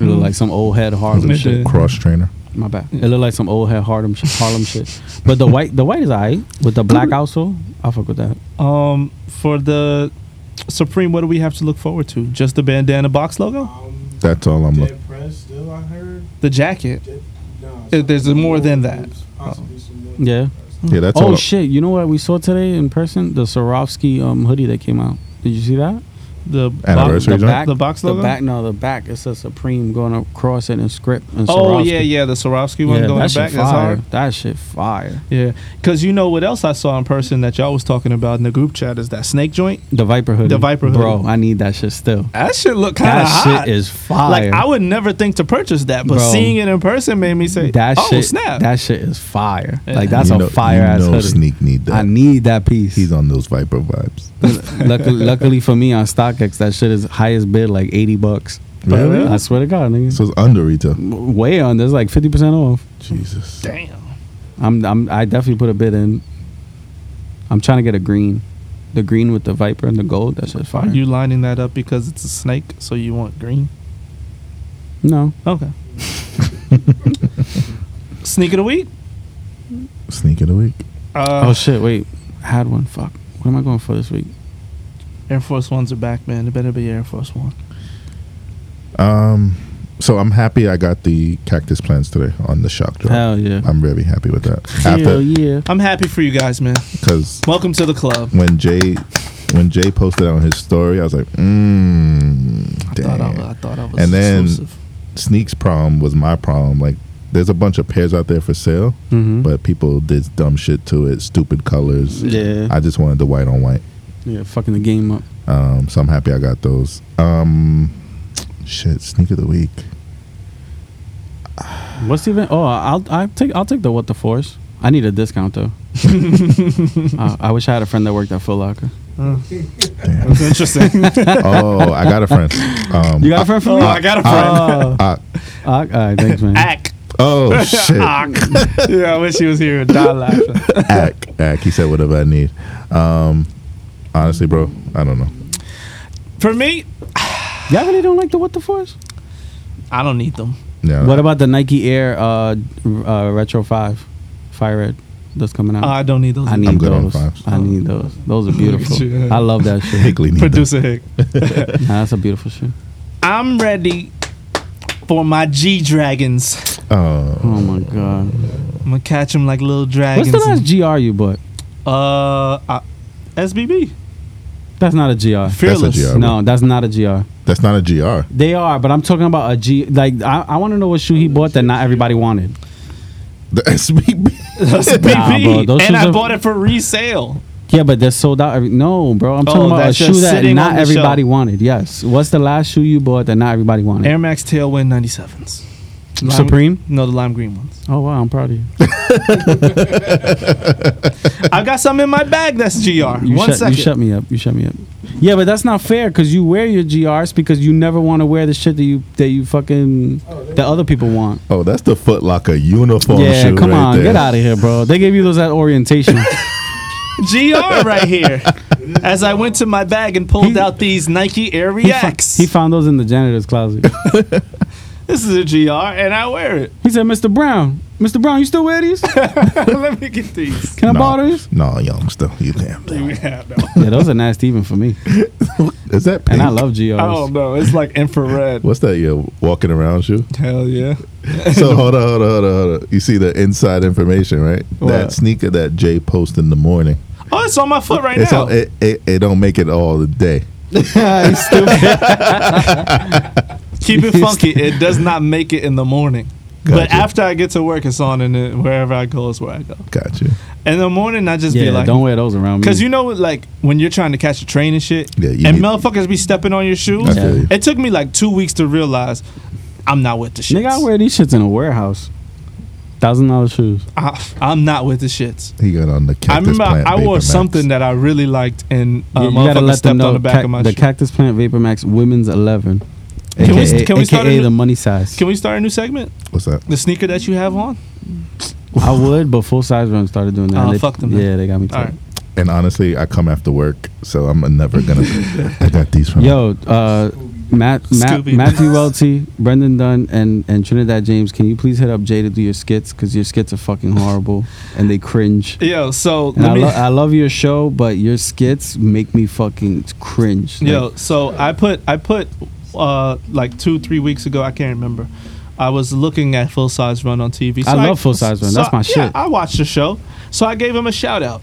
[SPEAKER 6] It looked like some old head Harlem
[SPEAKER 3] It
[SPEAKER 6] shit.
[SPEAKER 3] did.
[SPEAKER 4] cross trainer.
[SPEAKER 6] My bad. It looked like some old head Harlem shit. Harlem shit. But the white, the white is alright with the black also. I fuck with that.
[SPEAKER 3] Um, for the Supreme, what do we have to look forward to? Just the bandana box logo,
[SPEAKER 4] That's all I'm looking.
[SPEAKER 2] Dead press still, I heard.
[SPEAKER 3] the jacket.
[SPEAKER 2] No,
[SPEAKER 3] Uh, there's more than that. Oh.
[SPEAKER 2] Possibly some more.
[SPEAKER 6] Yeah.
[SPEAKER 4] Yeah, that's all.
[SPEAKER 6] Oh shit! You know what we saw today in person? The Swarovski um, hoodie that came out. Did you see that?
[SPEAKER 3] The box-
[SPEAKER 4] Anniversary
[SPEAKER 3] the
[SPEAKER 4] joint?
[SPEAKER 3] back, the box
[SPEAKER 6] The
[SPEAKER 3] logo.
[SPEAKER 6] back. No, the back. It says Supreme going across it in script. And
[SPEAKER 3] Oh
[SPEAKER 6] Swarovski.
[SPEAKER 3] yeah, yeah, the Swarovski one
[SPEAKER 6] Yeah,
[SPEAKER 3] going
[SPEAKER 6] that
[SPEAKER 3] back. That's
[SPEAKER 6] shit fire.
[SPEAKER 3] hard.
[SPEAKER 6] That shit fire.
[SPEAKER 3] Yeah, because you know what else I saw in person that y'all was talking about in the group chat is that snake joint.
[SPEAKER 6] The Viper hoodie.
[SPEAKER 3] The Viper
[SPEAKER 6] Bro,
[SPEAKER 3] hoodie.
[SPEAKER 6] I need that shit still.
[SPEAKER 3] That shit look kind
[SPEAKER 6] That
[SPEAKER 3] of hot.
[SPEAKER 6] shit is fire.
[SPEAKER 3] like I would never think to purchase that, but
[SPEAKER 6] Bro.
[SPEAKER 3] seeing it in person made me say,
[SPEAKER 6] that
[SPEAKER 3] "Oh
[SPEAKER 6] shit,
[SPEAKER 3] snap!"
[SPEAKER 6] That shit is fire.
[SPEAKER 3] Yeah.
[SPEAKER 6] Like that's
[SPEAKER 4] You
[SPEAKER 6] a
[SPEAKER 4] know-
[SPEAKER 6] fire ass
[SPEAKER 4] you know
[SPEAKER 6] hoodie.
[SPEAKER 4] Sneak need that.
[SPEAKER 6] I need that piece.
[SPEAKER 4] He's on those Viper vibes.
[SPEAKER 6] luckily, luckily for me on StockX, that shit is highest bid like eighty bucks.
[SPEAKER 4] Really?
[SPEAKER 6] I swear to God, nigga.
[SPEAKER 4] So it's under retail.
[SPEAKER 6] Way on. There's like fifty percent off.
[SPEAKER 4] Jesus.
[SPEAKER 3] Damn.
[SPEAKER 6] I'm, I'm I definitely put a bid in. I'm trying to get a green, the green with the Viper and the gold. That shit's
[SPEAKER 3] Are
[SPEAKER 6] fire.
[SPEAKER 3] you lining that up because it's a snake, so you want green?
[SPEAKER 6] no,
[SPEAKER 3] Okay. Sneak of the week.
[SPEAKER 4] Sneak of the week.
[SPEAKER 3] Uh,
[SPEAKER 6] oh shit! Wait, I had one. Fuck. What am I going for this week?
[SPEAKER 3] Air Force Ones are back, man. It better be Air Force One.
[SPEAKER 4] Um, so I'm happy I got the cactus plants today on the shock drop.
[SPEAKER 6] Hell yeah.
[SPEAKER 4] I'm very happy with that.
[SPEAKER 6] Hell
[SPEAKER 4] After
[SPEAKER 6] yeah.
[SPEAKER 3] I'm happy for you guys, man.
[SPEAKER 4] because
[SPEAKER 3] Welcome to the club.
[SPEAKER 4] when Jay when Jay posted on his story, I was like, mmm,
[SPEAKER 3] I thought I,
[SPEAKER 4] damn.
[SPEAKER 3] was, I thought I was
[SPEAKER 4] And then-
[SPEAKER 3] exclusive.
[SPEAKER 4] Sneaks problem was my problem. Like, there's a bunch of pairs out there for sale,
[SPEAKER 6] Mm-hmm.
[SPEAKER 4] but people did dumb shit to it, stupid colors.
[SPEAKER 6] Yeah.
[SPEAKER 4] I just wanted the white on white.
[SPEAKER 6] Yeah. Fucking the game up.
[SPEAKER 4] Um, so I'm happy I got those. Um, shit, sneak of the week.
[SPEAKER 6] What's even? Oh, I'll I take I'll take the what the force. I need a discount though. I, I wish I had a friend that worked at Foot Locker.
[SPEAKER 3] That's interesting.
[SPEAKER 4] Oh, I got a friend. Um,
[SPEAKER 6] You got a friend for me?
[SPEAKER 3] I got a
[SPEAKER 6] Oh,
[SPEAKER 4] uh,
[SPEAKER 6] all right, thanks, man.
[SPEAKER 3] Ack.
[SPEAKER 4] oh shit.
[SPEAKER 3] yeah, I wish he was here. Die laughing.
[SPEAKER 4] act, act. He said whatever I need. Um, honestly, bro, I don't know.
[SPEAKER 3] For me,
[SPEAKER 6] Y'all really don't like the what the force?
[SPEAKER 3] I don't need them.
[SPEAKER 4] Yeah,
[SPEAKER 6] What about the Nike Air uh, uh, Retro Five, Fire Red that's coming out?
[SPEAKER 3] I don't need those.
[SPEAKER 6] Mm. I need
[SPEAKER 4] I'm good on
[SPEAKER 6] those.
[SPEAKER 4] fives.
[SPEAKER 6] I need those. Those are
[SPEAKER 3] you.
[SPEAKER 6] beautiful. I love that shit.
[SPEAKER 4] Higley need that.
[SPEAKER 3] Producer Hick.
[SPEAKER 6] Nah, that's a beautiful shit.
[SPEAKER 3] I'm ready for my G Dragons.
[SPEAKER 6] Oh
[SPEAKER 4] Oh,
[SPEAKER 6] my god.
[SPEAKER 3] I'm gonna catch them like little
[SPEAKER 6] What's
[SPEAKER 3] dragons.
[SPEAKER 6] the last GR you bought?
[SPEAKER 3] Uh, I, SBB.
[SPEAKER 6] That's not a GR.
[SPEAKER 3] Fearless.
[SPEAKER 4] GR.
[SPEAKER 6] No, that's not a GR.
[SPEAKER 4] that's not a gr.
[SPEAKER 6] They are, but I'm talking about a G. Like I, I want to know what shoe he bought that not everybody wanted.
[SPEAKER 4] The SBB.
[SPEAKER 3] SBB.
[SPEAKER 6] Nah, bro, those
[SPEAKER 3] and
[SPEAKER 6] shoes
[SPEAKER 3] I
[SPEAKER 6] are-
[SPEAKER 3] bought it for resale.
[SPEAKER 6] Yeah, but they're sold out. Every, no, bro, I'm
[SPEAKER 3] Oh,
[SPEAKER 6] talking about a
[SPEAKER 3] that's
[SPEAKER 6] shoe
[SPEAKER 3] just
[SPEAKER 6] that
[SPEAKER 3] sitting on
[SPEAKER 6] not
[SPEAKER 3] the
[SPEAKER 6] everybody wanted. Yes, what's the last shoe you bought that not everybody wanted?
[SPEAKER 3] Air Max Tailwind 97s. Lime-
[SPEAKER 6] Supreme.
[SPEAKER 3] No, the lime green ones.
[SPEAKER 6] Oh wow, I'm proud of you.
[SPEAKER 3] I got some in my bag that's GR.
[SPEAKER 6] You,
[SPEAKER 3] One
[SPEAKER 6] shut,
[SPEAKER 3] second.
[SPEAKER 6] you shut me up. You shut me up. Yeah, but that's not fair because you wear your GRs because you never want to wear the shit that you that you fucking that other people want.
[SPEAKER 4] Oh, that's the Foot Locker uniform
[SPEAKER 6] yeah,
[SPEAKER 4] shoe
[SPEAKER 6] come
[SPEAKER 4] right
[SPEAKER 6] on,
[SPEAKER 4] there.
[SPEAKER 6] get out of here, bro. They gave you those at orientation.
[SPEAKER 3] GR right here. As I went to my bag and pulled
[SPEAKER 6] He-
[SPEAKER 3] out these Nike Air
[SPEAKER 6] he, fo-
[SPEAKER 3] Reacts.
[SPEAKER 6] he found those in the janitor's closet.
[SPEAKER 3] This is a GR, and I wear it.
[SPEAKER 6] He said, Mr. Brown, Mr. Brown, you still wear these? Can
[SPEAKER 3] Let me get these.
[SPEAKER 6] I
[SPEAKER 4] no,
[SPEAKER 6] borrow these?
[SPEAKER 4] No, youngster, you can't.
[SPEAKER 3] Yeah, no.
[SPEAKER 6] Yeah, those are nasty even for me.
[SPEAKER 4] Is that pink?
[SPEAKER 6] And I love GRs.
[SPEAKER 3] I don't know. It's like infrared.
[SPEAKER 4] What's that? Your walking around shoe.
[SPEAKER 3] Hell yeah.
[SPEAKER 4] So hold on, hold on, hold on, hold on. You see the inside information, right? That
[SPEAKER 3] What?
[SPEAKER 4] sneaker that Jay posted in the morning.
[SPEAKER 3] Oh, it's on my foot right
[SPEAKER 4] It's
[SPEAKER 3] now.
[SPEAKER 4] all, it, it it don't make it all the day.
[SPEAKER 6] You stupid.
[SPEAKER 3] Keep it funky. It does not make it in the morning. But
[SPEAKER 4] Gotcha.
[SPEAKER 3] after I get to work, it's on, and then wherever I go is where I go.
[SPEAKER 4] Got you.
[SPEAKER 3] In the morning, I just be
[SPEAKER 6] yeah,
[SPEAKER 3] like,
[SPEAKER 6] don't wear those around me.
[SPEAKER 3] Cause you know, like when you're trying to catch a train and shit,
[SPEAKER 4] Yeah, you
[SPEAKER 3] and
[SPEAKER 4] need-
[SPEAKER 3] motherfuckers be stepping on your shoes.
[SPEAKER 4] I feel you.
[SPEAKER 3] It took me like two weeks to realize I'm not with the shits.
[SPEAKER 6] Nigga, I wear these shits in a warehouse. Thousand dollar
[SPEAKER 3] Uh,
[SPEAKER 6] shoes.
[SPEAKER 3] I, am not with the shits.
[SPEAKER 4] He got on the cactus
[SPEAKER 3] I remember
[SPEAKER 4] plant
[SPEAKER 3] I
[SPEAKER 4] Vapor
[SPEAKER 3] wore
[SPEAKER 4] Max.
[SPEAKER 3] something that I really liked, and a
[SPEAKER 6] you, you gotta
[SPEAKER 3] motherfucker
[SPEAKER 6] let them
[SPEAKER 3] stepped
[SPEAKER 6] know
[SPEAKER 3] on the back
[SPEAKER 6] cac-
[SPEAKER 3] of my
[SPEAKER 6] the
[SPEAKER 3] shoe.
[SPEAKER 6] Cactus Plant Vapor Max Women's Eleven.
[SPEAKER 3] Can we-
[SPEAKER 6] AKA,
[SPEAKER 3] can we start a
[SPEAKER 6] AKA
[SPEAKER 3] new-
[SPEAKER 6] the money size?
[SPEAKER 3] Can we start a new segment?
[SPEAKER 4] What's that?
[SPEAKER 3] The sneaker that you have on.
[SPEAKER 6] I would, but full size run started doing that.
[SPEAKER 3] Oh,
[SPEAKER 6] and they-
[SPEAKER 3] fuck them then.
[SPEAKER 6] Yeah, they got me.
[SPEAKER 3] All
[SPEAKER 6] tight.
[SPEAKER 3] right.
[SPEAKER 4] And honestly, I come after work, so I'm never gonna. I got these from.
[SPEAKER 6] Yo, uh, Matt, Matt,
[SPEAKER 3] Scooby.
[SPEAKER 6] Matthew Welty, Brendan Dunn, and, and Trinidad James, can you please hit up Jay to do your skits? Because your skits are fucking horrible and they cringe.
[SPEAKER 3] Yo, so
[SPEAKER 6] And
[SPEAKER 3] let
[SPEAKER 6] I,
[SPEAKER 3] me.
[SPEAKER 6] lo- I love your show, but your skits make me fucking cringe. Like,
[SPEAKER 3] Yo, so I put I put uh like two three weeks ago I can't remember. I was looking at Full Size Run on TV.
[SPEAKER 6] I love Full Size Run. That's my
[SPEAKER 3] Yeah,
[SPEAKER 6] shit.
[SPEAKER 3] I watched the show, so I gave him a shout out.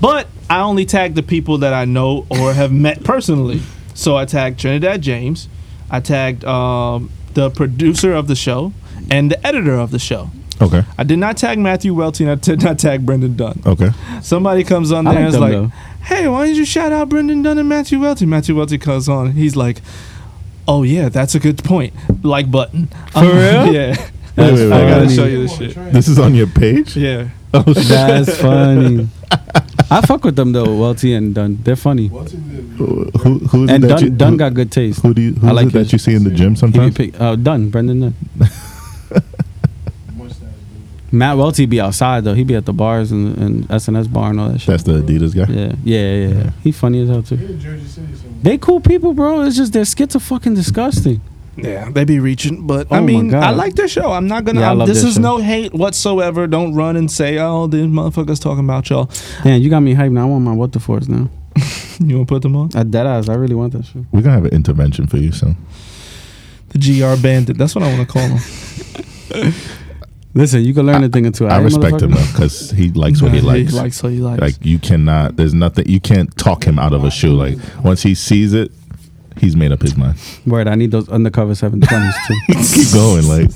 [SPEAKER 3] But I only tagged the people that I know or have met personally. So I tagged Trinidad James, I tagged um, the producer of the show and the editor of the show.
[SPEAKER 4] Okay.
[SPEAKER 3] I did not tag Matthew Welty and I did not tag Brendan Dunn.
[SPEAKER 4] Okay.
[SPEAKER 3] Somebody comes on
[SPEAKER 6] I
[SPEAKER 3] there and
[SPEAKER 6] like
[SPEAKER 3] is
[SPEAKER 6] them,
[SPEAKER 3] like,
[SPEAKER 6] though.
[SPEAKER 3] hey, why didn't you shout out Brendan Dunn and Matthew Welty? Matthew Welty comes on. He's like, oh, yeah, that's a good point. Like button. For
[SPEAKER 6] real?
[SPEAKER 3] Yeah.
[SPEAKER 4] Wait, wait, wait,
[SPEAKER 3] I gotta
[SPEAKER 6] funny.
[SPEAKER 3] show you this shit.
[SPEAKER 4] This is on your page.
[SPEAKER 3] Yeah.
[SPEAKER 4] Oh shit.
[SPEAKER 6] That's funny. I fuck with them though, Welty and Dunn. They're funny.
[SPEAKER 4] Who, who is it
[SPEAKER 6] and
[SPEAKER 4] that
[SPEAKER 6] Dunn,
[SPEAKER 4] you,
[SPEAKER 6] Dunn
[SPEAKER 4] who,
[SPEAKER 6] got good taste.
[SPEAKER 4] Who do you? Who
[SPEAKER 6] I
[SPEAKER 4] is
[SPEAKER 6] like
[SPEAKER 4] it that
[SPEAKER 6] his-
[SPEAKER 4] you see in the gym
[SPEAKER 6] He be
[SPEAKER 4] sometimes?
[SPEAKER 6] pick, uh, Dunn, Brendan Dunn. Matt Welty be outside though. He be at the bars and, and SNS bar and all that shit.
[SPEAKER 4] That's the Adidas guy.
[SPEAKER 6] Yeah, yeah, yeah, yeah. He funny as hell too. They cool people, bro. It's just their skits are fucking disgusting.
[SPEAKER 3] Yeah, they be reaching, but
[SPEAKER 6] Oh
[SPEAKER 3] I
[SPEAKER 6] my
[SPEAKER 3] mean,
[SPEAKER 6] God.
[SPEAKER 3] I like their show. I'm not gonna.
[SPEAKER 6] Yeah, I
[SPEAKER 3] I'm-
[SPEAKER 6] love
[SPEAKER 3] this
[SPEAKER 6] their
[SPEAKER 3] is
[SPEAKER 6] show.
[SPEAKER 3] no hate whatsoever. Don't run and say, "Oh, these motherfuckers talking about y'all."
[SPEAKER 6] Damn, you got me hyped now. I want my what the force now.
[SPEAKER 3] You wanna put them on?
[SPEAKER 6] I dead ass. I really want that shit.
[SPEAKER 4] We're gonna have an intervention for you soon.
[SPEAKER 3] The GR Bandit. That's what I wanna call them.
[SPEAKER 6] Listen, you can learn a thing or two.
[SPEAKER 4] I
[SPEAKER 6] right,
[SPEAKER 4] respect him
[SPEAKER 6] motherfucker?
[SPEAKER 4] though, because he likes what he
[SPEAKER 3] Nah,
[SPEAKER 4] likes.
[SPEAKER 3] He likes what he likes.
[SPEAKER 4] Like you cannot. There's nothing. You can't talk him out of a shoe. Like once he sees it, he's made up his mind.
[SPEAKER 6] Word, I need those undercover seven twenties too.
[SPEAKER 4] Keep going. Like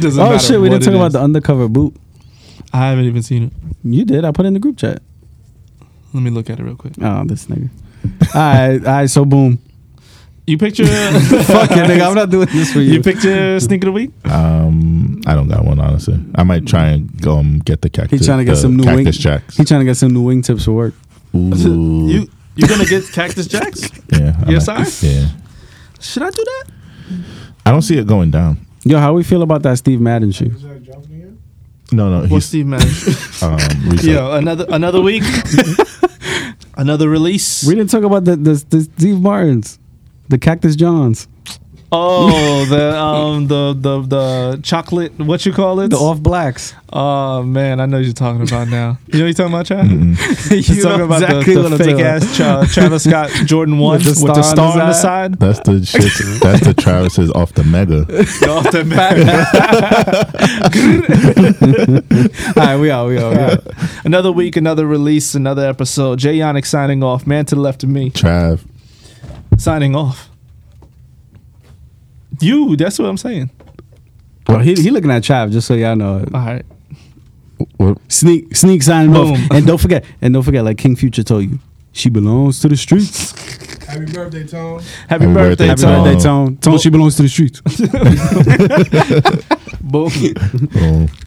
[SPEAKER 3] Doesn't
[SPEAKER 6] oh
[SPEAKER 3] matter
[SPEAKER 6] shit, we
[SPEAKER 3] what
[SPEAKER 6] didn't talk
[SPEAKER 3] it
[SPEAKER 6] about
[SPEAKER 3] is.
[SPEAKER 6] the undercover boot.
[SPEAKER 3] I haven't even seen it.
[SPEAKER 6] You did. I put it in the group chat.
[SPEAKER 3] Let me look at it real quick.
[SPEAKER 6] Oh, this nigga. all right, all right. So boom.
[SPEAKER 3] You picture
[SPEAKER 6] Fuck it, nigga. I'm not doing this for you.
[SPEAKER 3] You picture sneaker of the week?
[SPEAKER 4] Um, I don't got one honestly. I might try and go um, get the cactus.
[SPEAKER 6] He trying to get
[SPEAKER 4] the
[SPEAKER 6] some new wing-
[SPEAKER 4] cactus jacks.
[SPEAKER 6] he trying to get some new wingtips for work.
[SPEAKER 4] Ooh,
[SPEAKER 3] You you gonna get cactus jacks?
[SPEAKER 4] yeah, I
[SPEAKER 3] Yes,
[SPEAKER 4] might-
[SPEAKER 3] sir?
[SPEAKER 4] Yeah,
[SPEAKER 3] Should I do that?
[SPEAKER 4] I don't see it going down.
[SPEAKER 6] Yo, how we feel about that Steve Madden shit?
[SPEAKER 4] No, no,
[SPEAKER 3] What's
[SPEAKER 4] he's
[SPEAKER 3] Steve man?
[SPEAKER 4] um, recycled.
[SPEAKER 3] Yo, another another week, another release.
[SPEAKER 6] We didn't talk about the the, the Steve Martins, the Cactus Johns,
[SPEAKER 3] Oh, the um the the the chocolate. What you call it?
[SPEAKER 6] the Off Blacks.
[SPEAKER 3] Oh man, I know what you're talking about now. You know what you're talking about, Chad?
[SPEAKER 4] Mm-mm.
[SPEAKER 6] you
[SPEAKER 3] He's talking
[SPEAKER 6] know
[SPEAKER 3] about
[SPEAKER 6] exactly
[SPEAKER 3] the,
[SPEAKER 6] what
[SPEAKER 3] the
[SPEAKER 6] I'm
[SPEAKER 3] fake
[SPEAKER 6] talking
[SPEAKER 3] ass tra- Travis Scott Jordan one with the star, on the side.
[SPEAKER 4] That's the shit. That's the Travis's off the mega.
[SPEAKER 3] Off the back.
[SPEAKER 6] about. All right, we out, we out, we out.
[SPEAKER 3] another week, another release, another episode. Jay Yannick signing off. Man to the left of me.
[SPEAKER 4] Trav.
[SPEAKER 3] signing off. You, that's what I'm saying.
[SPEAKER 6] Well, he, he looking at Trav just so y'all know.
[SPEAKER 3] All right.
[SPEAKER 6] Sneak sneak signing off,
[SPEAKER 3] Boom.
[SPEAKER 6] and don't forget, and don't forget, like King Future told you, she belongs to the streets.
[SPEAKER 2] Happy birthday, Tone.
[SPEAKER 3] Happy,
[SPEAKER 4] Happy
[SPEAKER 3] birthday,
[SPEAKER 4] birthday,
[SPEAKER 6] Happy
[SPEAKER 3] Tom.
[SPEAKER 6] birthday, Tone. Tone, she belongs to the streets.
[SPEAKER 3] Boom.
[SPEAKER 4] Oh.